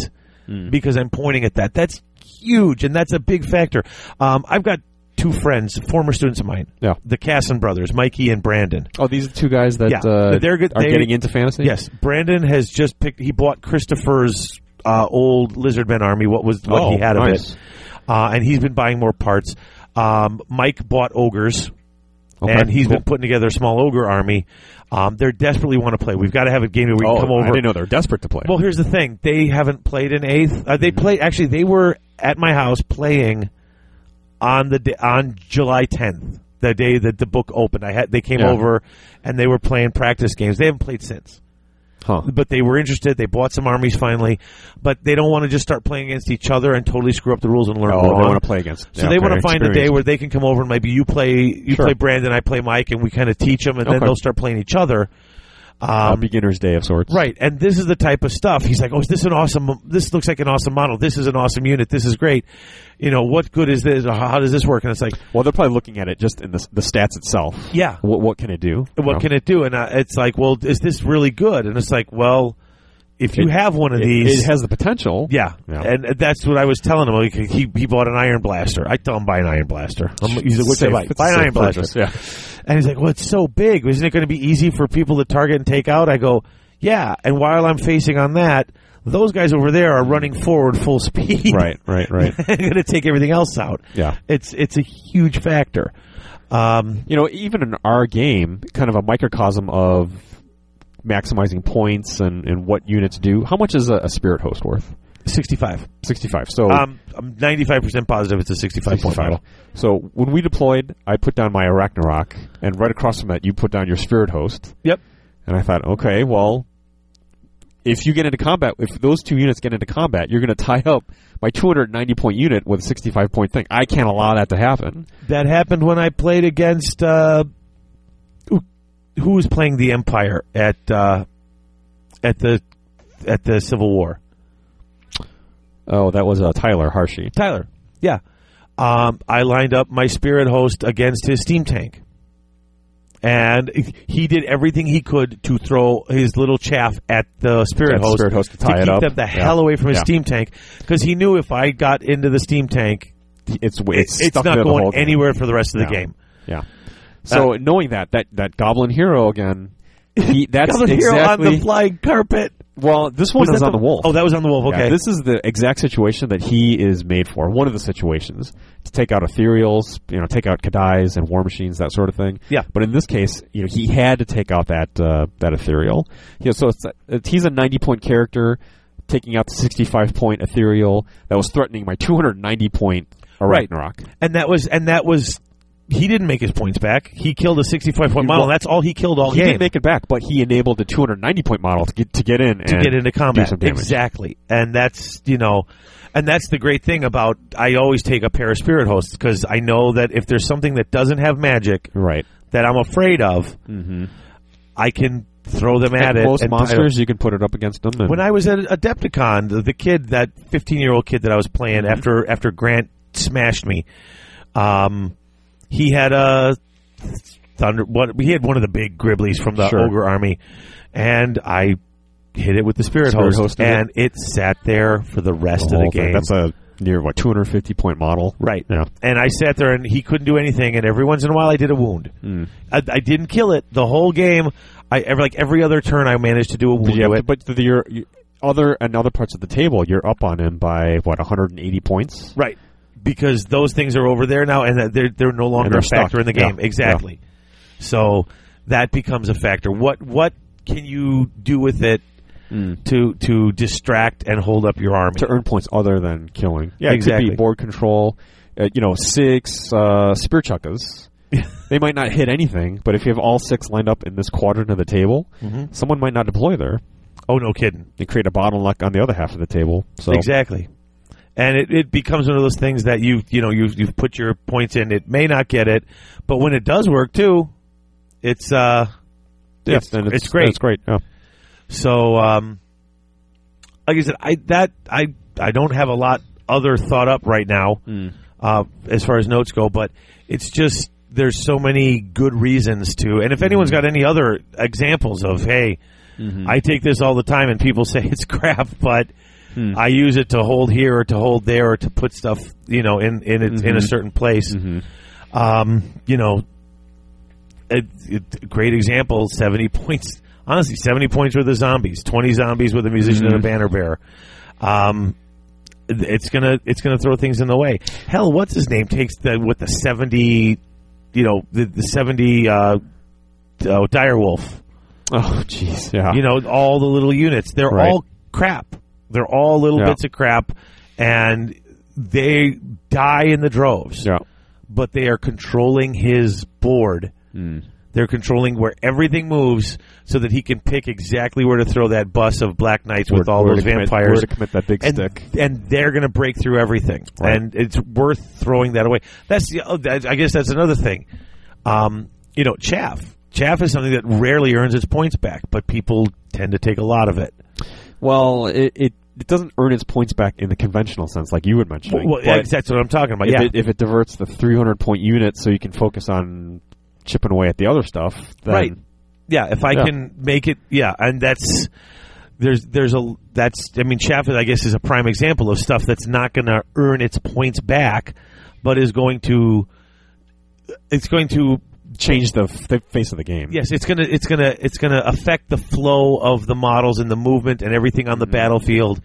S1: because I'm pointing at that. That's huge, and that's a big factor. Um, I've got two friends, former students of mine,
S2: Yeah.
S1: the Casson brothers, Mikey and Brandon.
S2: Oh, these are two guys that
S1: Yeah,
S2: uh,
S1: they're good-
S2: are
S1: they-
S2: getting into fantasy.
S1: Yes, Brandon has just picked. He bought Christopher's uh, old Lizardman army. What was what
S2: Oh,
S1: he had
S2: nice.
S1: of it, uh, and he's been buying more parts. Um, Mike bought ogres.
S2: Okay,
S1: and he's
S2: cool.
S1: been putting together a small ogre army. Um, they desperately want to play. We've got to have a game where we can
S2: Oh,
S1: come
S2: I
S1: over.
S2: didn't know they're desperate to play.
S1: Well, here's the thing: they haven't played an eighth. Uh, they played actually. They were at my house playing on the day, on July 10th, the day that the book opened. I had they came
S2: Yeah.
S1: over and they were playing practice games. They haven't played since,
S2: huh.
S1: but they were interested. They bought some armies finally, but they don't want to just start playing against each other and totally screw up the rules and learn
S2: Oh,
S1: wrong.
S2: they want to play against.
S1: So they want to find a day where they can come over and maybe you play, you
S2: Sure.
S1: play Brandon, I play Mike, and we kind of teach them, and then
S2: Okay.
S1: they'll start playing each other.
S2: a beginner's day of sorts.
S1: Right, and this is the type of stuff. He's like, "Oh, is this an awesome? This looks like an awesome model. This is an awesome unit. This is great. You know, what good is this? How how does this work?" And it's like,
S2: Well, they're probably looking at it just in the, the stats itself.
S1: "Yeah,
S2: What, what can it do?
S1: what can it do?" And uh, it's like, "Well, is this really good?" And it's like, "Well, if you
S2: It-
S1: have one of
S2: it,
S1: these,
S2: It has the potential.
S1: yeah."
S2: Yeah.
S1: And uh, that's what I was telling him. Like, he, he bought an iron blaster. I tell him buy an iron blaster. I'm, he's like, "What's
S2: Safe.
S1: it like?
S2: It's a
S1: Buy an
S2: safe
S1: iron blaster."
S2: purchase, Yeah.
S1: And he's like, "Well, it's so big. Isn't it going to be easy for people to target and take out?" I go, "Yeah." And while I'm facing on that, those guys over there are running forward full [LAUGHS] speed.
S2: [LAUGHS] Right, right, right.
S1: [LAUGHS] They're going to take everything else out.
S2: Yeah.
S1: It's it's a huge factor. Um,
S2: you know, even in our game, kind of a microcosm of maximizing points and, and what units do. How much is a, a spirit host worth?
S1: 65.
S2: 65. So
S1: Um, I'm 95% positive it's a 65 point
S2: 65.
S1: model.
S2: So when we deployed, I put down my Arachnarok, and right across from that, you put down your Spirit Host.
S1: Yep.
S2: And I thought, okay, well, if you get into combat, if those two units get into combat, you're going to tie up my 290 point unit with a 65 point thing. I can't allow that to happen.
S1: That happened when I played against uh, who, who was playing the Empire at uh, at the at the Civil War.
S2: Oh, that was uh, Tyler Harshey.
S1: Tyler. Yeah. Um, I lined up my spirit host against his steam tank. And he did everything he could to throw his little chaff at the spirit
S2: At the
S1: host,
S2: spirit host to tie it
S1: keep
S2: up.
S1: them the
S2: Yeah.
S1: hell away from his
S2: Yeah.
S1: steam tank because he knew if I got into the steam tank,
S2: It's
S1: it's,
S2: it's, stuck
S1: not
S2: into the whole
S1: going
S2: game.
S1: anywhere Uh, for the rest of the
S2: Yeah.
S1: game.
S2: Yeah. So knowing that, that that Goblin Hero again,
S1: [LAUGHS]
S2: he that's
S1: Coming here
S2: exactly
S1: on the flying carpet.
S2: well. This one was,
S1: that
S2: on the, wolf.
S1: Oh, that was on the wolf.
S2: Yeah,
S1: Okay,
S2: this is the exact situation that he is made for. One of the situations to take out ethereals, you know, take out Kadais and war machines, that sort of thing.
S1: Yeah.
S2: But in this case, you know, he had to take out that uh, that ethereal. You know, so it's, it's, he's a ninety point character, taking out the sixty five point ethereal that was threatening my two hundred ninety point
S1: Right.
S2: Arachnarok.
S1: and that was and that was he didn't make his points back. He killed a sixty-five point
S2: He
S1: model.
S2: wa-
S1: That's all he killed all
S2: He
S1: game.
S2: didn't make it back, but he enabled the two hundred ninety point model to get to get in
S1: to
S2: and
S1: get into
S2: do
S1: combat.
S2: some damage.
S1: Exactly, and that's you know, and that's the great thing about I always take a pair of spirit hosts because I know that if there's something that doesn't have magic
S2: Right.
S1: that I'm afraid of, I can throw them at
S2: And
S1: it.
S2: Mm-hmm. most
S1: and-
S2: monsters, you can put it up against them. And
S1: when I was at Adepticon, the, the kid, that 15 year old kid that I was playing
S2: Mm-hmm.
S1: after after Grant smashed me, um, he had a thunder. What he had one of the big Griblies from the
S2: Sure.
S1: ogre army, and I hit it with the spirit,
S2: Spirit
S1: host,
S2: host did it?
S1: and it sat there for the rest
S2: the
S1: of
S2: whole
S1: the
S2: thing.
S1: game.
S2: That's a near what 250 point model.
S1: Right.
S2: Yeah.
S1: And I sat there and he couldn't do anything. And every once in a while, I did a wound.
S2: Hmm.
S1: I, I didn't kill it the whole game. I every like every other turn, I managed to do a wound.
S2: Did you
S1: to
S2: have
S1: it.
S2: to, but the, your, your other and other parts of the table, you're up on him by what 180 points.
S1: Right. Because those things are over there now, and that they're they're no longer
S2: they're
S1: a factor
S2: stuck.
S1: in the game.
S2: Yeah.
S1: Exactly. So that becomes a factor. What what can you do with it to to distract and hold up your army?
S2: Hmm. To earn points other than killing. Yeah, It could
S1: Exactly.
S2: be board control. Uh, you know, six uh, spear
S1: [LAUGHS]
S2: chuckas. they might not hit anything, but if you have all six lined up in this quadrant of the table,
S1: Mm-hmm.
S2: someone might not deploy there
S1: Oh no, kidding.
S2: and create a bottleneck on the other half of the table. So
S1: Exactly. And it, it becomes one of those things that you you know you you've put your points in. It may not get it, but when it does work too, it's uh
S2: yeah,
S1: it's,
S2: then
S1: it's great.
S2: It's great. Yeah.
S1: So, um, like I said, I that I I don't have a lot other thought up right now uh, as far as notes go, but it's just there's so many good reasons to. And if anyone's got any other examples of, hey, I take this all the time and people [LAUGHS] say it's crap, but I use it to hold here or to hold there or to put stuff, you know, in in it, in a certain place. Um, you know, a, a great example 70 points honestly 70 points with the zombies 20 zombies with a musician
S2: Mm-hmm.
S1: and a banner bearer um, it's gonna it's gonna throw things in the way hell what's his name takes the with the 70 you know the, the 70 uh, oh, direwolf
S2: Oh, [LAUGHS] jeez, yeah.
S1: you know all the little units they're
S2: Right.
S1: all crap they're all little
S2: Yeah.
S1: bits of crap and they die in the droves
S2: yeah.
S1: but they are controlling his board.
S2: Hmm.
S1: They're controlling where everything moves so that he can pick exactly where to throw that bus of black knights with all
S2: Where to
S1: those
S2: commit-
S1: vampires.
S2: Where to commit that big
S1: and,
S2: stick.
S1: and they're going to break through everything,
S2: Right.
S1: and it's worth throwing that away. That's the. oh, that- I guess that's another thing. Um, you know, chaff. Chaff is something that rarely earns its points back, but people tend to take a lot of it.
S2: Well, it, it it doesn't earn its points back in the conventional sense, like you would mention.
S1: Well, that's what I'm talking about.
S2: if,
S1: yeah,
S2: it, if it diverts the 300 point unit so you can focus on chipping away at the other stuff, then
S1: Right. yeah if i
S2: Yeah.
S1: can make it yeah and that's there's there's a that's i mean Chaffin, i guess is a prime example of stuff that's not going to earn its points back but is going to it's going to
S2: change the, f- the face of the game.
S1: yes it's going to it's going to it's going to affect the flow of the models and the movement and everything
S2: Mm-hmm.
S1: on the battlefield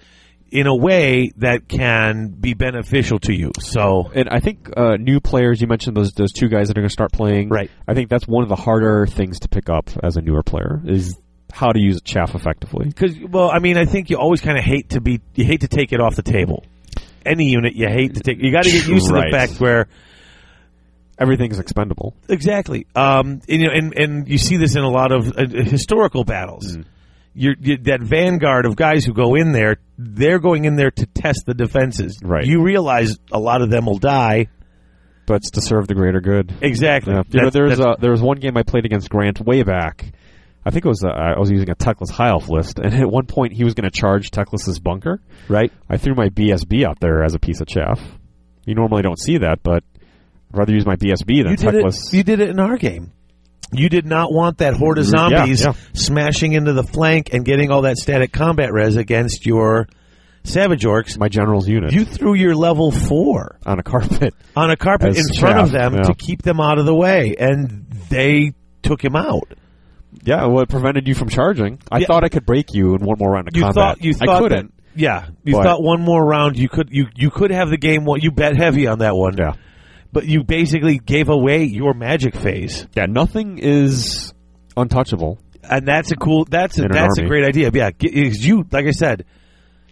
S1: in a way that can be beneficial to you so
S2: And I think uh, new players, you mentioned those those two guys that are going to start playing.
S1: Right.
S2: I think that's one of the harder things to pick up as a newer player is how to use chaff effectively.
S1: Because well, I mean, I think you always kind of hate to be you hate to take it off the table. Any unit you hate to take, you got to get used to
S2: Right.
S1: the fact where
S2: Everything's expendable.
S1: exactly. Um, and, you know, and and you see this in a lot of uh, historical battles.
S2: Mm.
S1: You're, you, that vanguard of guys who go in there, they're going in there to test the defenses.
S2: Right.
S1: You realize a lot of them will die.
S2: But it's to serve the greater good.
S1: Exactly.
S2: Yeah. You know,
S1: That's-
S2: there's
S1: that's-
S2: a, there was one game I played against Grant way back. I think it was uh, I was using a Teclis High Elf list, and [LAUGHS] at one point he was going to charge Teclis's bunker.
S1: right.
S2: I threw my BSB out there as a piece of chaff. You normally don't see that, but I'd rather use my BSB than
S1: You did, it,
S2: Teclis.
S1: you did it in our game. You did not want that horde of
S2: Yeah,
S1: zombies
S2: yeah.
S1: smashing into the flank and getting all that static combat res against your savage orcs.
S2: my general's unit
S1: You threw your level four
S2: on a carpet. [LAUGHS]
S1: on a carpet
S2: As
S1: in front of
S2: chaff,
S1: them
S2: yeah.
S1: to keep them out of the way, and they took him out.
S2: Yeah, well, it prevented you from charging. I
S1: Yeah.
S2: thought I could break you in one more round of
S1: You
S2: combat.
S1: thought you thought
S2: I
S1: that-
S2: couldn't.
S1: yeah, you
S2: But-
S1: thought one more round you could you you could have the game. Well, you bet heavy on that one.
S2: Yeah,
S1: but you basically gave away your magic phase.
S2: yeah. Nothing is untouchable.
S1: and that's a cool that's a,
S2: In an
S1: that's a
S2: army.
S1: great idea. Yeah, g- is you like I said,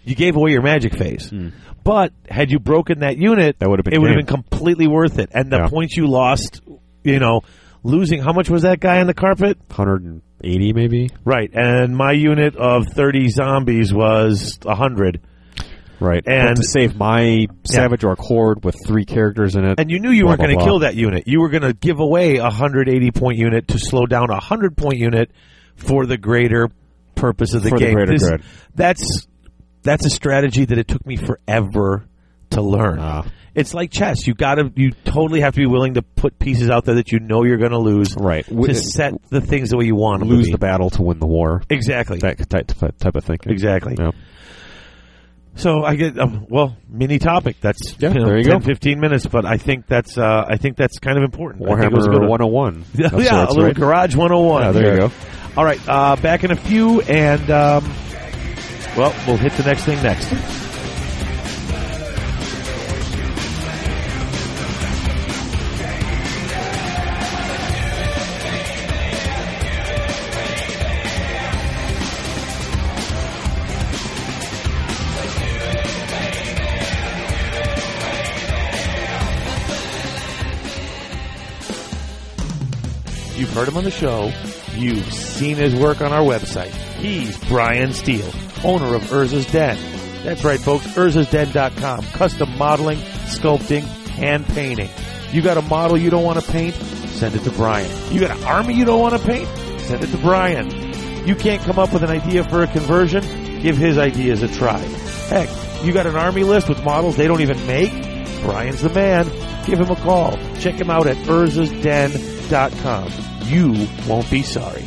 S1: you gave away your magic phase, but had you broken that unit,
S2: Hmm. That would've been
S1: it would have
S2: game.
S1: been completely worth it. And the
S2: Yeah.
S1: points you lost, you know, losing how much was that guy on the carpet?
S2: 180 maybe.
S1: Right, and my unit of thirty zombies was hundred,
S2: Right.
S1: And-
S2: But to save my Savage Orc horde with three characters in it.
S1: and you knew you
S2: Blah,
S1: weren't
S2: blah,
S1: going to
S2: blah.
S1: kill that unit. You were going to give away a hundred eighty point unit to slow down a hundred point unit for the greater purpose of the
S2: For the
S1: game.
S2: greater
S1: This-
S2: good.
S1: that's that's a strategy that it took me forever to learn.
S2: Ah.
S1: It's like chess. You gotta, you totally have to be willing to put pieces out there that you know you're gonna lose,
S2: Right.
S1: To set the things the way you want them to
S2: lose
S1: be.
S2: the battle to win the war.
S1: Exactly.
S2: That type, type of thinking.
S1: Exactly.
S2: Yeah.
S1: So I get um, well, mini topic. That's
S2: Yeah,
S1: you know,
S2: there you
S1: 10,
S2: go.
S1: 15 minutes, but I think that's uh, I think that's kind of important. I think it was a good
S2: Warhammer
S1: one.
S2: 101.
S1: [LAUGHS] Yeah,
S2: of sorts,
S1: a little
S2: Oh, right?
S1: garage 101.
S2: Yeah, there you
S1: here.
S2: go.
S1: All right, uh, back in a few, and um, well, Oh, we'll hit the next thing next. You've heard him on the show. You've seen his work on our website. He's Brian Steele, owner of Urza's Den. That's right, folks. Urza'sDen.com. Custom modeling, sculpting, hand painting. You got a model you don't want to paint? Send it to Brian. You got an army you don't want to paint? Send it to Brian. You can't come up with an idea for a conversion? Give his ideas a try. Heck, You got an army list with models they don't even make? Brian's the man. Give him a call. Check him out at urzasden.com. You won't be sorry.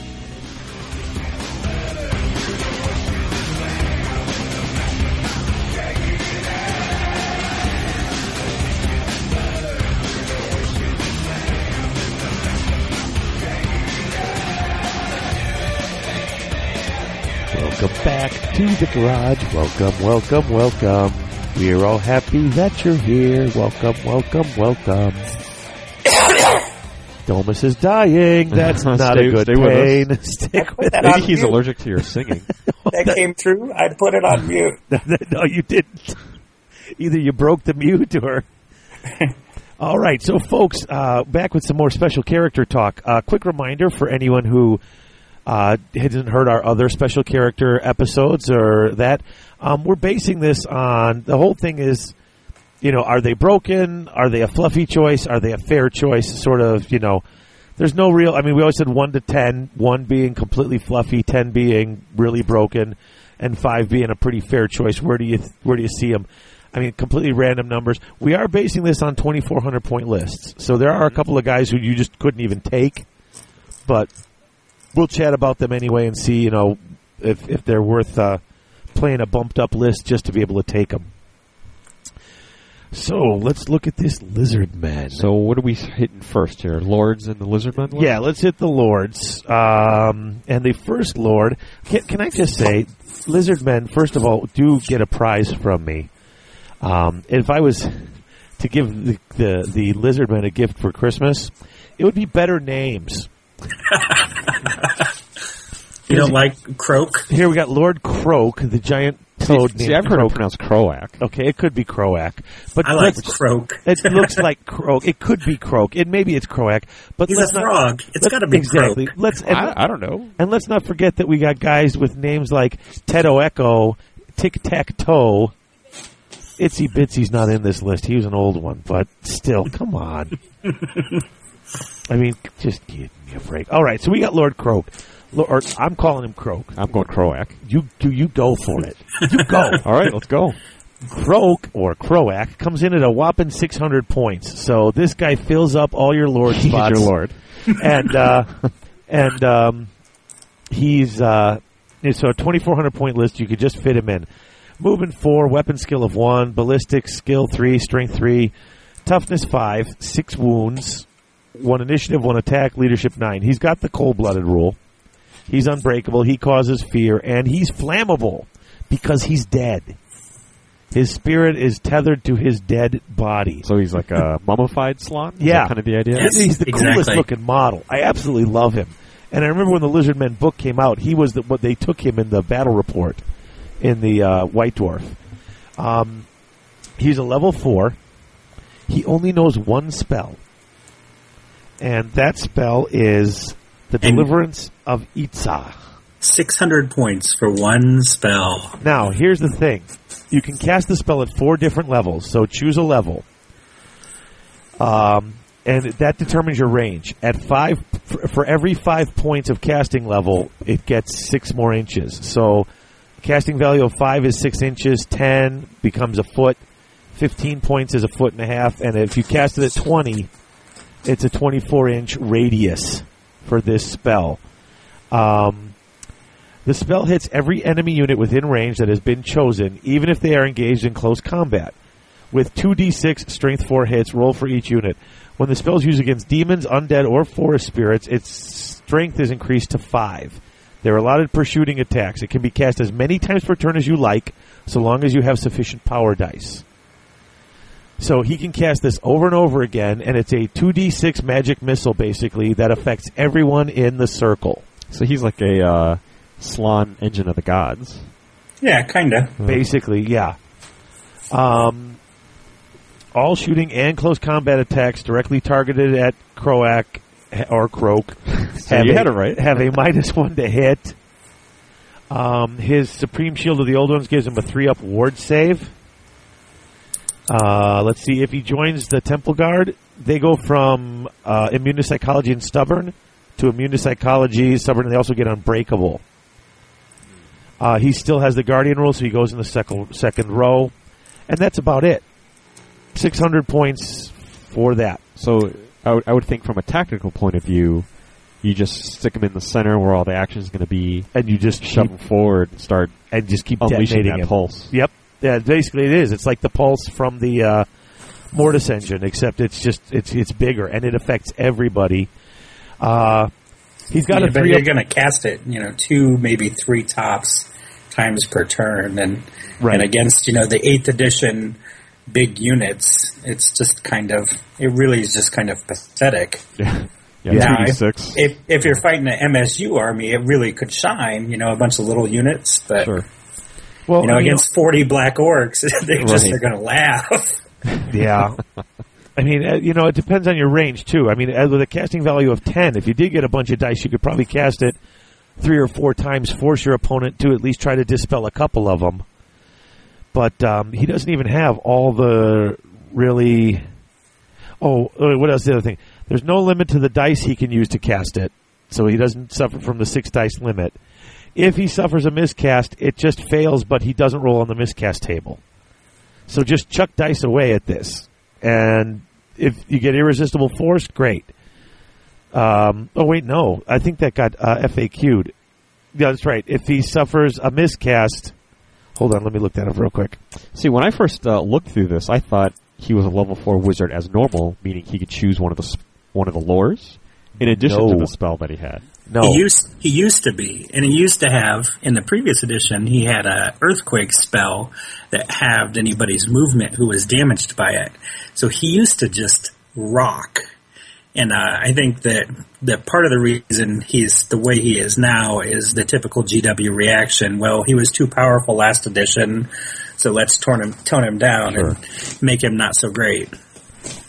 S2: Welcome back to the garage. Welcome, welcome, welcome. We are all happy that you're here. Welcome, welcome, welcome. [COUGHS]
S1: Domus is dying.
S2: [LAUGHS]
S1: That's not
S2: Stay-
S1: a good
S2: stay with
S1: pain.
S2: us. [LAUGHS]
S1: Stick with
S4: That
S2: Maybe
S4: on
S2: he's
S4: mute.
S2: allergic to your singing.
S4: That came through. I put it on mute.
S1: [LAUGHS] no, you didn't. Either you broke the mute or. All right, so folks, uh, back with some more special character talk. Uh, quick reminder for anyone who uh, hasn't heard our other special character episodes or that um, we're basing this on the whole thing is, you know, are they broken? Are they a fluffy choice? Are they a fair choice? Sort of, you know. There's no real. I mean, we always said one to ten. One being completely fluffy, ten being really broken, and five being a pretty fair choice. Where do you where do you see them? I mean, completely random numbers. We are basing this on 2,400 point lists, so there are a couple of guys who you just couldn't even take, but we'll chat about them anyway and see, you know, if if they're worth uh, playing a bumped up list just to be able to take them. So let's look at this lizard man.
S2: so what are we hitting first here? Lords and the Lizardmen?
S1: Yeah, let's hit the lords. Um, and the first lord, can, can I just say, lizard men, first of all, do get a prize from me. Um, if I was to give the, the, the lizard men a gift for Christmas, it would be better names.
S4: You don't like croak?
S1: Here we got Lord Croak, the giant toad
S2: See,
S1: named
S2: I've heard it
S1: Croak.
S2: pronounced Croac.
S1: Okay, it could be Croak, but
S5: I like
S1: let's-
S5: croak.
S1: it looks like Croak. It could be Croak. It maybe it's Croak, but
S5: He's
S1: let's
S5: a
S1: not.
S5: frog. It's
S1: let's-
S5: got to be
S1: exactly.
S5: croak.
S1: Let's and
S2: I, I don't know.
S1: And let's not forget that we got guys with names like Teto Echo, Tic Tac Toe. Itsy Bitsy's not in this list. He was an old one, but still, come on.
S5: [LAUGHS]
S1: I mean, just give me a break. All right, so we got Lord Croak. Lo- or I'm calling him Croak.
S2: I'm going Croac.
S1: You do you go for it. You go.
S2: All right, let's go.
S1: Croak or Croak comes in at a whopping 600 points. So this guy fills up all your
S2: [LAUGHS]
S1: lord
S2: He's
S1: spots
S2: your lord.
S1: [LAUGHS] and uh, and um, he's uh, so a 2400 point list. You could just fit him in. Movement four, weapon skill of one, ballistic skill three, strength three, toughness five, six wounds, one initiative, one attack, leadership nine. He's got the cold blooded rule. He's unbreakable. He causes fear, and he's flammable because he's dead. His spirit is tethered to his dead body.
S2: So he's
S1: [LAUGHS]
S2: like a mummified slot? Is
S1: Yeah.
S2: that kind of the idea?
S5: Yes.
S1: He's the coolest
S5: exactly.
S1: looking model. I absolutely love him. And I remember when the Lizard Men book came out, he was the, what they took him in the battle report in the uh, White Dwarf. Um, he's a level four. He only knows one spell, and that spell is the
S5: And-
S1: Deliverance of Itzah.
S5: 600 points for one spell.
S1: Now, here's the thing. You can cast the spell at four different levels, so choose a level. Um, and that determines your range. At five, for, for every five points of casting level, it gets six more inches. So, casting value of five is six inches, ten becomes a foot, fifteen points is a foot and a half, and if you cast it at twenty, it's a twenty-four inch radius for this spell. Um, the spell hits every enemy unit within range that has been chosen, even if they are engaged in close combat. With 2d6 strength 4 hits, roll for each unit. When the spell is used against demons, undead, or forest spirits, its strength is increased to 5. They're allotted per shooting attacks. It can be cast as many times per turn as you like, so long as you have sufficient power dice. So he can cast this over and over again, and it's a 2d6 magic missile, basically, that affects everyone in the circle.
S2: So he's like a uh, Slon engine of the gods.
S4: Yeah, kind
S2: Mm-hmm.
S4: of.
S1: Basically, yeah. Um, all shooting and close combat attacks directly targeted at Croak or Croak
S2: [LAUGHS] So
S1: have
S2: you
S1: a,
S2: had it right.
S1: have
S2: [LAUGHS]
S1: a minus one to hit. Um, his Supreme Shield of the Old Ones gives him a three up ward save. Uh, let's see if he joins the Temple Guard. They go from uh, immune to psychology and stubborn to immune to psychology, stubborn, and they also get unbreakable. Uh, he still has the guardian rule, so he goes in the second second row. and that's about it. Six hundred points for that.
S2: So I would, I would think from a tactical point of view, you just stick them in the center where all the action is going to be,
S1: And you just
S2: shove
S1: keep,
S2: them forward, and start
S1: and just keep
S2: unleashing
S1: detonating
S2: that
S1: him.
S2: pulse. [LAUGHS]
S1: Yep. Yeah, basically it is. It's like the pulse from the uh, mortise engine, except it's just it's it's bigger and it affects everybody. Uh, he's got
S4: Yeah,
S1: a
S4: but
S1: three
S4: you're going to cast it, you know, two maybe three tops times per turn, and
S1: Right.
S4: and against you know the eighth edition big units, it's just kind of it really is just kind of pathetic.
S2: Yeah,
S4: Yeah,
S2: yeah,
S4: I-
S2: two d six.
S4: If if you're fighting an MSU army, it really could shine, you know, a bunch of little units, but
S2: Sure.
S1: well,
S4: you know
S1: I mean,
S4: against forty black orcs, [LAUGHS] they just
S2: Right.
S4: are going to laugh.
S1: Yeah. [LAUGHS] I mean, uh, you know, it depends on your range too. I mean, as with a casting value of ten, if you did get a bunch of dice, you could probably cast it three or four times, force your opponent to at least try to dispel a couple of them. But um, he doesn't even have all the really. Oh, uh, what else? The other thing, there's no limit to the dice he can use to cast it, so he doesn't suffer from the six dice limit. If he suffers a miscast, it just fails, but he doesn't roll on the miscast table. So just chuck dice away at this, and if you get irresistible force, great. Um, oh wait, no, I think that got uh, FAQ'd. Yeah, that's right. If he suffers a miscast, hold on, let me look that up real quick.
S2: See, when I first uh, looked through this, I thought he was a level four wizard as normal, meaning he could choose one of the sp- one of the lores in addition
S1: No.
S2: to the spell that he had.
S1: No,
S4: He used he used to be, and he used to have in the previous edition. He had a earthquake spell that halved anybody's movement who was damaged by it. So he used to just rock. And uh, I think that that part of the reason he's the way he is now is the typical GW reaction. Well, he was too powerful last edition, so let's tone him tone him down and make him not so great.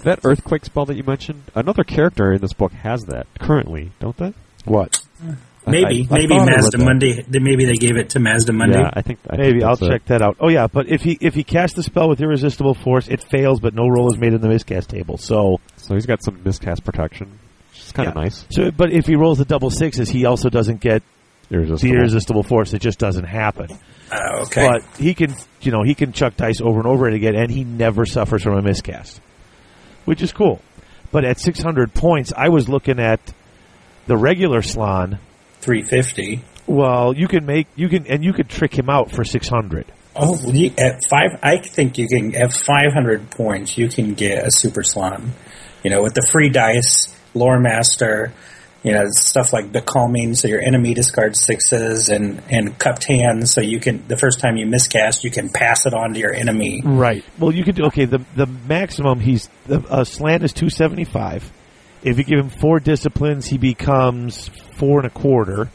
S2: That earthquake spell that you mentioned, another character in this book has that currently, don't they?
S1: what?
S2: I-
S4: Maybe
S2: I- I
S4: maybe
S2: thought I read
S4: Mazda
S2: that.
S4: Monday. Maybe they gave it to Mazda Monday.
S2: Yeah, I think I think
S1: Maybe I'll
S2: that's it.
S1: check that out. Oh yeah, but if he if he casts the spell with irresistible force, it fails, but no roll is made in the miscast table. So,
S2: So he's got some miscast protection, which is kind of
S1: Yeah.
S2: nice.
S1: so but if he rolls the double sixes, he also doesn't get the
S2: Irresistible.
S1: irresistible force. It just doesn't happen.
S4: Oh, okay.
S1: But he can, you know, he can chuck dice over and over again, and he never suffers from a miscast, which is cool. But at 600 points, I was looking at the regular Slon.
S4: Three fifty.
S1: Well, you can make you can and you could trick him out for 600.
S4: Oh, you, at five, I think you can at five hundred points. You can get a super slime, you know, with the free dice, lore master, you know, stuff like becalming, so your enemy discards sixes, and and cupped hands, so you can the first time you miscast, you can pass it on to your enemy.
S1: Right. Well, you could do okay. The the maximum he's the uh, slant is 275. If you give him four disciplines, he becomes four and a quarter.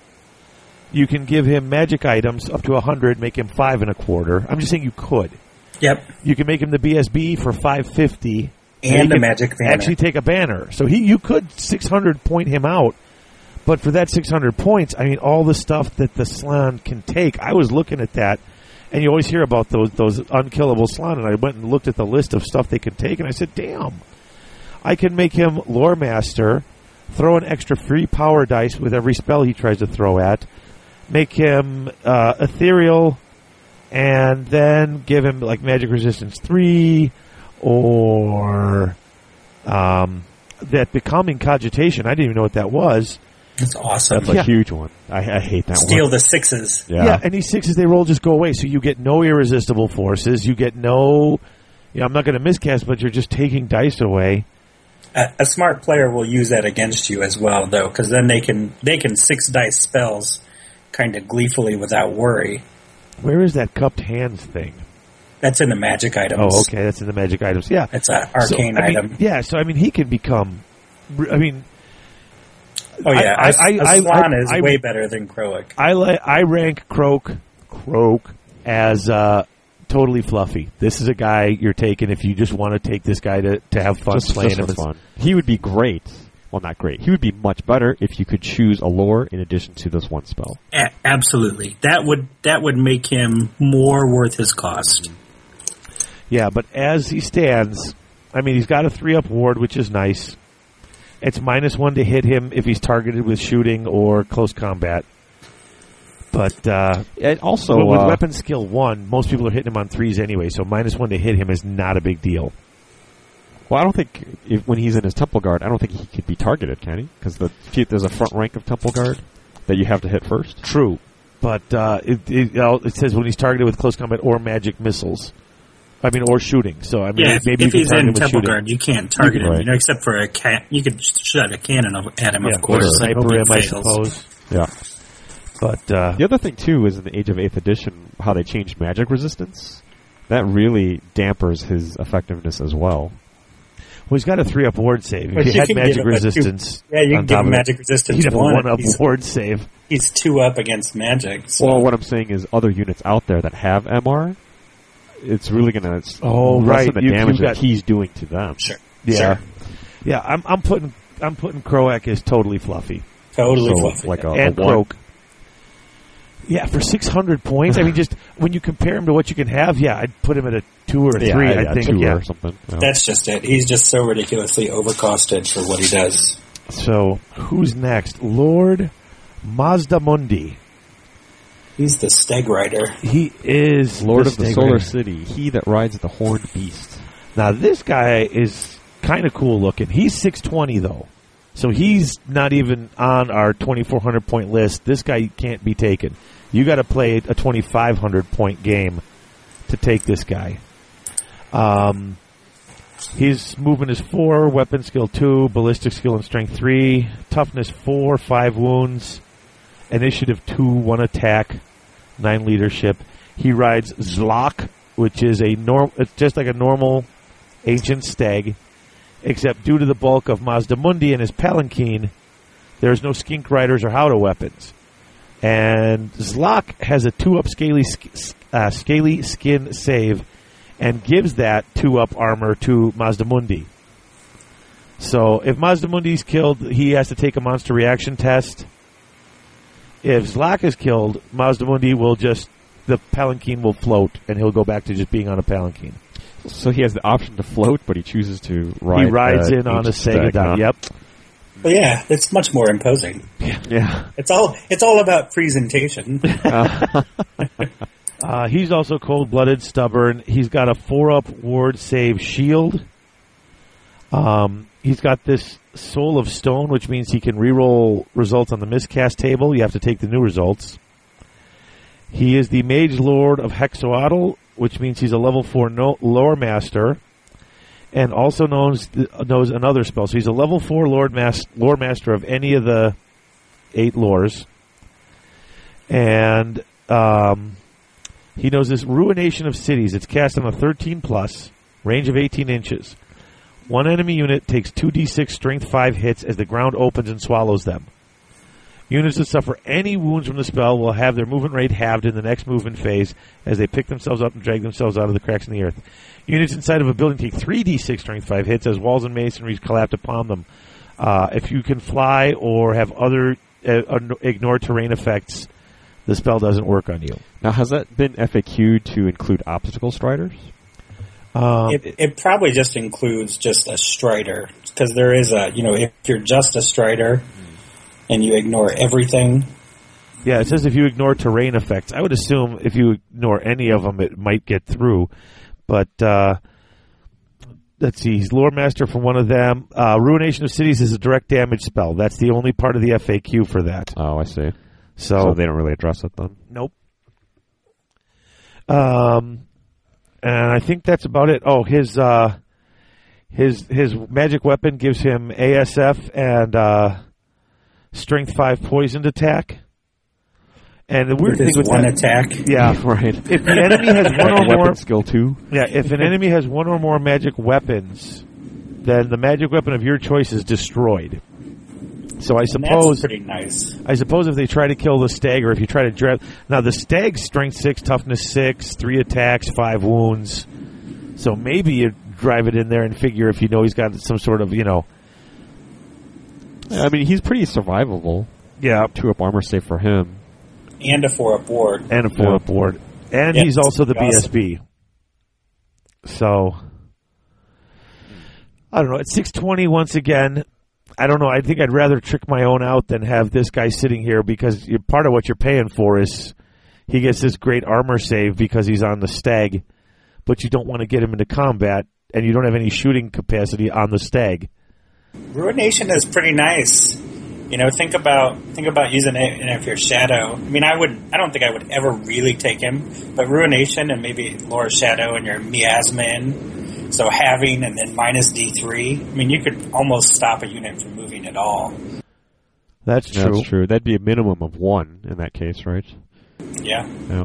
S1: You can give him magic items up to 100, make him five and a quarter. I'm just saying you could.
S4: Yep,
S1: You can make him the BSB for five fifty,
S4: And a
S1: can
S4: magic banner.
S1: Actually, take a banner. So he, you could six hundred point him out, but for that six hundred points, I mean, all the stuff that the Slan can take. I was looking at that, and you always hear about those those unkillable Slan, and I went and looked at the list of stuff they can take, and I said, damn, I can make him lore master, throw an extra free power dice with every spell he tries to throw at, make him uh, ethereal and then give him like magic resistance three or um, that becoming cogitation. I didn't even know what that was.
S4: that's awesome.
S2: That's a huge one. I, I hate that
S4: Steal
S2: one.
S4: the sixes.
S2: Yeah.
S1: any sixes they roll just go away, so you get no irresistible forces. You get no. You know, I'm not going to miscast, but you're just taking dice away.
S4: a, a smart player will use that against you as well, though, because then they can they can six dice spells kind of gleefully without worry.
S1: Where is that cupped hands thing?
S4: That's in the magic items.
S1: Oh, okay, that's in the magic items. Yeah,
S4: That's an arcane
S1: So, I mean,
S4: item.
S1: Yeah, so I mean, he can become. I mean,
S4: oh yeah,
S1: I-
S4: a
S1: I-
S4: a
S1: I-
S4: swan
S1: I-
S4: is
S1: I-
S4: way better than Croak.
S1: I li- I rank Croak Croak as uh, totally fluffy. This is a guy you're taking if you just want to take this guy to, to have fun
S2: Just,
S1: playing
S2: just
S1: him.
S2: for fun. He would be great. Well, not great. He would be much better if you could choose a lore in addition to this one spell.
S4: A- absolutely, that would that would make him more worth his cost.
S1: Yeah, but as he stands, I mean, he's got a three up ward, which is nice. It's minus one to hit him if he's targeted with shooting or close combat. But uh,
S2: And also,
S1: with, with
S2: uh,
S1: weapon skill one, most people are hitting him on threes anyway, so minus one to hit him is not a big deal.
S2: well, I don't think if, when he's in his temple guard, I don't think he could be targeted, can he? Because the, there's a front rank of temple guard that you have to hit first.
S1: True, but uh, it, it uh, it says when he's targeted with close combat or magic missiles. I mean, or shooting. So I mean,
S5: Yeah, if,
S1: maybe
S5: if
S1: you
S5: he's
S1: can target
S5: in
S1: him with
S5: Temple
S1: shooting.
S5: Guard, you can't target him,
S2: Right.
S5: you know, except for a cat. You could sh- shot a cannon of- at him,
S1: yeah,
S5: of course.
S1: or
S5: I hope
S1: sniper
S5: it
S1: him, I
S5: fails.
S1: suppose.
S2: Yeah.
S1: But uh,
S2: The other thing too is in the Age of Eighth Edition, how they changed magic resistance. That really dampers his effectiveness as well.
S1: well, he's got a three up ward save. If
S4: But
S1: he
S4: you
S1: had
S4: can give
S1: magic
S4: him a two-
S1: resistance,
S4: Yeah, you
S1: on
S4: can give
S1: top
S4: him
S1: of it,
S4: magic resistance
S1: He'd have a
S4: one.
S1: one up
S4: He's,
S1: ward save.
S4: he's two up against magic. So
S2: Well, what I'm saying is, other units out there that have MR, it's really going to
S1: Oh,
S2: lessen
S1: right.
S2: the
S1: You-
S2: damage
S1: you've
S2: that
S1: got-
S2: he's doing to them.
S4: sure,
S1: Yeah,
S4: Sure.
S1: yeah. I'm I'm putting I'm putting Croak as totally fluffy.
S4: totally.
S2: So
S4: fluffy.
S2: like a, Uh, a
S1: and
S2: one.
S1: broke. Yeah, for six hundred points. I mean, just when you compare him to what you can have, yeah, I'd put him at a two or a
S2: Yeah,
S1: three.
S2: yeah,
S1: I think.
S2: two
S1: yeah.
S2: or something. Yeah.
S4: That's just it. He's just so ridiculously overcosted for what he does.
S1: So who's next? Lord Mazda Mundi.
S4: He's the steg rider.
S1: He is
S2: Lord of the
S1: Stag
S2: Solar
S1: Rider.
S2: City, he that rides the horned beast.
S1: Now this guy is kind of cool looking. He's six twenty though, so he's not even on our twenty four hundred point list. This guy can't be taken. You got to play a twenty five hundred point game to take this guy. Um, his movement is four, weapon skill two, ballistic skill and strength three, toughness four, five wounds, initiative two, one attack, nine leadership. He rides Zlok, which is a norm. It's just like a normal ancient stag, except due to the bulk of Mazdamundi and his palanquin, there's no skink riders or howdah weapons. And Zlok has a two-up scaly, sk- s- uh, scaly skin save, and gives that two-up armor to Mazdamundi. So if Mazdamundi's killed, he has to take a monster reaction test. If Zlok is killed, Mazdamundi will just the palanquin will float, and he'll go back to just being on a palanquin.
S2: So he has the option to float, but he chooses to ride.
S1: he rides
S2: that
S1: in on a
S2: ancient stag,
S1: Sega dot.
S2: huh?
S1: Yep.
S4: But yeah, it's much more imposing.
S1: [LAUGHS]
S2: Yeah.
S4: It's all it's all about presentation.
S1: Uh, he's also cold blooded, stubborn. He's got a four up ward save shield. Um, he's got this soul of stone, which means he can reroll results on the miscast table. You have to take the new results. He is the mage lord of Hexoatl, which means he's a level four no- lore master, and also knows th- knows another spell. So he's a level four lord mas- lore master of any of the eight lores, and um, he knows this Ruination of Cities. It's cast on a 13 plus, range of 18 inches. One enemy unit takes 2d6 strength 5 hits as the ground opens and swallows them. Units that suffer any wounds from the spell will have their movement rate halved in the next movement phase as they pick themselves up and drag themselves out of the cracks in the earth. Units inside of a building take 3d6 strength 5 hits as walls and masonries collapse upon them. Uh, if you can fly or have other uh, ignore terrain effects, the spell doesn't work on you.
S2: Now, has that been FAQ to include obstacle striders?
S1: Um,
S4: it, it probably just includes just a strider because there is a you know if you're just a strider and you ignore everything.
S1: Yeah, it says if you ignore terrain effects. I would assume if you ignore any of them, it might get through. But uh, let's see, he's lore master for one of them. Uh, Ruination of cities is a direct damage spell. That's the only part of the FAQ for that.
S2: Oh, I see.
S1: So,
S2: So they don't really address it then.
S1: nope. Um, and I think that's about it. Oh, his uh, his his magic weapon gives him ASF and uh, strength five poisoned attack. And the weird
S4: With his
S1: thing with
S4: one
S1: that,
S4: attack,
S1: yeah. [LAUGHS]
S2: [LAUGHS] right.
S1: If the enemy
S4: [LAUGHS]
S1: has one or
S2: Weapon
S1: more,
S2: skill two.
S1: yeah, if an enemy has one or more magic weapons, then the magic weapon of your choice is destroyed. So I
S4: and that's
S1: suppose
S4: pretty nice.
S1: I suppose if they try to kill the stag, or if you try to drag now the stag's strength six, toughness six, three attacks, five wounds. So maybe you drive it in there and figure if you know he's got some sort of you know
S2: I mean, he's pretty survivable.
S1: yeah
S2: Two up armor save for him.
S4: And a four up ward.
S1: and a four up board, and
S4: Yeah,
S1: he's also the
S4: awesome.
S1: BSB. So I don't know. At six twenty, once again, I don't know. I think I'd rather trick my own out than have this guy sitting here because you part of what you're paying for is he gets this great armor save because he's on the stag, but you don't want to get him into combat and you don't have any shooting capacity on the stag.
S4: Ruination is pretty nice. You know, think about think about using it you know, if you're shadow. I mean, I would I don't think I would ever really take him, but ruination and maybe Laura Shadow and your miasmin. So having and then minus D three. I mean, you could almost stop a unit from moving at all.
S1: That's true.
S2: That's true. That'd be a minimum of one in that case, right?
S4: Yeah.
S2: Yeah.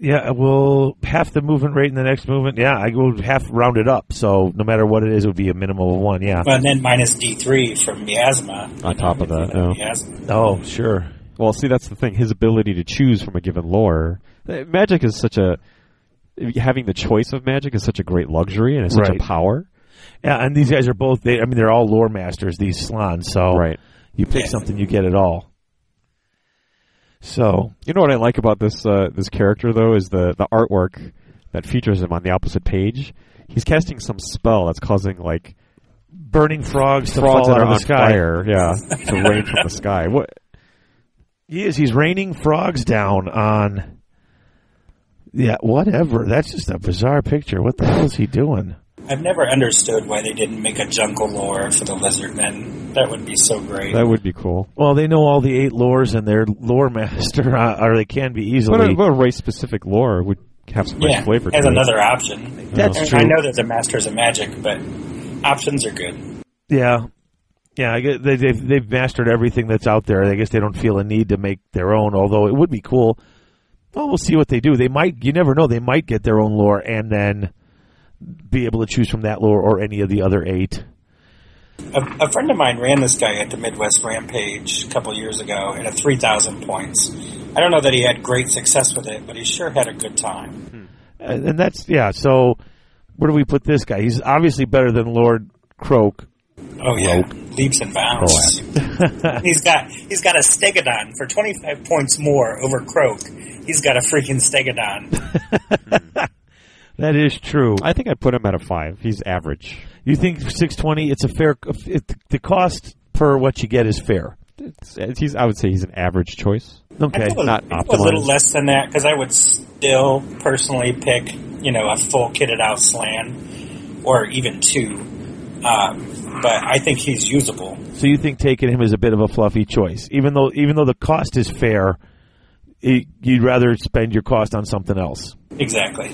S1: Yeah, well, half the movement rate in the next movement. Yeah, I go half rounded up. So no matter what it is, it would be a minimum of one. Yeah.
S4: Well, and then minus D three from miasma. you
S2: On top of that,
S4: you know,
S2: yeah.
S4: miasma.
S1: Oh, sure.
S2: Well, see, that's the thing. His ability to choose from a given lore. Eh, Magic is such a having the choice of magic is such a great luxury and it's such
S1: Right.
S2: a power.
S1: Yeah, and these guys are both. They, I mean, they're all lore masters. These slans. So you pick something, you get it all. So
S2: You know what I like about this uh, this character though is the the artwork that features him on the opposite page. He's casting some spell that's causing like
S1: burning frogs to
S2: frogs
S1: fall out
S2: that are
S1: of the
S2: on
S1: sky.
S2: fire, yeah,
S1: [LAUGHS]
S2: to rain from the sky. What?
S1: He is. He's raining frogs down on. Yeah, whatever. That's just a bizarre picture. What the hell is he doing?
S4: I've never understood why they didn't make a jungle lore for the lizard men. That would be so great.
S2: That would be cool.
S1: Well, they know all the eight lores and their lore [LAUGHS] master, uh, or they can be easily.
S2: But a, what a race specific lore would have some nice
S4: yeah,
S2: flavor.
S4: as
S2: to it.
S4: another option.
S1: That's
S4: I,
S1: true.
S4: I know that the masters of magic, but options are good.
S1: Yeah, yeah. I guess they, they've they've mastered everything that's out there. I guess they don't feel a need to make their own. Although it would be cool. Well, we'll see what they do. They might. You never know. They might get their own lore and then be able to choose from that lore or any of the other eight.
S4: A, a friend of mine ran this guy at the Midwest Rampage a couple years ago, and at three thousand points. I don't know that he had great success with it, but he sure had a good time.
S1: And and that's yeah. So where do we put this guy? He's obviously better than Lord Croak.
S4: Oh yeah, leaps and bounds. [LAUGHS] he's got he's got a stegodon for twenty five points more over Croak. He's got a freaking stegodon.
S1: That is true.
S2: I think I'd put him at a five. He's average.
S1: You think six twenty? It's a fair. It, the cost per what you get is fair.
S2: It's, it's- he's, I would say he's an average choice.
S1: Okay.
S4: I'd go a-
S2: not
S4: I'd go a little
S2: optimized.
S4: less than that because I would still personally pick, you know, a full kitted out slan or even two. Um, but I think he's usable.
S1: So you think taking him is a bit of a fluffy choice, even though even though the cost is fair, it, you'd rather spend your cost on something else.
S4: Exactly.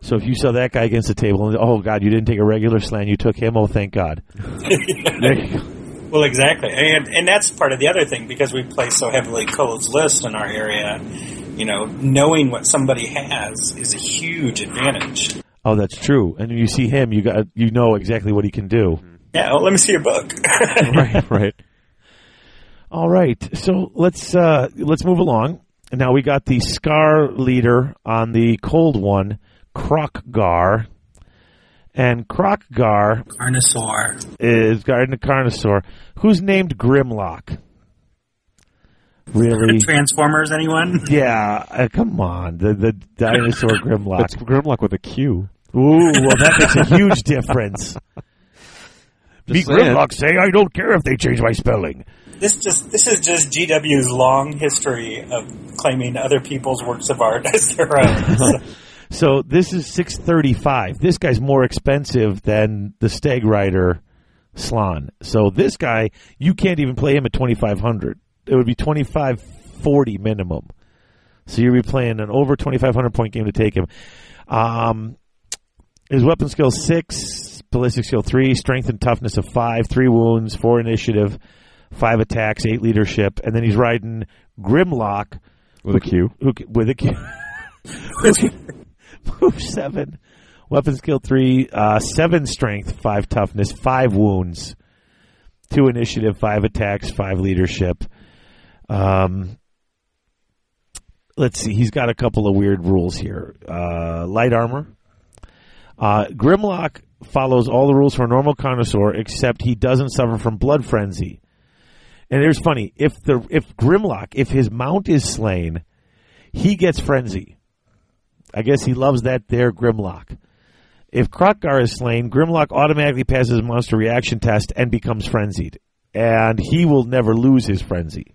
S1: So if you saw that guy against the table, and oh god, you didn't take a regular slant, you took him. Oh, thank God. There you go.
S4: Well, exactly, and and that's part of the other thing because we play so heavily Cole's list in our area. You know, knowing what somebody has is a huge advantage.
S1: Oh, that's true. And you see him, you got you know exactly what he can do.
S4: Yeah, well, let me see your
S2: [LAUGHS]
S4: book. [LAUGHS]
S2: right, right.
S1: All right, so let's uh, let's move along. And Now we got the Scar leader on the cold one, Crocgar, and Crocgar
S5: Carnosaur.
S1: is Garden of Carnosaur, who's named Grimlock. Really?
S5: Transformers, anyone?
S1: Yeah, uh, come on, the the dinosaur
S2: [LAUGHS] That's
S1: Grimlock.
S2: Grimlock with a Q.
S1: Ooh, well, that makes a huge
S2: [LAUGHS]
S1: difference. Me
S2: saying.
S1: Grimlock say I don't care if they change my spelling.
S4: this just this is just GW's long history of claiming other people's works of art [LAUGHS] as their own. So,
S1: So this is six thirty five. This guy's more expensive than the Stag Rider Slan. So this guy, you can't even play him at twenty five hundred. It would be twenty five forty minimum. So you'd be playing an over twenty five hundred point game to take him. Um, his weapon skill six, ballistic skill three, strength and toughness of five, three wounds, four initiative, five attacks, eight leadership, and then he's riding Grimlock,
S2: With a Q.
S1: who c- with a [LAUGHS] Q. who can- move seven, weapon skill three, uh, seven strength, five toughness, five wounds, two initiative, five attacks, five leadership. Um, let's see, he's got a couple of weird rules here. Uh, light armor. Uh, Grimlock follows all the rules for a normal connoisseur, except he doesn't suffer from blood frenzy. And here's funny: if the if Grimlock, if his mount is slain, he gets frenzy. I guess he loves that there Grimlock. If Krokgar is slain, Grimlock automatically passes monster reaction test and becomes frenzied, and he will never lose his frenzy.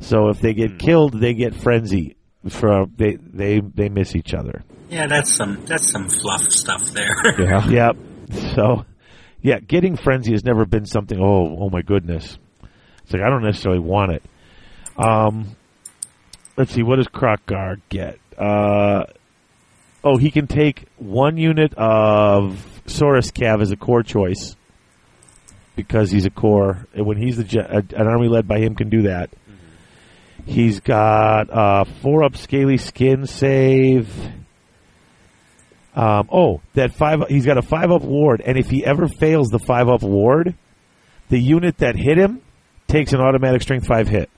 S1: So if they get killed, they get frenzy. From they they they miss each other.
S4: Yeah, that's some that's some fluff stuff there. [LAUGHS]
S1: [LAUGHS]
S2: Yeah.
S1: Yep. So, yeah, getting frenzy has never been something. Oh, oh my goodness! It's like I don't necessarily want it. Um, let's see. What does Krokgar get? Uh, oh, he can take one unit of Saurus Cav as a core choice because he's a core. And when he's the ge- a, an army led by him can do that. He's got uh, four up scaly skin save. Um, oh, that five. He's got a five up ward, and if he ever fails the five up ward, the unit that hit him takes an automatic strength five hit,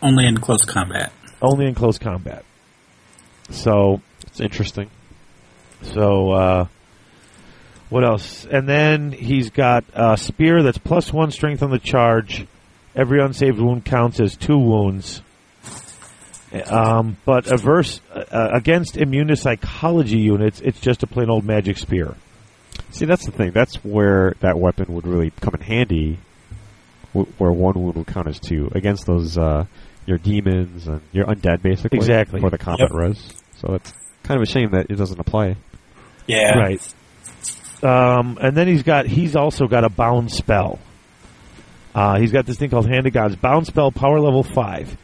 S4: Only in close combat.
S1: only in close combat. So,
S2: It's interesting.
S1: so uh, what else? And then he's got a spear that's plus one strength on the charge. Every unsaved wound counts as two wounds. Um, but averse uh, against immunopsychology units, it's just a plain old magic spear.
S2: See, that's the thing. That's where that weapon would really come in handy, wh- where one wound would count as two against those uh, your demons and your undead, basically.
S1: Exactly.
S2: For the combat res. So it's kind of a shame that it doesn't apply.
S4: Yeah.
S1: Right. Um, and then he's got he's also got a bound spell. Uh, he's got this thing called Hand of Gods bound spell, power level five.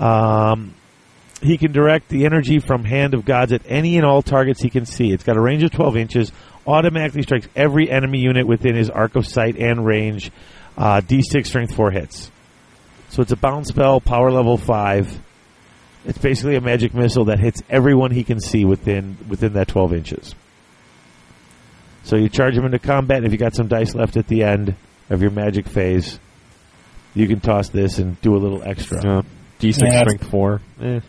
S1: Um, he can direct the energy from Hand of Gods at any and all targets he can see. It's got a range of twelve inches. Automatically strikes every enemy unit within his arc of sight and range. Uh, D6 strength four hits. So it's a bound spell, power level five. It's basically a magic missile that hits everyone he can see within within that twelve inches. So you charge him into combat, and if you got some dice left at the end of your magic phase, you can toss this and do a little extra.
S2: Uh, D6
S4: Yeah, that's-
S2: strength four. Eh.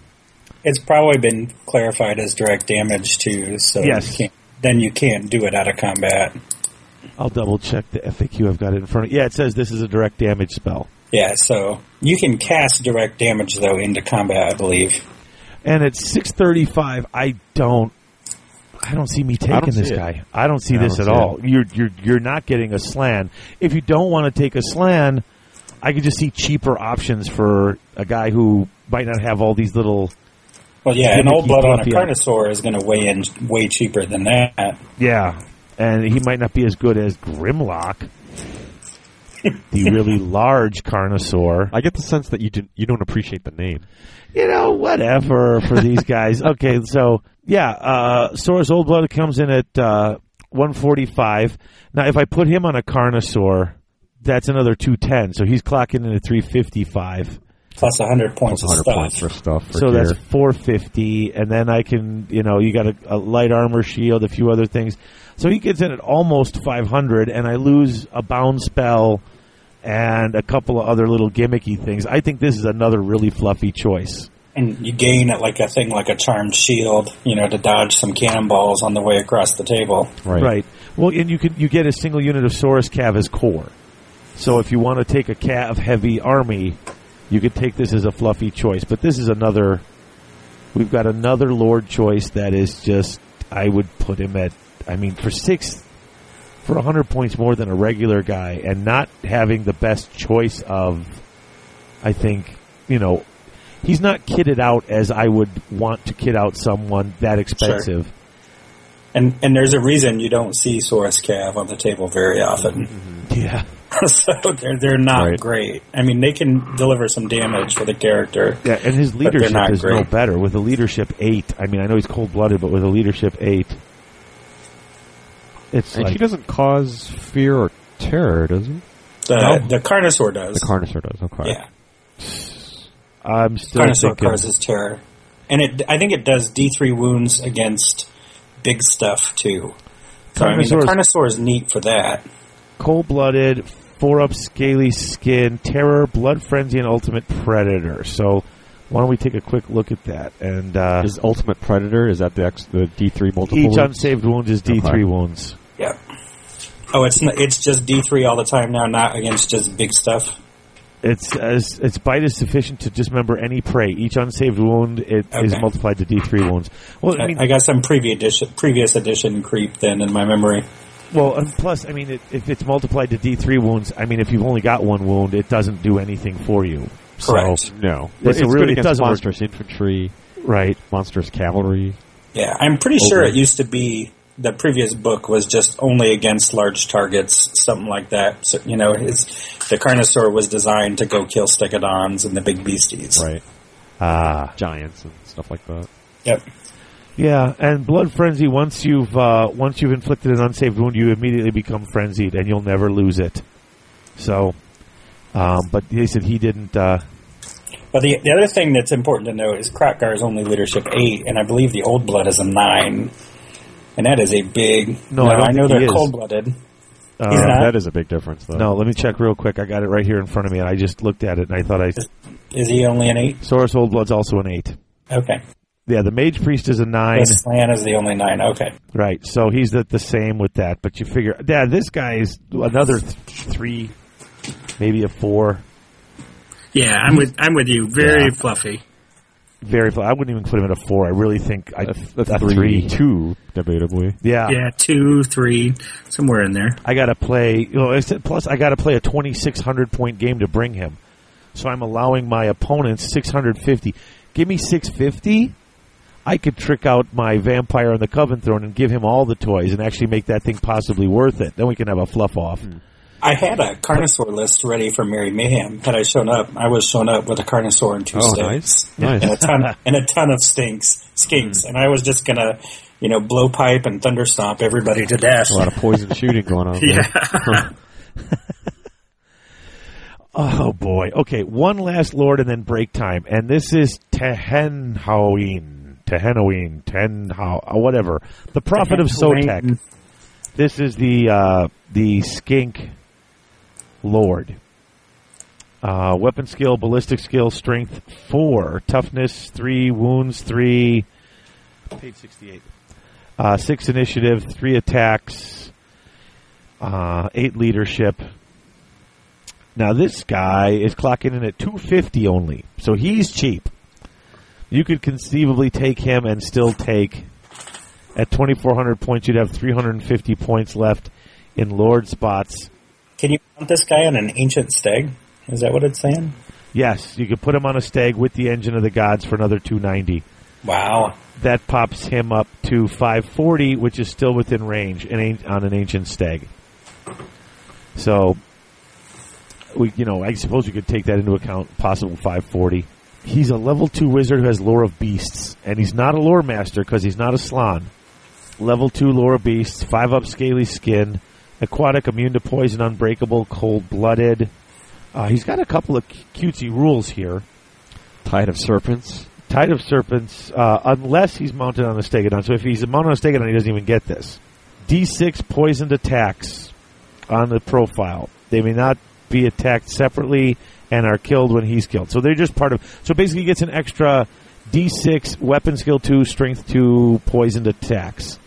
S4: It's probably been clarified as direct damage too, so
S1: Yes.
S4: you can't, then you can't do it out of combat.
S1: I'll double check the FAQ. I've got it in front of. Yeah, it says this is a direct damage spell,
S4: Yeah, so you can cast direct damage though into combat, I believe.
S1: and at six thirty-five, I don't. I don't see me
S2: don't
S1: taking
S2: see
S1: this
S2: it.
S1: guy. I don't see
S2: I
S1: this
S2: don't
S1: at
S2: see
S1: all. You're you're you're not getting a slan. If you don't want to take a slan, I could just see cheaper options for a guy who might not have all these little.
S4: Well, yeah, an
S1: Gimmicky
S4: old blood on a
S1: fluffy-
S4: Carnosaur is going to weigh in way cheaper than that.
S1: Yeah, and he might not be as good as Grimlock,
S2: [LAUGHS]
S1: the really large Carnosaur.
S2: I get the sense that you didn't, you don't appreciate the name.
S1: You know, whatever for these guys. Okay, so yeah, uh, Sora's old blood comes in at uh, one forty five. Now, if I put him on a Carnosaur, that's another two ten. So he's clocking in at three fifty five.
S4: Plus 100 points
S2: Plus 100
S4: of
S2: points for
S4: stuff.
S2: stuff. For
S1: So
S2: gear.
S1: that's 450, and then I can, you know, you got a, a light armor shield, a few other things. So he gets in at almost 500, and I lose a bound spell and a couple of other little gimmicky things. I think this is another really fluffy choice.
S4: And you gain it like a thing like a charmed shield, you know, to dodge some cannonballs on the way across the table.
S2: right.
S1: Well, and you can you get a single unit of Saurus Cav as core. So if you want to take a Cav heavy army, you could take this as a fluffy choice. But this is another. We've got another Lord choice that is just. I would put him at. I mean, for six, for hundred points more than a regular guy, and not having the best choice of. I think you know, he's not kitted out as I would want to kit out someone that expensive.
S4: And and there's a reason you don't see Source Cav on the table very often.
S1: Yeah.
S4: [LAUGHS] so they're, they're not
S2: Mm-hmm. Right.
S4: great. I mean, they can deliver some damage for the character.
S1: Yeah, and his
S4: they're
S1: leadership
S4: not
S1: is no
S4: great.
S1: better. With a leadership eight, I mean, I know he's cold blooded, but with a leadership eight, it's
S2: And
S1: like,
S2: he doesn't cause fear or terror, does he?
S4: The,
S1: No.
S4: the Carnosaur does.
S2: The Carnosaur does, okay.
S4: yeah.
S1: I'm still
S4: Carnosaur
S1: thinking.
S4: causes terror. And it, I think it does D3 wounds against big stuff too. So, I mean, the
S1: Carnosaur's-
S4: Carnosaur is neat for that.
S1: Cold blooded, four up, scaly skin, terror, blood frenzy, and ultimate predator. So, why don't we take a quick look at that? And uh,
S2: Is Ultimate Predator, is that the, X, the D3 multiple?
S1: each
S2: wound?
S1: unsaved wound is D3
S2: Okay.
S1: wounds.
S4: Yeah. Oh, it's n- it's just D3 all the time now, not against just big stuff.
S1: It's as its bite is sufficient to dismember any prey. Each unsaved wound it is
S4: Okay.
S1: multiplied to D three wounds. Well, I
S4: I,
S1: mean,
S4: I got some previous edition, previous edition creep then in my memory.
S1: well, and plus, I mean, it, if it's multiplied to D three wounds, I mean, if you've only got one wound, it doesn't do anything for you. So,
S4: Correct.
S2: No,
S1: It's
S2: it's,
S1: a really-
S2: good
S1: it
S2: against
S1: doesn't work.
S2: monstrous infantry,
S1: right.
S2: monstrous cavalry.
S4: Yeah, I'm pretty sure
S2: Okay.
S4: it used to be the previous book was just only against large targets, something like that. So, you know, it's, the Carnosaur was designed to go kill Stegodons and the big beasties.
S2: Right. Ah. giants and stuff like that.
S4: Yep.
S1: Yeah, and blood frenzy. Once you've uh, once you've inflicted an unsaved wound, you immediately become frenzied, and you'll never lose it. So, um, but they said he didn't. Uh,
S4: But the, the other thing that's important to know is Krakgar is only leadership eight, and I believe the old blood is a nine, and that is a big.
S1: No, I don't
S4: I
S1: think he
S4: know they're
S1: is.
S4: cold blooded.
S1: uh,
S4: He's not.
S2: That is a big difference, though.
S1: No, let me check real quick. I got it right here in front of me, and I just looked at it, and I thought I
S4: Is he only an eight?
S1: Source Old Blood's also an eight.
S4: Okay.
S1: Yeah, the Mage Priest is a nine.
S4: Slan is the only nine. Okay.
S1: Right, so he's the, the same with that. But you figure, yeah, this guy is another th- three, maybe a four.
S6: Yeah, I'm with I'm with you. Very fluffy.
S1: Very, fl- I wouldn't even put him at a four. I really think I,
S2: a, a three, two, debatably.
S1: Yeah,
S6: Yeah, two, three, somewhere in there.
S1: I got to play. You know, I said- plus I got to play a twenty six hundred point game to bring him. So I'm allowing my opponents six hundred fifty. Give me six fifty. I could trick out my vampire on the coven throne and give him all the toys and actually make that thing possibly worth it. Then we can have a fluff off.
S2: Hmm.
S4: I had a Carnosaur list ready for Mary Mayhem. Had I shown up, I was shown up with a Carnosaur and two
S2: Oh,
S4: stinks.
S2: nice. Nice. Hmm.
S4: And
S2: [LAUGHS]
S4: a ton and a ton of stinks skinks. And I was just gonna, you know, blow pipe and thunder stomp everybody to death.
S2: A lot of poison [LAUGHS] shooting going on.
S6: Yeah.
S1: Oh boy. Okay, one last lord and then break time. And this is Tehenhoween. Tehenhoween. Tenhow. uh, Whatever. The prophet of Sotek. This is the uh, the skink lord. Uh, weapon skill, ballistic skill, strength four, toughness three, wounds three. Page sixty-eight. Uh, six initiative, three attacks, uh, eight leadership. Now this guy is clocking in at two fifty only, so he's cheap. You could conceivably take him and still take at twenty four hundred points. You'd have three hundred and fifty points left in lord spots.
S4: Can you count this guy on an ancient stag? Is that what it's saying?
S1: Yes, you could put him on a stag with the engine of the gods for another 290.
S4: Wow.
S1: That pops him up to 540, which is still within range in, an- on an ancient stag. So, we, you know, I suppose you could take that into account. Possible 540. He's a level two wizard who has lore of beasts, and he's not a lore master because he's not a slon. Level two lore of beasts, five up scaly skin, aquatic, immune to poison, unbreakable, cold blooded. Uh, he's got a couple of cu- cutesy rules here.
S2: [LAUGHS] Tide of serpents.
S1: Tide of Serpents, uh, unless he's mounted on a Stegodon. So if he's mounted on a Stegodon, he doesn't even get this. D6 poisoned attacks on the profile. They may not be attacked separately and are killed when he's killed. So they're just part of. So basically, he gets an extra D6 weapon skill 2, strength 2, poisoned attacks.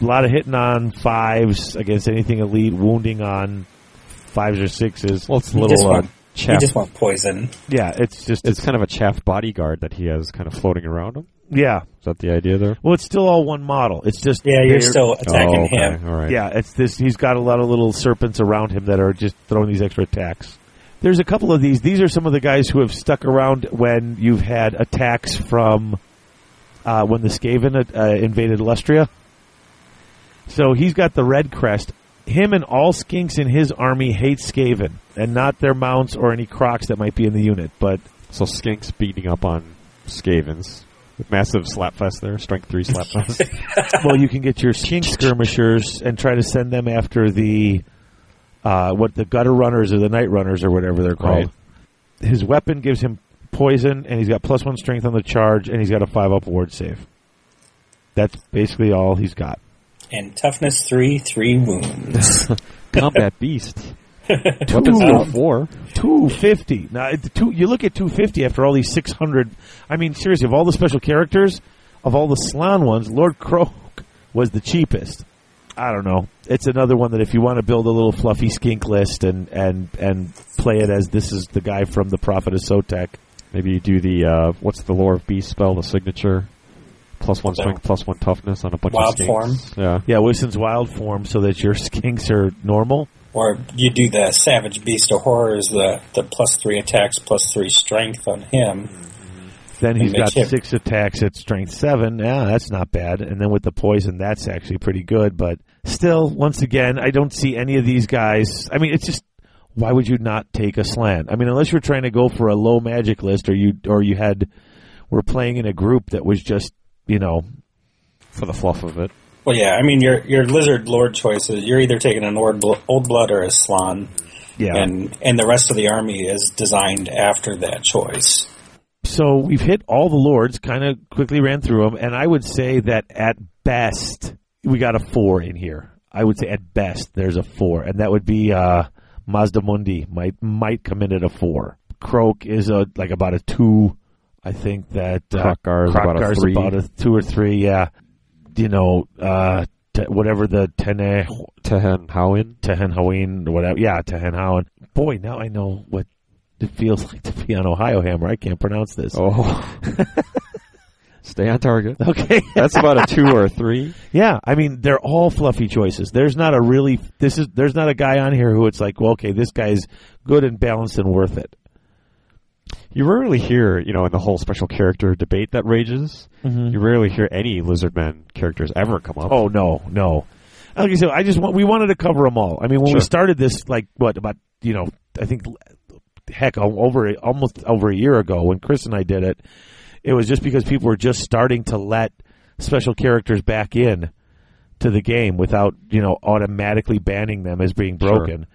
S1: A lot of hitting on fives against anything elite, wounding on fives or sixes.
S2: Well, it's a
S4: You
S2: little
S4: just
S2: uh,
S4: want- You
S2: chaff.
S4: just want poison.
S1: yeah, it's just.
S2: It's kind of a chaff bodyguard that he has kind of floating around him.
S1: yeah.
S2: Is that the idea there?
S1: Well, it's still all one model. It's just.
S4: Yeah,
S1: they're-
S4: you're still attacking
S2: oh, okay.
S4: him.
S2: All right.
S1: Yeah, it's this. He's got a lot of little serpents around him that are just throwing these extra attacks. There's a couple of these. These are some of the guys who have stuck around when you've had attacks from uh, when the Skaven uh, invaded Lustria. So he's got the red crest. Him and all skinks in his army hate Skaven, and not their mounts or any crocs that might be in the unit. But
S2: So skinks beating up on scavens. Massive slapfest there. Strength three [LAUGHS] slapfest.
S1: well, you can get your skink skirmishers and try to send them after the uh, what the gutter runners or the night runners or whatever they're called. His weapon gives him poison, and he's got plus one strength on the charge, and he's got a five up ward save. That's basically all he's got.
S4: And toughness three, three
S2: [LAUGHS]
S4: wounds. [LAUGHS]
S2: Combat beast. Weapons skill four.
S1: Two fifty. Now, it- two, you look at two fifty after all these six hundred. I mean, seriously, of all the special characters, of all the Slan ones, Lord Croak was the cheapest. I don't know. It's another one that if you want to build a little fluffy skink list and and and play it as this is the guy from the Prophet of Sotek.
S2: Maybe you do the uh, what's the lore of beast spell, the signature, plus one strength, plus one toughness on a bunch
S4: Wild
S2: of skinks. Yeah,
S1: Yeah, Wilson's wild form, so that your [LAUGHS] skinks are normal.
S4: Or you do the Savage Beast of Horrors, the, the plus three attacks, plus three strength on him.
S1: Then he's
S4: And
S1: got
S4: they chip.
S1: six attacks at strength seven. Yeah, that's not bad. And then with the poison, that's actually pretty good. But still, once again, I don't see any of these guys. I mean, it's just why would you not take a slant? I mean, unless you're trying to go for a low magic list, or you or you had were playing in a group that was just you know
S2: for the fluff of it.
S4: Well, yeah, I mean, your your lizard lord choices, you're either taking an old, bl- old blood or a slan,
S1: yeah.
S4: and, and the rest of the army is designed after that choice.
S1: so we've hit all the lords, kind of quickly ran through them, and I would say that at best we got a four in here. I would say at best there's a four, and that would be uh, Mazda Mundi might might come in at a four. Croak is a like about a two. I think that uh,
S2: Krokgar is about a
S1: Krokgar's
S2: three.
S1: about a two or three. Yeah, you know, uh, t- whatever the Tene
S2: Tehen Howin.
S1: Tehen Haween, whatever. Yeah, Tehen Howen. Boy, now I know what it feels [LAUGHS] like to be on Ohio Hammer. I can't pronounce this.
S2: Oh, [LAUGHS] stay on target.
S1: [LAUGHS] Okay.
S2: That's about a two or a three.
S1: Yeah, I mean they're all fluffy choices. There's not a really this is there's not a guy on here who it's like, well, okay, this guy's good and balanced and worth it.
S2: You rarely hear, you know, in the whole special character debate that rages,
S4: Mm-hmm.
S2: you rarely hear any Lizardman characters ever come up.
S1: Oh no, no. Like I said, I just want we wanted to cover them all. I mean, when we
S2: Sure.
S1: started this, like what about you know, I think heck o- over a- almost over a year ago when Chris and I did it, it was just because people were just starting to let special characters back in to the game without you know automatically banning them as being
S2: Sure.
S1: broken.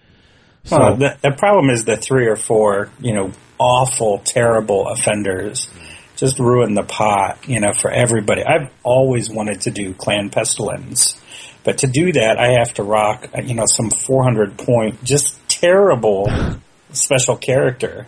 S4: well, the, the problem is the three or four, you know, awful, terrible offenders just ruin the pot, you know, for everybody. I've always wanted to do Clan Pestilence, but to do that, I have to rock, uh, you know, some 400 point, just terrible special character,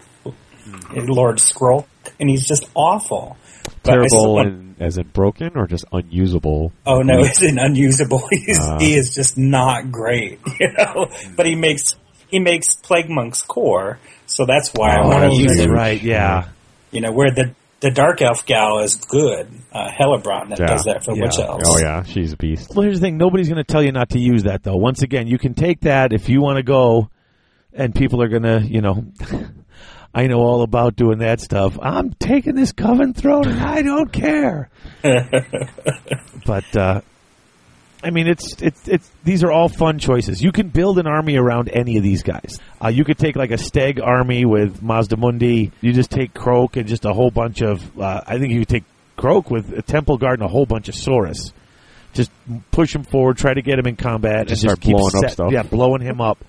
S4: Lord Skrull, and he's just awful. But I
S2: Terrible,
S4: still want-
S2: in, as in broken, or just unusable.
S4: Oh no, it's an unusable. [LAUGHS] He's,
S2: Uh-huh.
S4: he is just not great, [LAUGHS] you know. But he makes he makes plague monk's core, so that's why I want
S2: Oh, that's
S4: to use
S2: huge.
S4: it.
S1: Right? Yeah.
S4: You know, where the the dark elf gal is good, uh, Hellebrand that
S2: Yeah.
S4: does that for
S1: Yeah.
S4: witch elves.
S2: Oh yeah, she's a beast.
S1: Well, here's the thing. Nobody's going to tell you not to use that, though. Once again, you can take that if you want to go, and people are going to, you know, [LAUGHS] I know all about doing that stuff. I'm taking this coven throne, and I don't care. but uh, I mean, it's it's it's these are all fun choices. You can build an army around any of these guys. Uh, you could take like a Steg army with Mazdamundi. You just take Croak and just a whole bunch of. Uh, I think you could take Croak with a Temple Guard and a whole bunch of Saurus. Just push him forward, try to get him in combat,
S2: Just
S1: and
S2: start
S1: just keep
S2: blowing up
S1: set-
S2: stuff.
S1: Yeah, blowing him up.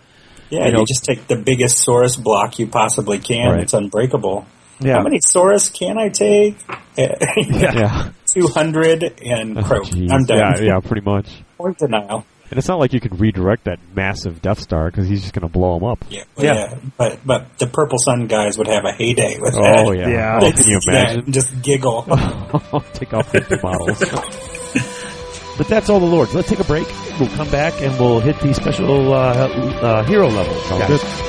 S4: Yeah,
S1: You
S4: you,
S1: know-
S4: just take the biggest Saurus block you possibly can.
S2: Right.
S4: It's unbreakable.
S1: Yeah.
S4: How many Saurus can I take? Eh, [LAUGHS]
S2: Yeah, Oh,
S4: Two hundred and
S2: [LAUGHS]
S4: croak.
S2: Jeez.
S4: I'm done.
S2: Yeah, yeah, pretty much.
S4: Point denial.
S2: And it's not like you can redirect that massive Death Star because he's just going to blow him up.
S4: Yeah, well, yeah, But but the purple sun guys would have a heyday with that.
S2: Oh yeah.
S1: Yeah.
S2: Oh, can you imagine?
S4: Just giggle.
S2: Take
S1: [LAUGHS]
S2: off fifty bottles.
S1: But that's all the lords. Let's take a break. We'll come back and we'll hit the special uh, uh, hero level.
S2: Sounds
S1: guys.
S2: good.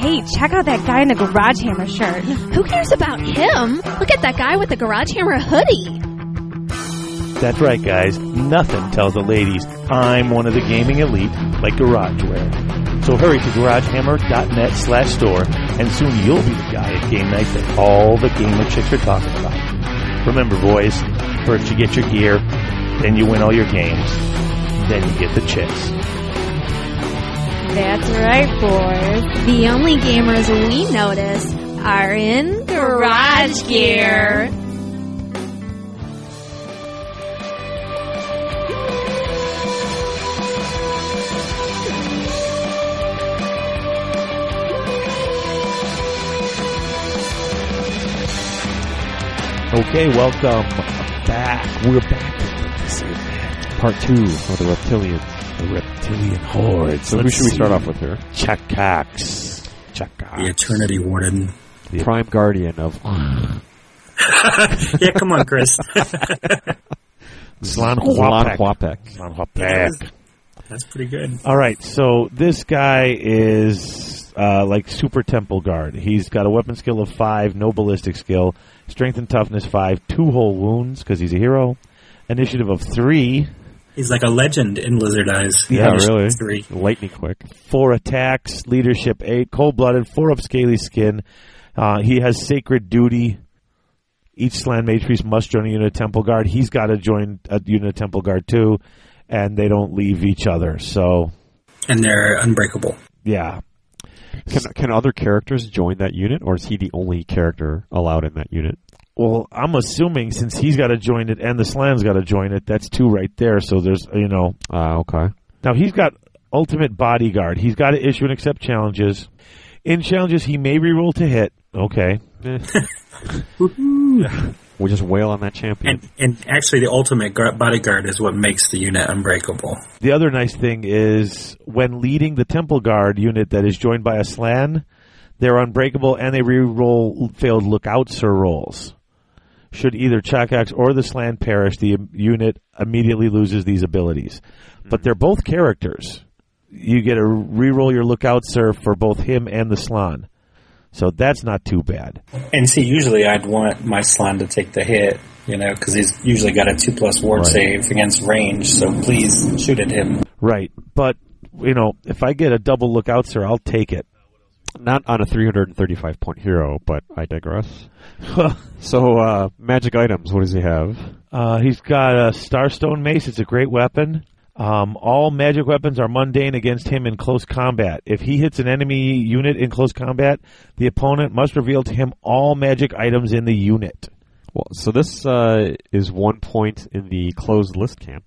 S7: Hey, check out that guy in the garage hammer shirt.
S8: Who cares about him? Look at that guy with the garage hammer hoodie.
S1: That's right, guys. Nothing tells the ladies I'm one of the gaming elite like GarageWare. So hurry to GarageHammer.net slash store, and soon you'll be the guy at game night that all the gamer chicks are talking about. Remember, boys, first you get your gear, then you win all your games, then you get the chicks.
S7: That's right, boys.
S8: The only gamers we notice are in garage gear.
S1: Okay, welcome back. We're back.
S2: Part two for the reptilians.
S1: The reptilian hordes.
S2: So who
S1: Let's
S2: should we
S1: see.
S2: start off with here?
S1: Chakax.
S5: The
S1: Chakax.
S5: Eternity Warden.
S1: Yeah.
S2: Prime guardian of
S9: [LAUGHS] yeah, come on,
S2: [LAUGHS]
S9: Chris.
S1: Zlan
S2: Zlan
S1: Huapek.
S2: Huapek.
S1: Zlan Huapek.
S9: [LAUGHS] That's pretty good.
S1: All right, so this guy is uh, like super temple guard. He's got a weapon skill of five, no ballistic skill, strength and toughness five, two whole wounds because he's a hero, initiative of three,
S9: He's like a legend in Lizard Eyes.
S2: Yeah,
S9: He's
S2: really.
S9: three.
S2: Lightning quick.
S1: four attacks, leadership eight, cold blooded, four up scaly skin. Uh, he has sacred duty. Each slan matrice must join a unit of temple guard. He's got to join a unit of temple guard too, and they don't leave each other. So
S9: And they're unbreakable.
S1: yeah,
S2: Can, can other characters join that unit, or is he the only character allowed in that unit?
S1: Well, I'm assuming since he's got to join it and the Slan's got to join it, that's two right there. So there's, you know,
S2: Ah, okay.
S1: now he's got ultimate bodyguard. He's got to issue and accept challenges. In challenges, he may reroll to hit.
S2: [LAUGHS]
S1: Okay,
S2: Eh. we just wail on that champion.
S9: And and actually, the ultimate gu- bodyguard is what makes the unit unbreakable.
S1: The other nice thing is when leading the Temple Guard unit that is joined by a Slan, they're unbreakable and they reroll failed lookouts or rolls. Should either Chakax or the Slan perish, the im- unit immediately loses these abilities. But they're both characters. You get to reroll your lookout, sir, for both him and the Slan. So that's not too bad.
S5: And see, usually I'd want my Slan to take the hit, you know, because he's usually got a two plus ward save against range. So please shoot at him.
S1: Right. But, you know, if I get a double lookout, sir, I'll take it.
S2: Not on a 335 point hero, but I digress. [LAUGHS] so, uh, magic items, what does he have?
S1: Uh, he's got a Starstone Mace. It's a great weapon. Um, all magic weapons are mundane against him in close combat. If he hits an enemy unit in close combat, the opponent must reveal to him all magic items in the unit.
S2: Well, so this uh, is one point in the closed list camp.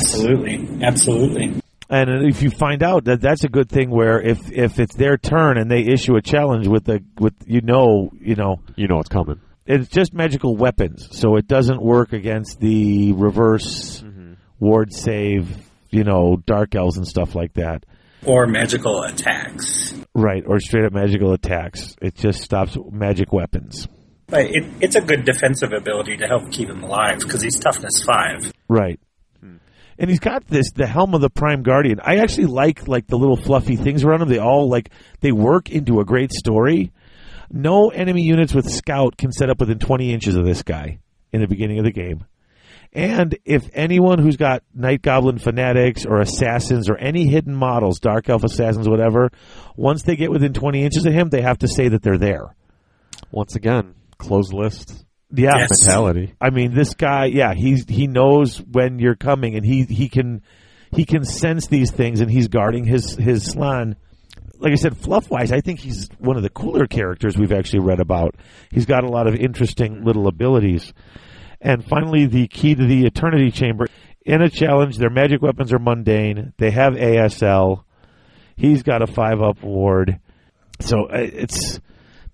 S5: Absolutely. Absolutely.
S1: And if you find out that that's a good thing, where if if it's their turn and they issue a challenge with the with you know you know
S2: You know it's coming.
S1: it's just magical weapons, so it doesn't work against the reverse ward save you know dark elves and stuff like that.
S9: Or magical attacks.
S1: Right, or straight up magical attacks. It just stops magic weapons.
S9: But it, it's a good defensive ability to help keep him alive because he's toughness five.
S1: Right.
S2: Hmm.
S1: And he's got this the helm of the prime guardian. I actually like like the little fluffy things around him. They all like they work into a great story. No enemy units with scout can set up within 20 inches of this guy in the beginning of the game. And if anyone who's got Night Goblin fanatics or assassins or any hidden models, Dark Elf assassins, whatever, once they get within 20 inches of him, they have to say that they're there.
S2: Once again, closed list
S1: Yeah.
S9: Yes.
S2: mentality.
S1: I mean, this guy, yeah, he's he knows when you're coming, and he he can he can sense these things, and he's guarding his his slan. Like I said, fluff wise, I think he's one of the cooler characters we've actually read about. He's got a lot of interesting little abilities. And finally, the key to the Eternity Chamber. In a challenge, their magic weapons are mundane. They have ASL. He's got a five up ward. So uh, it's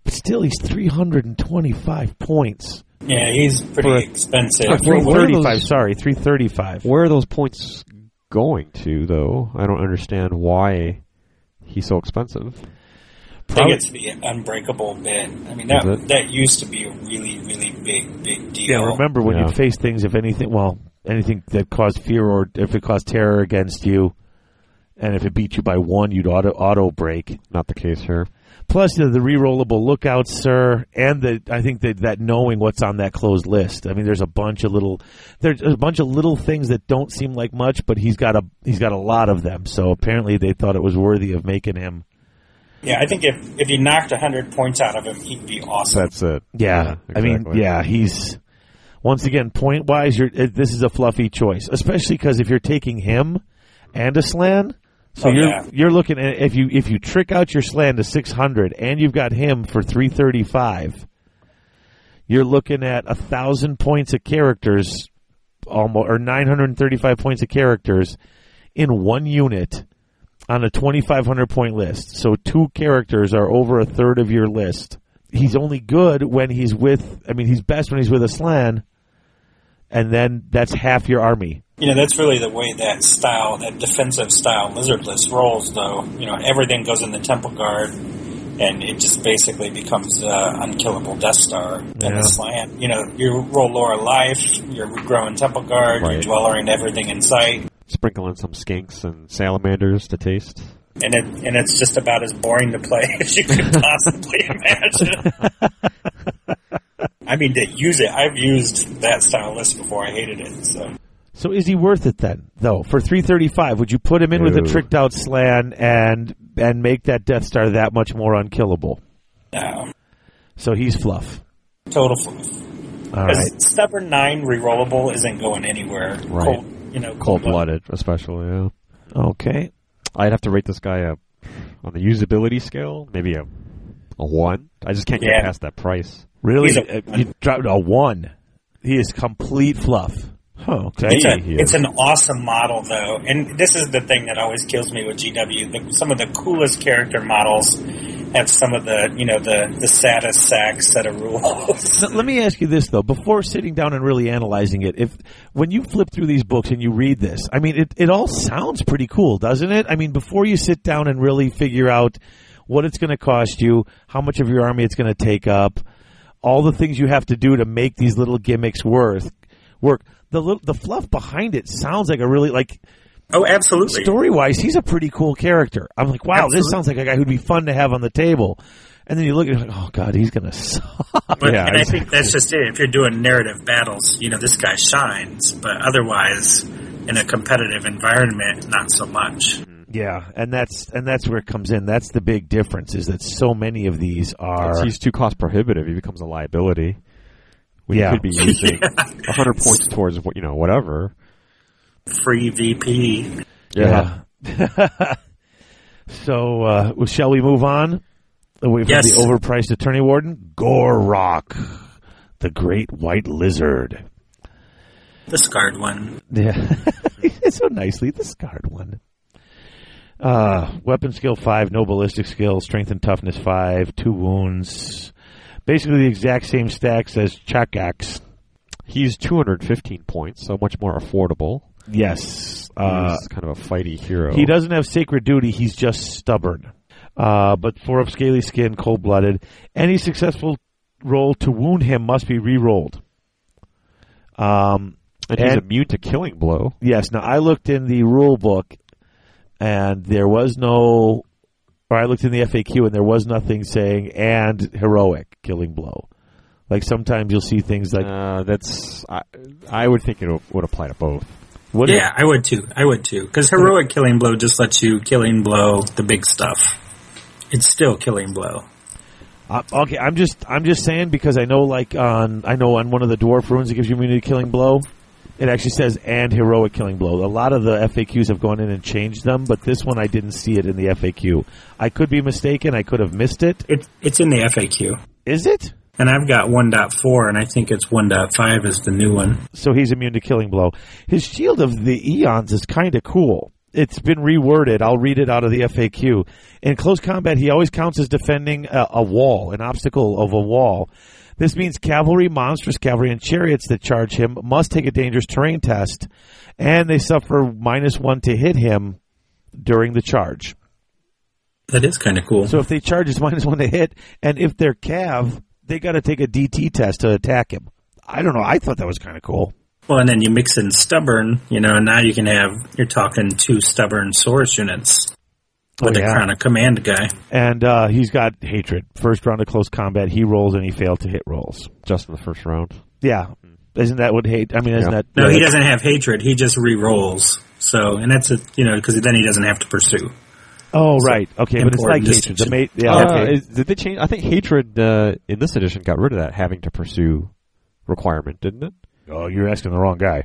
S1: but still he's three hundred and twenty five points.
S5: Yeah, he's pretty
S1: For a-
S5: expensive.
S2: for a-
S5: Well,
S2: Where are
S1: 335,
S2: those-
S1: sorry, 335.
S2: Where are those points going to, though? I don't understand why he's so expensive.
S5: I think it's the unbreakable bit. I mean, that
S2: Is it?
S5: that used to be a really, really big, big deal.
S1: Yeah, remember when
S2: Yeah.
S1: you face things, if anything, well, anything that caused fear or if it caused terror against you, and if it beat you by one, you'd auto auto break.
S2: Not the case here.
S1: Plus the, the rerollable lookouts, sir, and the I think that that knowing what's on that closed list. I mean, there's a bunch of little there's a bunch of little things that don't seem like much, but he's got a he's got a lot of them. So apparently they thought it was worthy of making him.
S5: Yeah, I think if if you knocked hundred points out of him, he'd be awesome.
S2: That's it.
S1: Yeah, I mean,
S2: exactly.
S1: yeah, he's once again point wise. You're it, this is a fluffy choice, especially because if you're taking him and a slan, so
S5: Oh,
S1: you're
S5: yeah.
S1: you're looking at if you if you trick out your slan to six hundred and you've got him for three thirty five, you're looking at a thousand points of characters, almost or nine hundred and thirty five points of characters in one unit. On a 2,500 point list. So two characters are over a third of your list he's only good when he's with. I mean, he's best when he's with a slan, and then that's half your army.
S4: You know, that's really the way that style, that defensive style lizardless rolls, though. You know, everything goes in the temple guard, and it just basically becomes uh, unkillable Death Star and
S1: Yeah.
S4: the slant. You know, you roll Laura Life, you're growing temple guard,
S2: Right.
S4: you're dwellering everything in sight,
S2: Sprinkle in some skinks and salamanders to taste.
S4: and it and it's just about as boring to play [LAUGHS] as you could possibly imagine. I mean, to use it, I've used that style list before. I hated it, so.
S1: So is he worth it then? Though for three thirty five, would you put him in with a
S2: No.
S1: tricked out slan and and make that Death Star that much more unkillable?
S4: No,
S1: So he's fluff.
S4: total fluff.
S1: All
S4: Because
S1: right,
S4: stubborn nine rerollable isn't going anywhere.
S2: Right.
S4: Cold, you know,
S2: Cold blooded, especially. Yeah.
S1: okay.
S2: I'd have to rate this guy up on the usability scale, maybe a a one. I just can't
S4: Yeah.
S2: get past that price.
S1: Really,
S4: He's a
S1: Uh, you dropped a one. He is complete fluff. Oh, okay.
S4: It's, a,
S1: He is.
S4: it's an awesome model, though, and this is the thing that always kills me with GW. The, some of the coolest character models have some of the, you know, the the saddest sack set of rules.
S1: Now, let me ask you this though: before sitting down and really analyzing it, if when you flip through these books and you read this, I mean, it it all sounds pretty cool, doesn't it? I mean, before you sit down and really figure out what it's going to cost you, how much of your army it's going to take up, all the things you have to do to make these little gimmicks worth work. The little, the fluff behind it sounds like a really like
S4: Oh, absolutely.
S1: story wise, he's a pretty cool character. I'm like, wow, this
S4: Absolutely.
S1: sounds like a guy who'd be fun to have on the table. And then you look at it, like, oh god, he's gonna [LAUGHS] suck.
S4: But,
S2: Yeah,
S4: and I
S2: exactly.
S4: think that's just it. If you're doing narrative battles, you know, this guy shines, but otherwise, in a competitive environment, not so much.
S1: Yeah, and that's and that's where it comes in. That's the big difference is that so many of these
S2: Since
S1: are
S2: He's too cost prohibitive. He becomes a liability. When
S1: Yeah.
S2: you could be [LAUGHS] using a 100 points towards what you know, whatever.
S4: Free VP.
S1: yeah. [LAUGHS] so uh, well, shall we move on away from
S4: Yes.
S1: the overpriced attorney warden Gorok, the great white lizard.
S4: The scarred one.
S1: Yeah, [LAUGHS] it's so nicely the scarred one. Uh, weapon skill five, no ballistic skill, strength and toughness five, two wounds. Basically, the exact same stacks as Chakax.
S2: He's 215 points, so much more affordable.
S1: Yes, uh,
S2: he's kind of a fighty hero.
S1: He doesn't have sacred duty. He's just stubborn. Uh, but four of scaly skin, cold blooded. Any successful roll to wound him must be re-rolled. Um,
S2: and he's
S1: and-
S2: immune to killing blow.
S1: yes. Now I looked in the rule book, and there was no, or I looked in the FAQ, and there was nothing saying and heroic killing blow. Like sometimes you'll see things like
S2: Uh, that's I, I would think it would apply to both.
S1: what
S4: Yeah, I would too. I would too. Because heroic killing blow just lets you killing blow the big stuff. It's still killing blow.
S1: Uh, okay, I'm just I'm just saying because I know like on I know on one of the dwarf runes it gives you immunity to killing blow. It actually says and heroic killing blow. A lot of the FAQs have gone in and changed them, but this one I didn't see it in the FAQ. I could be mistaken. I could have missed it.
S4: It, it's in the FAQ.
S1: Is it?
S4: And I've got 1.4, and I think it's 1.5 is the new one.
S1: So he's immune to killing blow. His shield of the eons is kind of cool. It's been reworded. I'll read it out of the FAQ. In close combat, he always counts as defending a, a wall, an obstacle of a wall. This means cavalry, monstrous cavalry, and chariots that charge him must take a dangerous terrain test, and they suffer minus one to hit him during the charge.
S4: That is kind of cool.
S1: So if they charge, it's [LAUGHS] minus one to hit, and if they're cav, they got to take a DT test to attack him. I don't know. I thought that was kind of cool.
S4: well, and then you mix in stubborn, you know, and now you can have, you're talking two stubborn source units with
S1: Oh,
S4: a
S1: yeah.
S4: crown of command guy.
S1: And uh, he's got hatred. First round of close combat, he rolls and he failed to hit rolls.
S2: Just in the first round,
S1: Yeah, isn't that what hate? I mean, isn't
S2: Yeah.
S1: that
S4: No, he doesn't have hatred. He just re rolls. So, and that's a, you know, because then he doesn't have to pursue.
S1: Oh, right. Okay, but it's like
S4: Important
S1: hatred. The mate. Yeah.
S2: Uh,
S1: okay.
S2: is- did they change? I think hatred uh, in this edition got rid of that having to pursue requirement, didn't it?
S1: Oh, you're asking the wrong guy.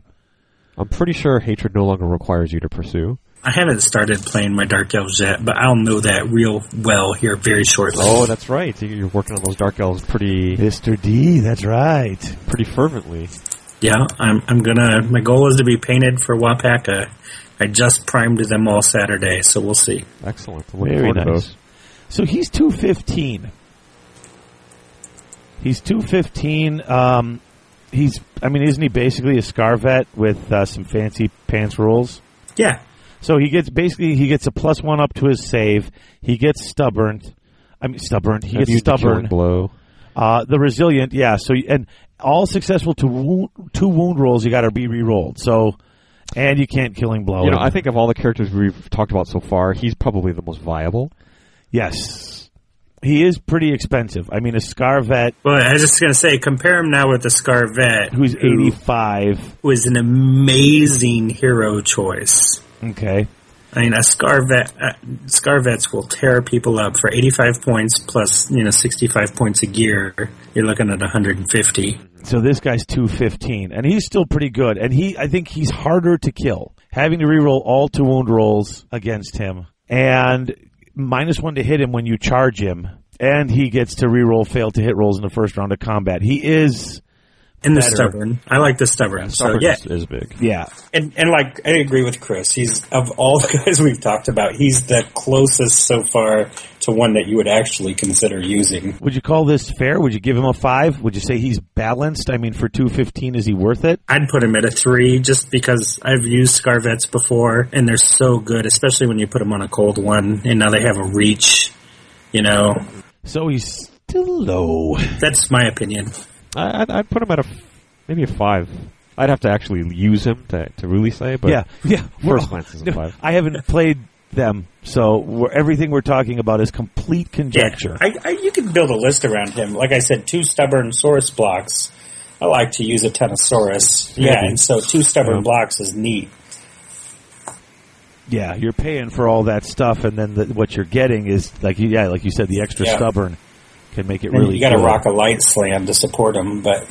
S2: I'm pretty sure hatred no longer requires you to pursue.
S4: I haven't started playing my Dark Elves yet, but I'll know that real well here very shortly.
S2: Oh, that's right. You- You're working on those dark elves pretty
S1: Mr. D. That's right.
S2: pretty fervently.
S4: Yeah, I'm, I'm gonna. My goal is to be painted for Wapaka. I just primed them all Saturday, so we'll see.
S2: Excellent. I'm looking
S1: Very
S2: forward to
S1: nice.
S2: those.
S1: So he's two fifteen. He's two fifteen. Um, he's. I mean, isn't he basically a Scarvet with uh, some fancy pants rules?
S4: Yeah.
S1: So he gets basically he gets a plus one up to his save. He gets stubborn. I mean, stubborn. He
S2: I've
S1: gets
S2: used the
S1: stubborn.
S2: killing blow.
S1: Uh, the resilient, yeah. So and all successful to wound, two wound rolls, you got to be re-rolled. So and you can't killing blow.
S2: You know,
S1: him.
S2: I think of all the characters we've talked about so far, he's probably the most viable.
S1: yes, he is pretty expensive. I mean, a Scarvet
S4: Well, I was just going to say, compare him now with the Scarvet,
S1: who's
S4: who-
S1: eighty-five.
S4: who is an amazing hero choice.
S1: Okay,
S4: I mean, a Scarvet, uh, Scarvets will tear people up for 85 points plus, you know, 65 points a gear. You're looking at 150.
S1: so this guy's two fifteen, and he's still pretty good. And he, I think, he's harder to kill, having to re-roll all two wound rolls against him, and minus one to hit him when you charge him, and he gets to re-roll failed to hit rolls in the first round of combat. He is.
S4: And the
S1: Better.
S4: stubborn. I like the stubborn. So, yeah.
S2: Is, is big.
S1: Yeah,
S4: And, and like, I agree with Chris. He's, of all [LAUGHS] the guys we've talked about, he's the closest so far to one that you would actually consider using.
S1: Would you call this fair? Would you give him a five? Would you say he's balanced? I mean, for two fifteen, is he worth it?
S4: I'd put him at a three just because I've used Scarvets before and they're so good, especially when you put them on a cold one and now they have a reach. You know,
S1: So he's still low.
S4: that's my opinion.
S2: I, I'd, I'd put him at a f- maybe a five. I'd have to actually use him to, to really say, but
S1: yeah, [LAUGHS] yeah. we're
S2: first
S1: all-
S2: glance is a five.
S1: I haven't played them, so we're, everything we're talking about is complete conjecture.
S4: I, I, you can build a list around him. Like I said, two stubborn source blocks. I like to use a Tenosaurus. Yeah, and so two stubborn blocks is neat.
S1: yeah, you're paying for all that stuff, and then the, what you're getting is like, you- yeah, like you said, the extra
S4: Yeah.
S1: stubborn can make it
S4: And
S1: really.
S4: you got to
S1: good.
S4: rock a light slam to support him, but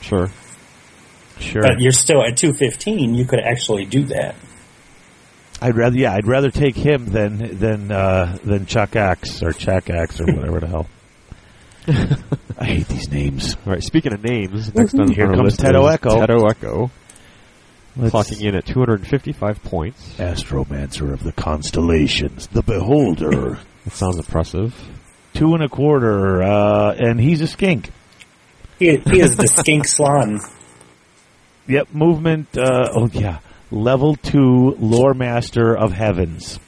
S2: Sure.
S1: Sure,
S4: but you're still at two fifteen. You could actually do that.
S1: I'd rather yeah, I'd rather take him than than uh, than Chuck Axe or Chuck Axe or whatever the hell. [LAUGHS] I hate these names.
S2: All right. Speaking of names, next on
S1: Here
S2: our
S1: comes
S2: list
S1: Teto
S2: is
S1: Echo.
S2: Mm-hmm. Teto Echo,
S1: Let's-
S2: clocking in at 255 points.
S1: Astromancer of the constellations, the beholder.
S2: That sounds impressive.
S1: [COUGHS] Two and a quarter, uh, and he's a skink.
S4: He, he is the skink slon.
S1: Yep, movement, uh, oh yeah, level two, lore master of heavens.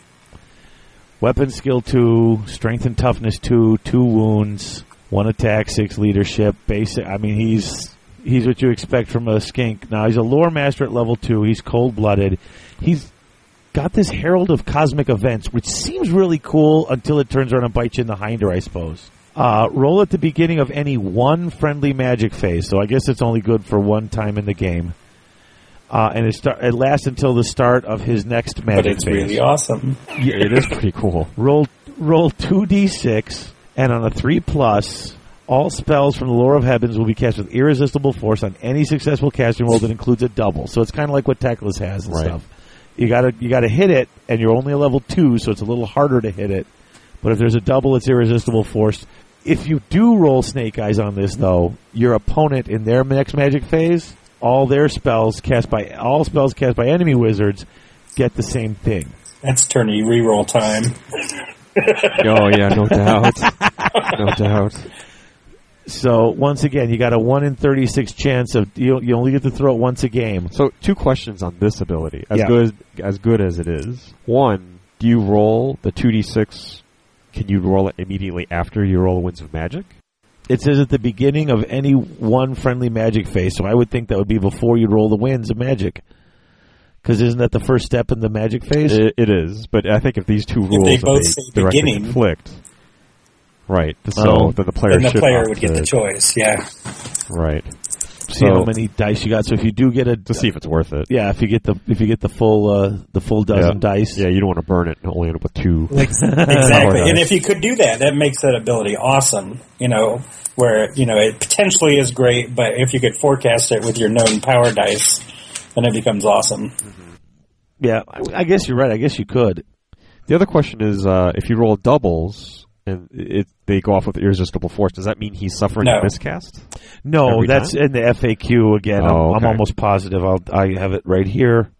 S1: Weapon skill two, strength and toughness two, two wounds, one attack, six leadership, basic, I mean, he's, he's what you expect from a skink. Now, he's a lore master at level two, he's cold blooded, he's got this Herald of Cosmic Events, which seems really cool until it turns around and bites you in the hinder, I suppose. Uh, roll at the beginning of any one friendly magic phase, so I guess it's only good for one time in the game. Uh, and it, start, it lasts until the start of his next magic
S4: but it's
S1: phase.
S4: really awesome.
S2: Yeah, it is pretty cool.
S1: Roll roll two d six, and on a three plus, all spells from the Lore of Heavens will be cast with irresistible force on any successful casting roll that includes a double. So it's kind of like what Tackless has and
S2: Right.
S1: stuff. You gotta you gotta hit it, and you're only a level two, so it's a little harder to hit it. But if there's a double, it's irresistible force. If you do roll Snake Eyes on this, though, your opponent in their next magic phase, all their spells cast by all spells cast by enemy wizards get the same thing.
S4: That's tourney reroll time.
S2: [LAUGHS] oh yeah, no doubt, [LAUGHS] no doubt.
S1: So once again, you got a one in thirty six chance of you. You only get to throw it once a game.
S2: So two questions on this ability. As
S1: Yeah.
S2: good as good as it is, one, do you roll the two d six? Can you roll it immediately after you roll Winds of Magic?
S1: It says at the beginning of any one friendly magic phase. So I would think that would be before you roll the winds of magic. Because isn't that the first step in the magic phase?
S2: I- it is, but I think if these two rules
S4: they both
S2: they
S4: say
S2: directly
S4: beginning-
S2: conflict, right? So
S1: Oh.
S2: then the player
S4: Then the
S2: should uh,
S4: player
S2: opt
S4: would get the
S2: to-
S4: choice.
S1: [LAUGHS]
S4: Yeah.
S2: right
S1: See how
S2: so-
S1: many dice you got. So if you do get a,
S2: to see if it's worth it.
S1: yeah, if you get the if you get the full uh, the full dozen dice,
S2: Yeah, you don't want to burn it and only end up with two.
S4: Exactly.
S2: Or
S4: and
S2: dice.
S4: if you could do that, that makes that ability awesome. You know, where, you know, it potentially is great, but if you could forecast it with your known power dice, then it becomes awesome.
S1: yeah. I, I guess you're right. I guess you could.
S2: The other question is, uh, if you roll doubles and it, they go off with irresistible force, does that mean he's suffering
S4: No.
S2: a miscast?
S1: No,
S2: Every
S1: that's in the FAQ again. I'm,
S2: Oh,
S1: I'm
S2: okay.
S1: almost positive. I'll I have it right here.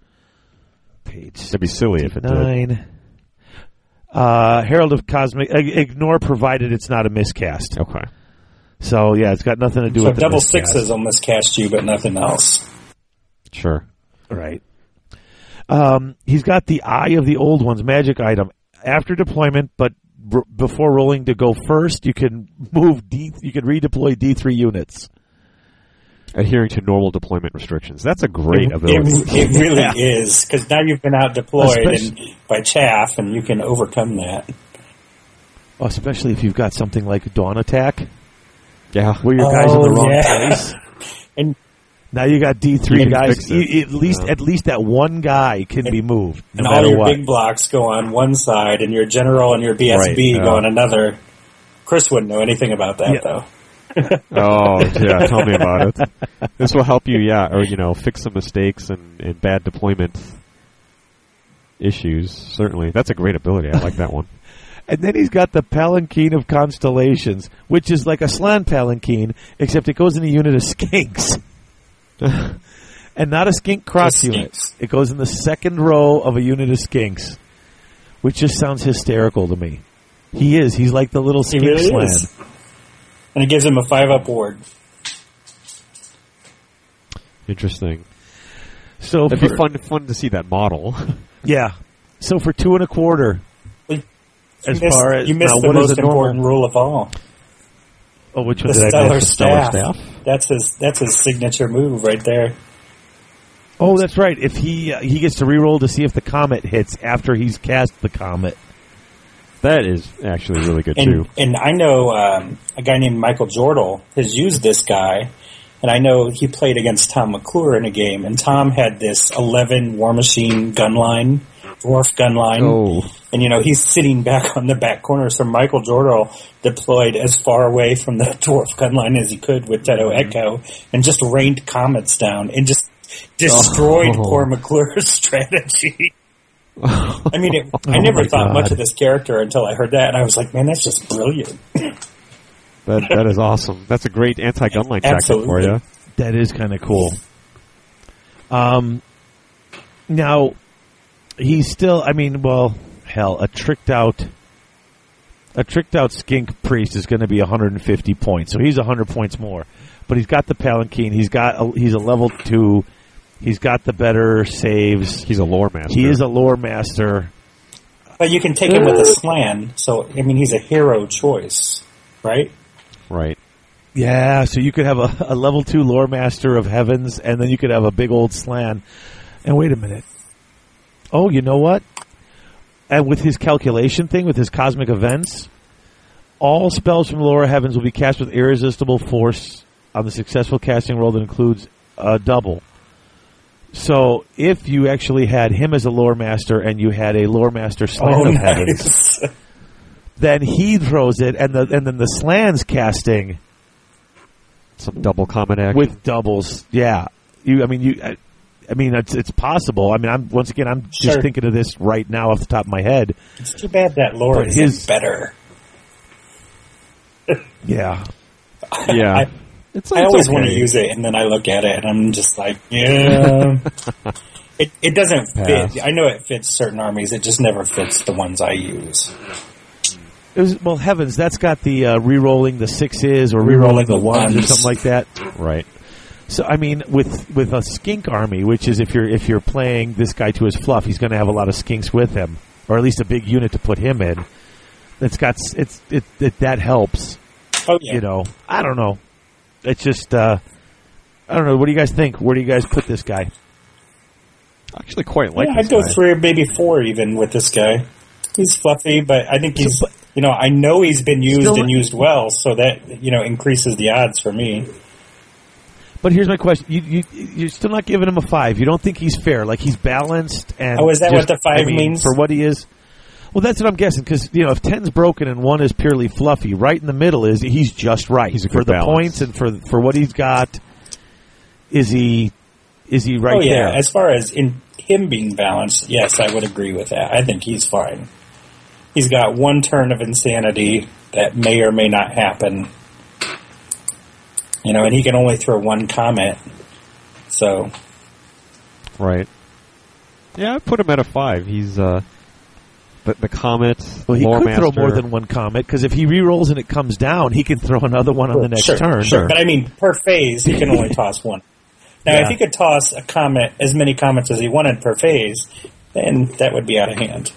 S1: Page
S2: That'd be silly if it did.
S1: Nine. Uh, Herald of Cosmic. ig- Ignore provided it's not a miscast.
S2: Okay.
S1: So yeah, it's got nothing to do
S4: So
S1: with the
S4: double
S1: miscast.
S4: sixes will miscast you, but nothing else.
S2: Sure.
S1: Right. Um, he's got the Eye of the Old Ones magic item. After deployment, but r- before rolling to go first, you can move D. You can redeploy D three units.
S2: Adhering to normal deployment restrictions. That's a great ability.
S4: It, it really
S1: Yeah.
S4: is because now you've been out deployed
S1: Especially-
S4: and by chaff, and you can overcome that.
S1: Oh, Especially if you've got something like Dawn Attack,
S2: yeah.
S1: where your guys in the
S4: Oh,
S1: wrong
S4: yeah. [LAUGHS]
S1: place.
S4: And-
S1: now you got D
S2: You
S1: three
S2: can
S1: guys.
S2: fix it.
S1: You- at least,
S2: Yeah.
S1: at least that one guy can be moved, no
S4: and all
S1: matter
S4: your
S1: what.
S4: big blocks go on one side, and your general and your BSB
S2: Right,
S4: go
S2: yeah.
S4: on another. Chris wouldn't know anything about that
S1: Yeah.
S4: though.
S2: [LAUGHS] Oh yeah, tell me about
S4: [LAUGHS]
S2: it. This will help you, yeah, or you know, fix some mistakes and, and bad deployment issues. Certainly, that's a great ability. I like that one.
S1: And then he's got the palanquin of constellations, which is like a slan palanquin, except it goes in a unit of skinks.
S4: [LAUGHS]
S1: and not a skink cross
S4: Just
S1: unit.
S4: skinks.
S1: It goes in the second row of a unit of skinks, which just sounds hysterical to me. He is. He's like the little skink
S4: really
S1: slan.
S4: is. And it gives him a five up ward.
S2: Interesting.
S1: So
S2: It'd be
S1: for-
S2: fun, fun to see that model.
S1: Yeah. So for two and a quarter,
S4: Well,
S1: as
S4: you missed,
S1: far as
S4: you missed
S1: now,
S4: the
S1: what is
S4: most
S1: normal-
S4: important rule of all,
S1: Oh, which
S4: the
S1: one did I
S4: stellar
S1: miss?
S4: staff. That's his. That's his signature move right there.
S1: Oh, that's right. If he uh, he gets to reroll to see if the comet hits after he's cast the comet.
S2: That is actually really good
S4: And
S2: too.
S4: and I know um, a guy named Michael Jordal has used this guy, and I know he played against Tom McClure in a game, and Tom had this eleven War Machine gun line, dwarf gun line.
S2: Oh,
S4: And you know, he's sitting back on the back corner, so Michael Jordal deployed as far away from the [LAUGHS] dwarf gun line as he could with Teto
S2: Mm-hmm.
S4: Echo and just rained comets down and just destroyed
S2: Oh.
S4: poor McClure's [LAUGHS] strategy. I mean,
S2: [LAUGHS]
S4: it, I
S2: Oh
S4: never
S2: my
S4: thought much
S2: God.
S4: of this character until I heard that, and I was like, man, that's just brilliant.
S2: that that is awesome. That's a great anti-gunline tactic for
S4: Absolutely.
S2: you.
S1: That is kind of cool. Um, now he's still. I mean, well, hell, a tricked out, a tricked out skink priest is going to be 150 points. So he's 100 points more. But he's got the palanquin. He's got. A, he's a level two. He's got the better saves.
S2: He's a lore master.
S1: He is a lore master.
S4: But you can take him with a slan, so, I mean, he's a hero choice, right?
S2: right.
S1: Yeah, so you could have a, a level two lore master of heavens, and then you could have a big old slan. And wait a minute. Oh, you know what? And with his calculation thing, with his cosmic events, all spells from Laura Heavens will be cast with irresistible force on the successful casting roll that includes a double. So if you actually had him as a lore master and you had a lore master slan
S4: Oh,
S1: of heavens,
S4: nice.
S1: then he throws it, and the and then the slan's casting
S2: Some double comet action.
S1: with doubles. Yeah, you. I mean, you. I, I mean, it's it's possible. I mean, I'm once again, I'm just
S4: Sure.
S1: thinking of this right now off the top of my head.
S4: It's too bad that Laura
S1: But
S4: is
S1: his-
S4: better. [LAUGHS]
S1: Yeah,
S2: yeah.
S4: I-
S2: it's,
S4: I
S2: it's
S4: always
S2: okay.
S4: want to use it, and then I look at it, and I'm just like,
S2: [LAUGHS]
S4: yeah. it, it doesn't
S2: Pass.
S4: fit. I know it fits certain armies. It just never fits the ones I use.
S1: it was well, heavens, that's got the uh, re-rolling the sixes or re-rolling
S4: Re-rolling
S1: the
S4: the
S1: ones or
S4: ones.
S1: something like that.
S2: right.
S1: So I mean, with with a skink army, which is if you're if you're playing this guy to his fluff, he's going to have a lot of skinks with him, or at least a big unit to put him in. It's got s- it's it, it that helps.
S4: Oh yeah,
S1: you know, I don't know. It's just, uh, I don't know. What do you guys think? Where do you guys put this guy?
S2: I actually quite like
S4: yeah,
S2: this
S4: I'd go
S2: guy.
S4: three or maybe four even with this guy. He's fluffy, but I think he's you know I know he's been used
S1: Still-
S4: and used well, so that you know increases the odds for me.
S1: But here's my question: you, you you're still not giving him a five. You don't think he's fair? Like he's balanced and
S4: Oh, is that
S1: just-
S4: what the five
S1: I mean,
S4: means?
S1: for what he is? Well, that's what I'm guessing because you know if ten's broken and one is purely fluffy, right in the middle is he's just right
S2: He's a
S1: for
S2: good
S1: the
S2: balance.
S1: points and for for what he's got. Is he is he right
S4: oh yeah,
S1: there?
S4: as far as in him being balanced, yes, I would agree with that. I think he's fine. He's got one turn of insanity that may or may not happen. You know, and he can only throw one comment. So
S2: Right. Yeah, I put him at a five. He's uh, the, the comet,
S1: Well, he
S2: lore
S1: could
S2: master.
S1: throw more than one comet because if he rerolls and it comes down, he can throw another one on the next
S4: sure,
S1: turn.
S4: Sure. But I mean, per phase, he can only toss one. Now,
S1: Yeah.
S4: if he could toss a comet, as many comets as he wanted per phase, then that would be out of hand.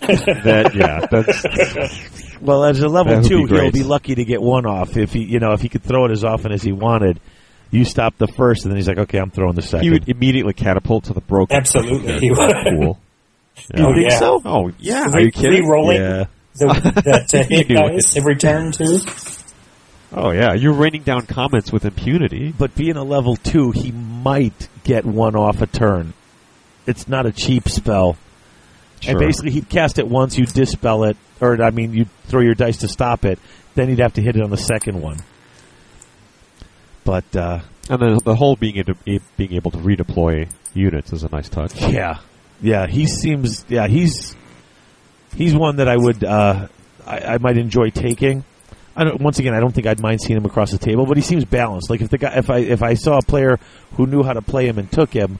S2: that. Yeah,
S1: [LAUGHS]
S2: that's
S1: Well, as a level
S2: That would
S1: two,
S2: be great.
S1: he'll be lucky to get one off if he, you know, if he could throw it as often as he wanted. You stop the first, and then he's like, "Okay, I'm throwing the second.
S2: he would immediately catapult to the broken.
S4: Absolutely, he
S2: [LAUGHS] That's
S4: would.
S2: cool.
S1: You
S2: Yeah.
S1: think
S4: yeah.
S1: so?
S2: Oh yeah,
S4: Re-
S2: are you kidding?
S4: re-rolling
S2: Yeah.
S4: The, the, to hit
S2: He would.
S4: dice every turn too.
S2: Oh yeah, you're raining down comments with impunity.
S1: But being a level two, he might get one off a turn. It's not a cheap spell.
S2: Sure.
S1: And basically, he'd cast it once, you dispel it, or I mean, you throw your dice to stop it. Then he'd have to hit it on the second one. But uh,
S2: and the, the whole being able, to- being able to redeploy units is a nice touch.
S1: yeah, yeah, he seems yeah he's he's one that I would uh, I, I might enjoy taking. I don't. Once again, I don't think I'd mind seeing him across the table, but he seems balanced. Like if the guy, if I if I saw a player who knew how to play him and took him,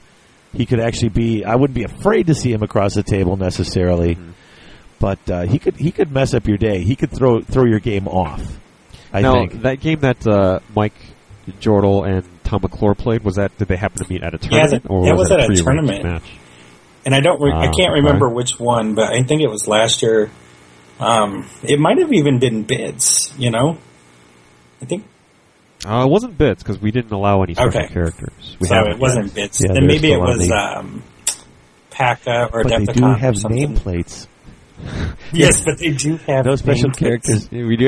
S1: he could actually be. I wouldn't be afraid to see him across the table necessarily, but uh, he could he could mess up your day. He could throw throw your game off. I
S2: now
S1: think.
S2: that game that uh, Mike Jordal and Tom McClure played was that did they happen to meet at a
S4: Yeah,
S2: tournament
S4: that-
S2: or
S4: that
S2: was
S4: was
S2: it
S4: at a
S2: prearranged
S4: tournament.
S2: match?
S4: and I don't, re- I
S2: Ah, okay.
S4: can't remember which one, but I think it was last year. Um, it might have even been bids, you know. I think
S2: Uh, it wasn't bits because we didn't allow any special
S4: Okay.
S2: characters. We
S4: so.
S2: haven't
S4: It wasn't
S2: yet.
S4: bids.
S1: Yeah,
S4: then
S1: they're
S4: maybe it
S1: still on
S4: was
S1: the-
S4: um, Paca or
S1: but they
S4: Adepticon
S1: do have
S4: or something.
S1: nameplates.
S4: [LAUGHS] Yes, but they do have
S1: No special [LAUGHS]
S4: nameplates.
S1: characters.
S2: Yeah, We do.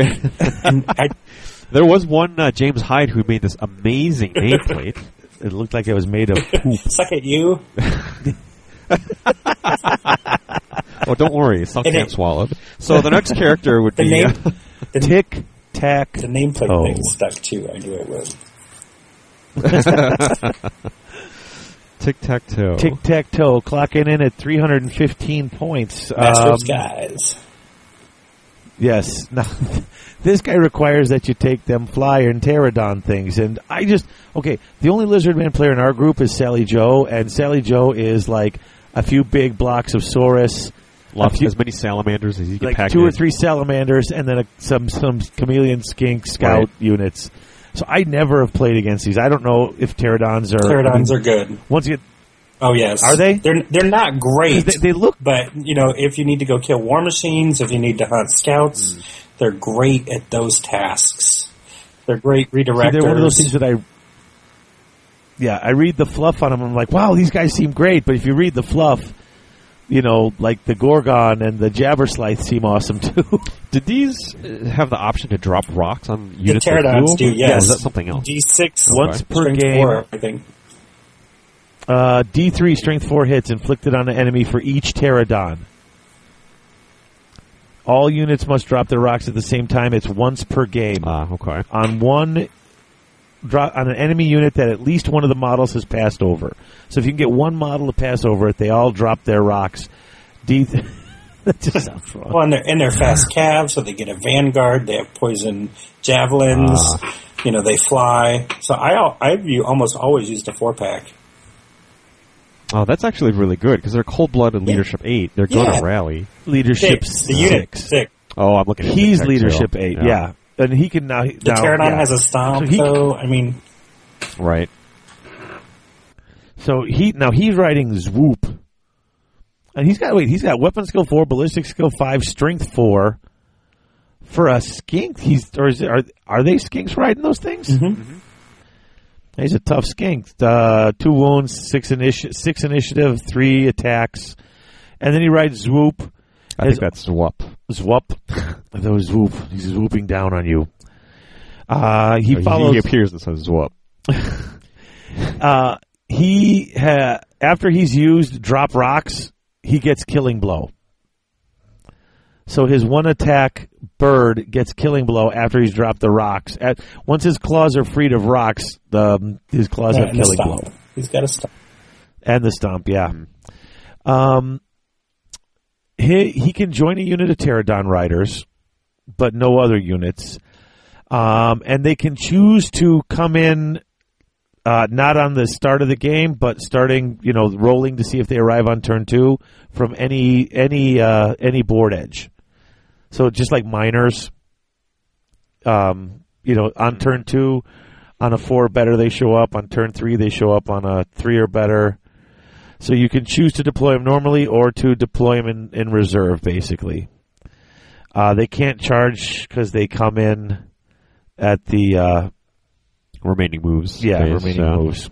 S4: And I,
S2: [LAUGHS] there was one uh, James Hyde who made this amazing nameplate.
S1: [LAUGHS] It looked like it was made of poop.
S4: suck at you.
S2: [LAUGHS] oh, don't worry, it's not
S4: And
S2: Sam
S4: it-
S2: swallowed. So the next character would
S4: [LAUGHS] The
S2: be
S4: name,
S2: uh,
S4: the,
S1: Tick tack.
S4: the nameplate
S1: Oh.
S4: thing stuck too. I knew it would.
S2: Tic Tac Toe.
S1: Tic tac toe, clocking in at 315 points.
S4: Master
S1: Um,
S4: of Skies.
S1: Yes. [LAUGHS] Now, this guy requires that you take them flyer and pterodon things, and I just okay. The only lizard man player in our group is Sally Joe, and Sally Joe is like a few big blocks of Saurus,
S2: Lots,
S1: few-
S2: as many salamanders as you can
S1: like
S2: pack
S1: two
S2: in.
S1: or three salamanders, and then a, some some chameleon skink scout
S2: Right.
S1: units. So I never have played against these. I don't know if pterodons are
S4: Pterodons are good.
S1: once again.
S4: Oh yes,
S1: Are they?
S4: They're they're
S1: [LAUGHS]
S4: not great.
S1: They, they look
S4: But you know, if you need to go kill war machines, if you need to hunt
S1: Hmm.
S4: scouts, they're great at those tasks. They're great
S1: See,
S4: redirectors.
S1: they're one of those things that I. Yeah, I read the fluff on them. I'm like, wow, these guys seem great. But if you read the fluff, you know, like the Gorgon and the Jabberslice seem awesome [LAUGHS] too.
S2: Did these uh, have the option to drop rocks on
S4: the
S2: units? of fuel?
S4: pterodons do.
S2: Yeah, was
S4: Yes,
S2: that something else?
S4: D six
S1: Once per game,
S4: Four, I think.
S1: uh, D3 strength four hits inflicted on an enemy for each pterodon. All units must drop their rocks at the same time. It's once per game.
S2: Ah, okay.
S1: on one dro on an enemy unit that at least one of the models has passed over. So if you can get one model to pass over it, they all drop their rocks. D- [LAUGHS] that just sounds wrong.
S4: Well, and they're and they're fast calves, so they get a vanguard. They have poison javelins.
S1: Ah.
S4: You know, they fly. So I al- I view almost always used a four pack.
S2: Oh, that's actually really good because they're cold blooded leadership eight. They're going
S4: Yeah.
S2: to rally.
S1: Leadership
S4: Six,
S1: six.
S4: the unit six.
S2: Oh, I'm looking. at
S1: He's
S2: the text,
S1: leadership
S2: too.
S1: eight. Yeah. and he can now.
S4: The
S1: now,
S4: pterodon
S1: Oh, yeah.
S4: has a stomp,
S1: So he-
S4: though. I mean,
S2: right.
S1: So he now he's riding Swoop, and he's got wait he's got weapon skill four, ballistic skill five, strength four. For a skink, he's or is it, are are they skinks riding those things?
S2: Mm-hmm.
S1: He's a tough skink. Uh, two wounds, six initi- six initiative, three attacks, and then he rides Swoop.
S2: I
S1: His-
S2: think that's swap. [LAUGHS]
S1: Zwup, those Swoop. He's swooping down on you. Uh, he
S2: He,
S1: follows.
S2: he appears and says swap.
S1: uh, he ha- after he's used drop rocks, he gets killing blow. So his one attack bird gets killing blow after he's dropped the rocks. At, once his claws are freed of rocks, um, his claws have
S4: and a
S1: killing
S4: stomp.
S1: blow
S4: He's got a stomp.
S1: and the stomp. Yeah. Um, he he can join a unit of pterodon riders, but no other units. Um, and they can choose to come in uh, not on the start of the game, but starting you know rolling to see if they arrive on turn two from any any uh, any board edge. So just like miners, um, you know, on turn two, on a four or better they show up. On turn three they show up. On a three or better, so you can choose to deploy them normally or to deploy them in, in reserve. Basically, uh, they can't charge because they come in at the uh,
S2: Remaining moves.
S1: yeah
S2: phase,
S1: remaining
S2: yeah.
S1: moves.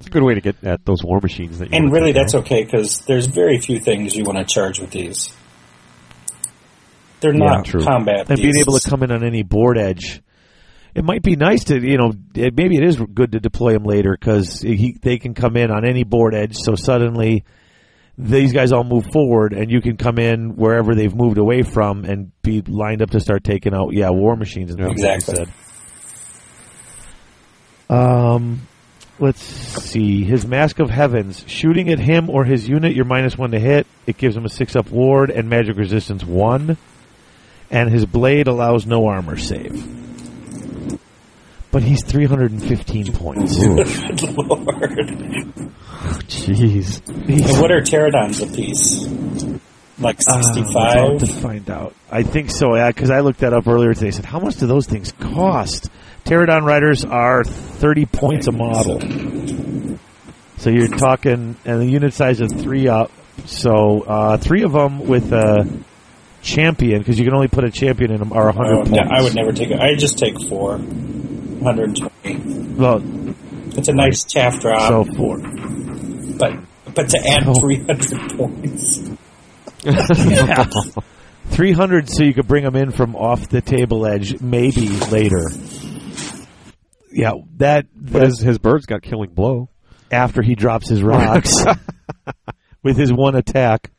S2: It's a good way to get at those war machines that you
S5: And
S2: wanna
S5: really,
S2: take
S5: that's
S2: out.
S5: okay because there's very few things you want to charge with these. They're not
S2: true.
S5: combat.
S1: and being
S5: pieces.
S1: able to come in on any board edge. It might be nice to you know it, maybe it is good to deploy him later because they can come in on any board edge. So suddenly these guys all move forward, and you can come in wherever they've moved away from and be lined up to start taking out yeah war machines and things like you
S5: Exactly.
S1: said. Um. Let's see. His Mask of Heavens. Shooting at him or his unit, you're minus one to hit. It gives him a six up ward and magic resistance one. And his blade allows no armor save. But he's 315 points.
S5: [LAUGHS]
S1: Oh,
S5: Good lord.
S2: Jeez.
S5: And
S1: uh,
S5: what are pterodons apiece? Like
S1: Ah. I'll have
S5: sixty-five.
S1: to find out. I think so, yeah, because I looked that up earlier today. I said, how much do those things cost? Pterodon riders are 30 points a model. So you're talking, and the unit size of three up. So uh, three of them with a champion, because you can only put a champion in them, are 100
S5: Oh,
S1: points.
S5: no, I would never take it. I just take four. 120.
S1: Well,
S5: It's a nice chaff drop,
S1: so four.
S5: but but to add
S1: So-
S5: 300 points.
S1: 300 so you could bring them in from off the table edge maybe later. Yeah, that,
S2: But
S1: that
S2: his, his bird's got killing blow.
S1: after he drops his rocks [LAUGHS] with his one attack.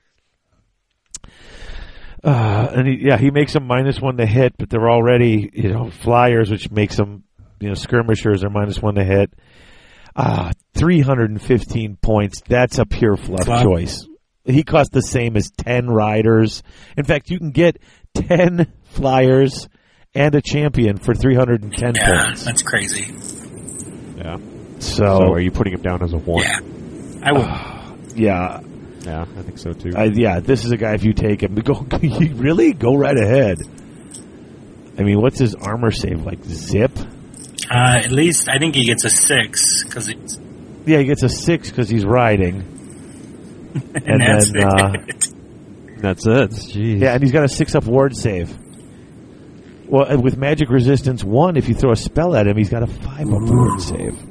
S1: Uh, and he, yeah, he makes them minus one to hit, but they're already you know flyers, which makes them you know skirmishers are minus one to hit. Ah, three hundred and fifteen points. That's a pure fluff
S5: Wow.
S1: choice. He costs the same as ten riders. In fact, you can get ten flyers and a champion for three hundred and ten points.
S5: That's crazy.
S2: Yeah.
S1: So,
S2: So are you putting him down as a one?
S5: Yeah. I would.
S1: yeah,
S2: Yeah, I think so too.
S1: I, yeah, this is a guy. If you take him, [LAUGHS] go you really go right ahead. I mean, what's his armor save like? Zip?
S4: Uh, at least I think he gets a six because it's
S1: Yeah, he gets a six because he's riding, and,
S4: that's
S1: then uh,
S2: that's it. Jeez.
S1: yeah, and he's got a six up ward save. Well, and with magic resistance one, if you throw a spell at him, he's got a five up ward save.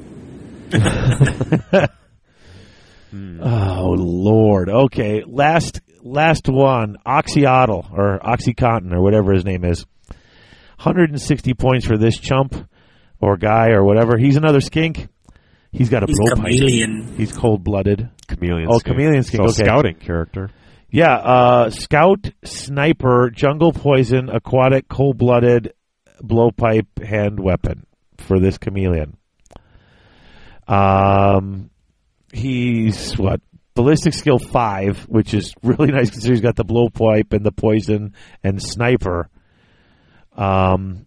S1: [LAUGHS]
S4: [LAUGHS]
S1: oh Lord! Okay, last last one, Oxyotl or Oxycontin or whatever his name is. 160 points for this chump or guy or whatever. He's another skink. He's got a
S4: he's
S1: blowpipe.
S4: chameleon.
S1: He's cold blooded.
S2: chameleon.
S1: Oh,
S2: skink.
S1: chameleon skink,
S2: So
S1: okay.
S2: scouting character.
S1: Yeah, uh, scout, sniper, jungle poison, aquatic, cold blooded, blowpipe, hand weapon for this chameleon. Um, he's what ballistic skill five, which is really [LAUGHS] nice considering he's got the blowpipe and the poison and sniper. Um,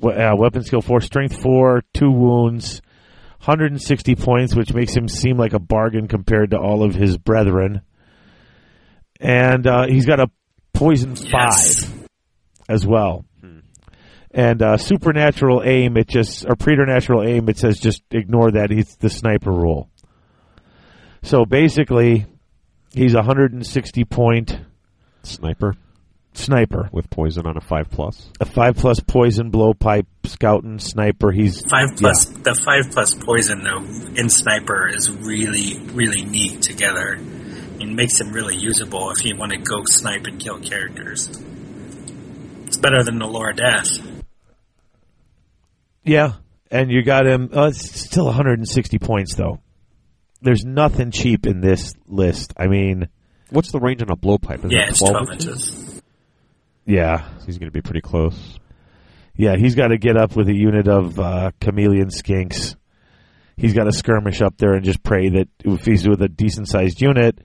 S1: we- uh, weapon skill four, strength four, two wounds. 160 points, which makes him seem like a bargain compared to all of his brethren. And uh, he's got a poison five as well. And uh, supernatural aim, it just or preternatural aim, it says just ignore that. He's the sniper rule. So basically, he's a 160 point
S2: Sniper
S1: sniper,
S2: with poison on a five plus.
S1: a five plus poison blowpipe scouting sniper. He's
S4: Five plus the five plus poison though in sniper is really really neat together. It makes him really usable if you want to go snipe and kill characters. It's better than the Laura Death.
S1: Yeah, and you got him. Uh, it's still 160 points though. There's nothing cheap in this list. I mean,
S2: What's the range on a blowpipe? Is
S4: Yeah,
S2: it
S4: it's
S2: 12
S4: twelve inches.
S1: yeah,
S2: So he's going to be pretty close.
S1: yeah. He's got to get up with a unit of uh, chameleon skinks. He's got to skirmish up there and just pray that if he's with a decent sized unit,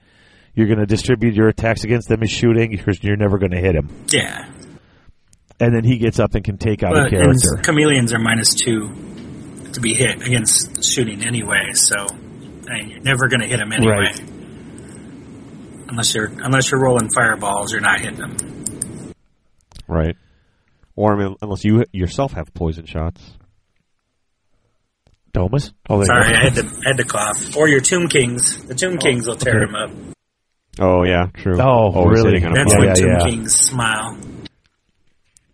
S1: you're going to distribute your attacks against them as shooting. You're, you're never going to hit him,
S4: Yeah,
S1: and then he gets up and can take out a
S4: but and
S1: character.
S4: chameleons are minus two to be hit against shooting anyway, so I mean, you're never going to hit them anyway.
S1: Right.
S4: Unless you're unless you're rolling fireballs, you're not hitting them.
S2: Right. Or I mean, unless you yourself have poison shots.
S1: Domus? Oh, there
S4: Sorry,
S1: you
S4: I had to I had to cough. Or your Tomb Kings. The Tomb Kings will tear them up.
S2: Oh yeah, true.
S1: Oh,
S2: Always
S1: really?
S2: hitting on a
S4: That's
S1: Yeah,
S4: when
S1: yeah,
S4: Tomb
S1: yeah.
S4: Kings smile.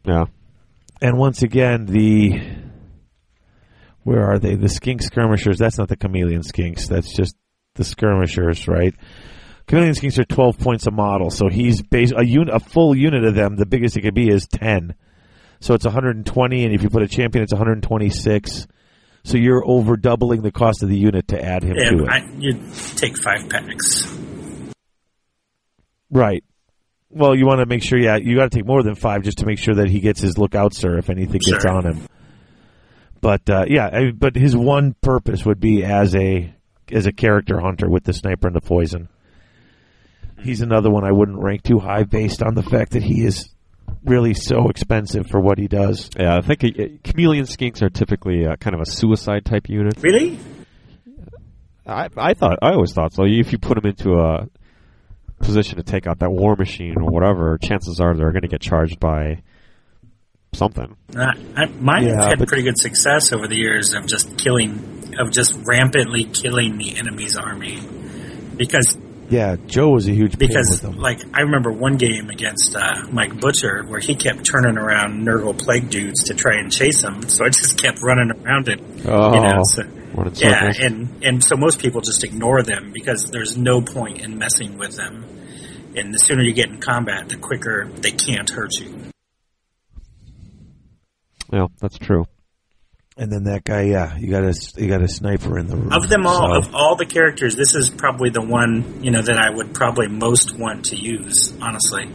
S2: Yeah.
S1: go. And once again, the. Where are they? The skink skirmishers. That's not the chameleon skinks. That's just the skirmishers, right? Chameleon skinks are 12 points a model, so he's base, a, un, a full unit of them, the biggest it could be is 10. So it's 120, and if you put a champion, it's 126. So you're over doubling the cost of the unit to add him
S4: Yeah,
S1: to it.
S4: I, you take five packs.
S1: Right. Well, you want to make sure, yeah, you got to take more than five just to make sure that he gets his lookout, sir, if anything gets
S4: Sure.
S1: on him. But uh, yeah, I, but his one purpose would be as a as a character hunter with the sniper and the poison. He's another one I wouldn't rank too high based on the fact that he is really so expensive for what he does.
S2: Yeah, I think uh, chameleon skinks are typically uh, kind of a suicide type unit.
S4: Really?
S2: I, I thought I always thought so. If you put them into a position to take out that war machine or whatever, chances are they're going to get charged by something.
S4: Uh, I, mine
S1: Yeah,
S4: have had
S1: but-
S4: pretty good success over the years of just killing, of just rampantly killing the enemy's army. Because,
S1: Yeah, Joe was a huge pain with
S4: because
S1: them.
S4: like, I remember one game against uh, Mike Butcher where he kept turning around Nurgle Plague dudes to try and chase him, so I just kept running around it.
S2: Oh,
S4: You know, so,
S2: Run in
S4: yeah,
S2: circles.
S4: and, and so most people just ignore them because there's no point in messing with them. And the sooner you get in combat, the quicker they can't hurt you.
S2: yeah, that's true.
S1: And then that guy, yeah, you got a you got a sniper in the room.
S4: Of them all,
S1: so-
S4: of all the characters, this is probably the one you know that I would probably most want to use. Honestly,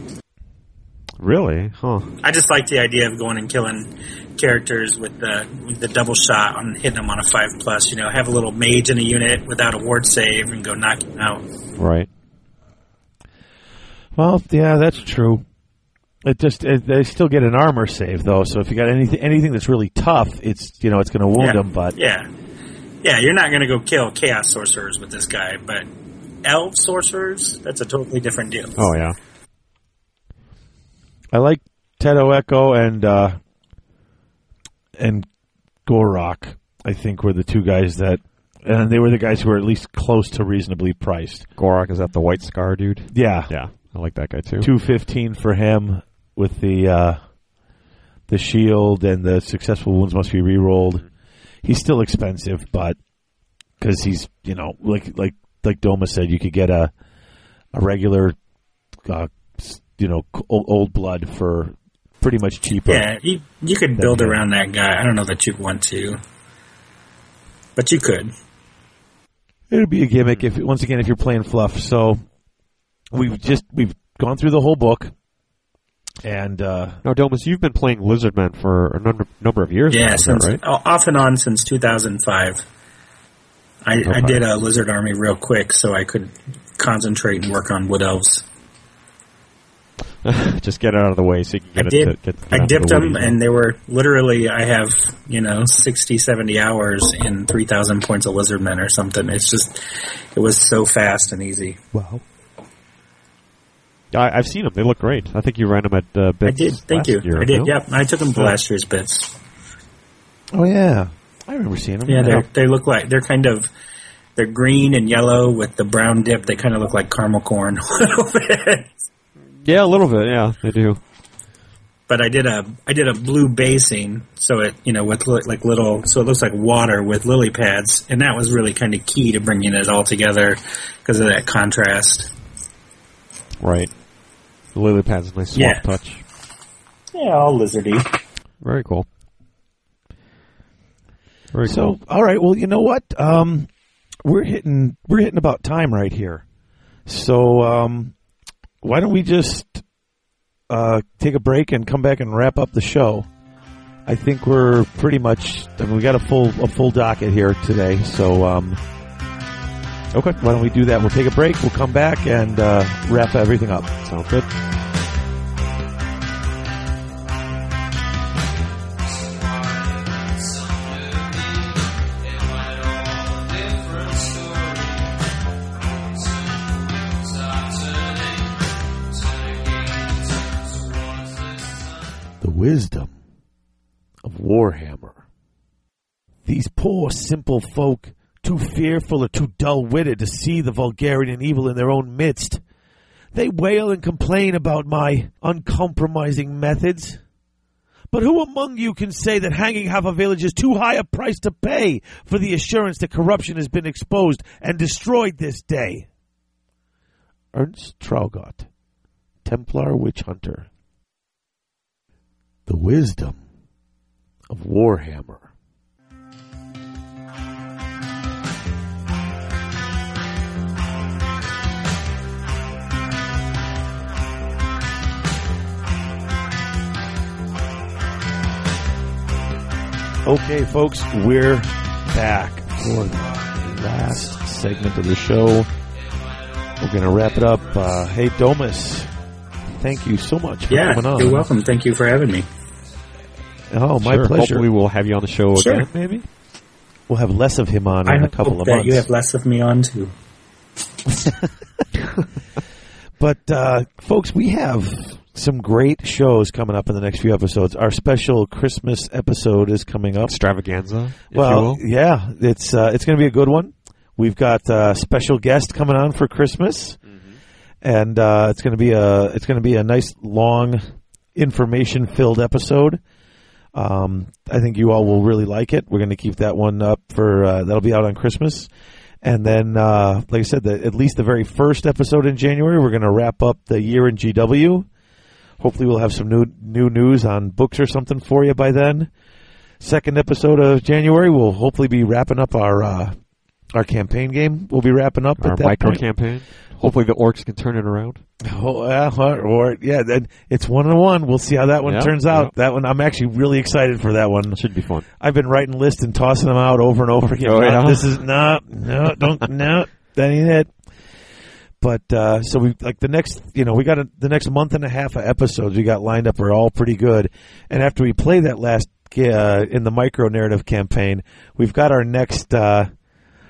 S2: Really? Huh.
S4: I just like the idea of going and killing characters with the with the double shot on hitting them on a five plus. You know, have a little mage in a unit without a ward save and go knock him out.
S2: Right.
S1: Well, yeah, that's true. It just it, they still get an armor save though. So if you got anything anything that's really tough, it's you know it's going to wound
S4: yeah.
S1: them. But
S4: yeah, yeah, you're not going to go kill chaos sorcerers with this guy, but elf sorcerers that's a totally different deal.
S2: Oh yeah.
S1: I like Teto Echo and uh, and Gorok. I think were the two guys that, and they were the guys who were at least close to reasonably priced.
S2: Gorok is that the white scar dude?
S1: Yeah,
S2: Yeah, I like that guy too.
S1: two fifteen for him with the uh, the shield and the successful wounds must be re-rolled. He's still expensive, but because he's you know like like like Doma said, you could get a a regular uh, s- you know c- o- old blood for pretty much cheaper.
S4: Yeah, you, you could build
S1: good.
S4: around that guy. I don't know that you'd want to, but you could.
S1: It'd be a gimmick if once again if you're playing fluff. So we've just we've gone through the whole book, and uh,
S2: Now, Domus, you've been playing Lizardmen for a number, number of years. now,
S4: Yeah,
S2: is that
S4: since
S2: right?
S4: o- off and on since 2005. I, I did a lizard army real quick so I could concentrate and work on wood elves.
S2: Just get it out of the way so you can get
S4: I
S2: it.
S4: did.
S2: To, get, get
S4: I
S2: out to the
S4: dipped them,
S2: woodies.
S4: and they were literally. I have you know 60, 70 hours in three thousand points of lizard men or something. It's just it was so fast and easy.
S1: wow,
S2: I, I've seen them. They look great. I think you ran them at uh,
S4: I
S2: Bits
S4: did.
S2: last
S4: Thank you.
S2: Year,
S4: I did.
S2: no?
S4: Yep. I took them to
S2: Yeah.
S4: last year's bits.
S1: oh yeah, I remember seeing them.
S4: Yeah, they they look like they're kind of they're green and yellow with the brown dip. They kind of look like caramel corn [LAUGHS] a little bit.
S2: Yeah, a little bit. Yeah, they do.
S4: but I did a I did a blue basing, so it you know with li- like little, so it looks like water with lily pads, and that was really kind of key to bringing it all together because of that contrast.
S2: Right. The lily pad's a nice swamp
S4: Yeah.
S2: touch.
S10: Yeah, all lizardy.
S2: Very cool. Very
S1: So,
S2: cool.
S1: all right. Well, you know what? Um, we're hitting we're hitting about time right here. So, um, why don't we just uh, take a break and come back and wrap up the show? I think we're pretty much. I mean, we got a full a full docket here today. So, um, okay. Why don't we do that? We'll take a break. We'll come back and uh, wrap everything up. Sounds good.
S11: the wisdom of Warhammer. These poor, simple folk, too fearful or too dull witted to see the vulgarity and evil in their own midst, they wail and complain about my uncompromising methods. But who among you can say that hanging half a village is too high a price to pay for the assurance that corruption has been exposed and destroyed this day? Ernst Traugott, Templar Witch Hunter. The Wisdom of Warhammer.
S1: Okay, folks, we're back for the last segment of the show. We're going to wrap it up. Uh, hey, Domus, thank you so much for
S4: Yeah,
S1: coming on.
S4: you're welcome. Thank you for having me.
S1: Oh, my
S2: Sure.
S1: pleasure.
S2: Hopefully, we'll have you on the show
S4: Sure.
S2: again. Maybe
S1: we'll have less of him on
S4: I
S1: in a
S4: hope
S1: couple of
S4: that
S1: months.
S4: you have less of me on too.
S1: But uh, folks, we have some great shows coming up in the next few episodes. Our special Christmas episode is coming up.
S2: extravaganza. If you
S1: well,
S2: will.
S1: yeah, it's uh, it's going to be a good one. We've got uh, special guest coming on for Christmas,
S2: Mm-hmm.
S1: and uh, it's going to be a it's going to be a nice long information filled episode. Um, I think you all will really like it. We're going to keep that one up for uh, that'll be out on Christmas, and then uh, like I said, the, at least the very first episode in January, we're going to wrap up the year in GW. Hopefully, we'll have some new new news on books or something for you by then. Second episode of January, we'll hopefully be wrapping up our uh, our campaign game. We'll be wrapping up
S2: our
S1: at that
S2: micro
S1: point.
S2: campaign. Hopefully, the orcs can turn it around.
S1: [LAUGHS] Oh, uh, or, or- yeah, then it's one on one. We'll see how that one
S2: Yeah,
S1: turns out. That one, I'm actually really excited for that one.
S2: That should be fun.
S1: I've been writing lists and tossing them out over and over again.
S2: Oh, yeah?
S1: Nah, This is not, no, don't, no, that ain't it. But uh, so we like the next, you know, we got a, the next month and a half of episodes we got lined up are all pretty good. And after we play that last uh, in the micro narrative campaign, we've got our next, uh,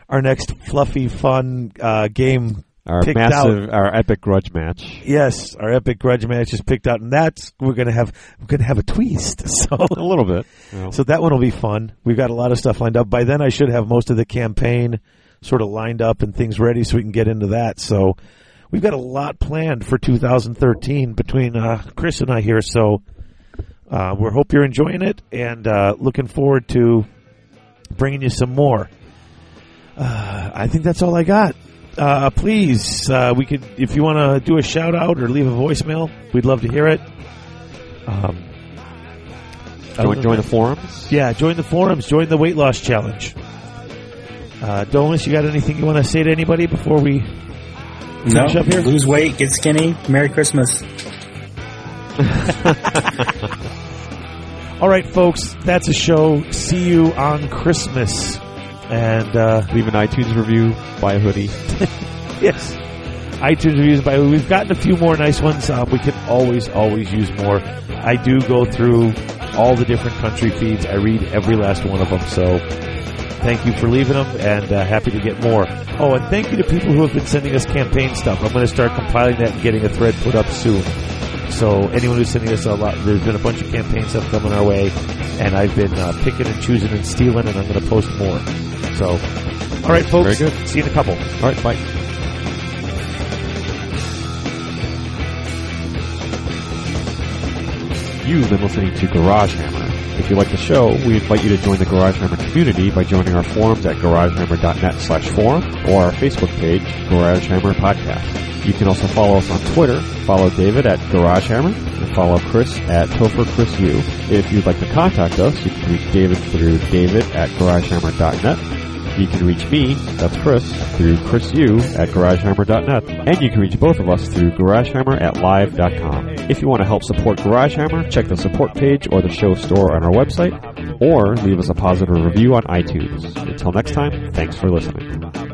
S1: our next fluffy fun uh, game
S2: Our
S1: picked out.
S2: massive, our epic grudge match.
S1: Yes, our epic grudge match is picked out, and that's we're gonna have we're gonna have a twist. [LAUGHS] So
S2: A little bit. you know.
S1: so that one will be fun. We've got a lot of stuff lined up. By then, I should have most of the campaign sort of lined up and things ready, so we can get into that. So we've got a lot planned for 2013 between uh, Chris and I here. So uh, we hope you're enjoying it and uh, looking forward to bringing you some more. Uh, I think that's all I got. Uh, please, uh, we could if you want to do a shout out or leave a voicemail, we'd love to hear it. Um, other
S2: join,
S1: than
S2: join
S1: that-
S2: the forums.
S1: yeah, join the forums. Join the weight loss challenge. Uh, Domus, you got anything you want to say to anybody before we?
S4: No,
S1: Finish up here?
S4: lose weight, get skinny. Merry Christmas.
S1: All right, folks, that's a show. See you on Christmas. And uh,
S2: Leave an iTunes review. Buy a hoodie.
S1: [LAUGHS] yes, iTunes reviews. By the way, we've gotten a few more nice ones. Uh, we can always, always use more. I do go through all the different country feeds. I read every last one of them. So thank you for leaving them, and uh, happy to get more. Oh, and thank you to people who have been sending us campaign stuff. I'm going to start compiling that and getting a thread put up soon. So anyone who's sending us a lot, there's been a bunch of campaign stuff coming our way, and I've been uh, picking and choosing and stealing, and I'm going to post more. So, all right, folks.
S2: Very good.
S1: See you in a couple.
S2: All right, bye. You've been listening to Garage Hammer. If you like the show, we invite you to join the Garage Hammer community by joining our forums at garagehammer.net slash forum or our Facebook page, Garage Hammer Podcast. You can also follow us on Twitter, follow David at Garage Hammer, and follow Chris at Topher Chris U. If you'd like to contact us, you can reach David through david at garagehammer.net you can reach me, that's Chris, through chrisu at garagehammer.net. And you can reach both of us through garagehammer at live.com. If you want to help support Garagehammer, check the support page or the show store on our website, or leave us a positive review on iTunes. Until next time, thanks for listening.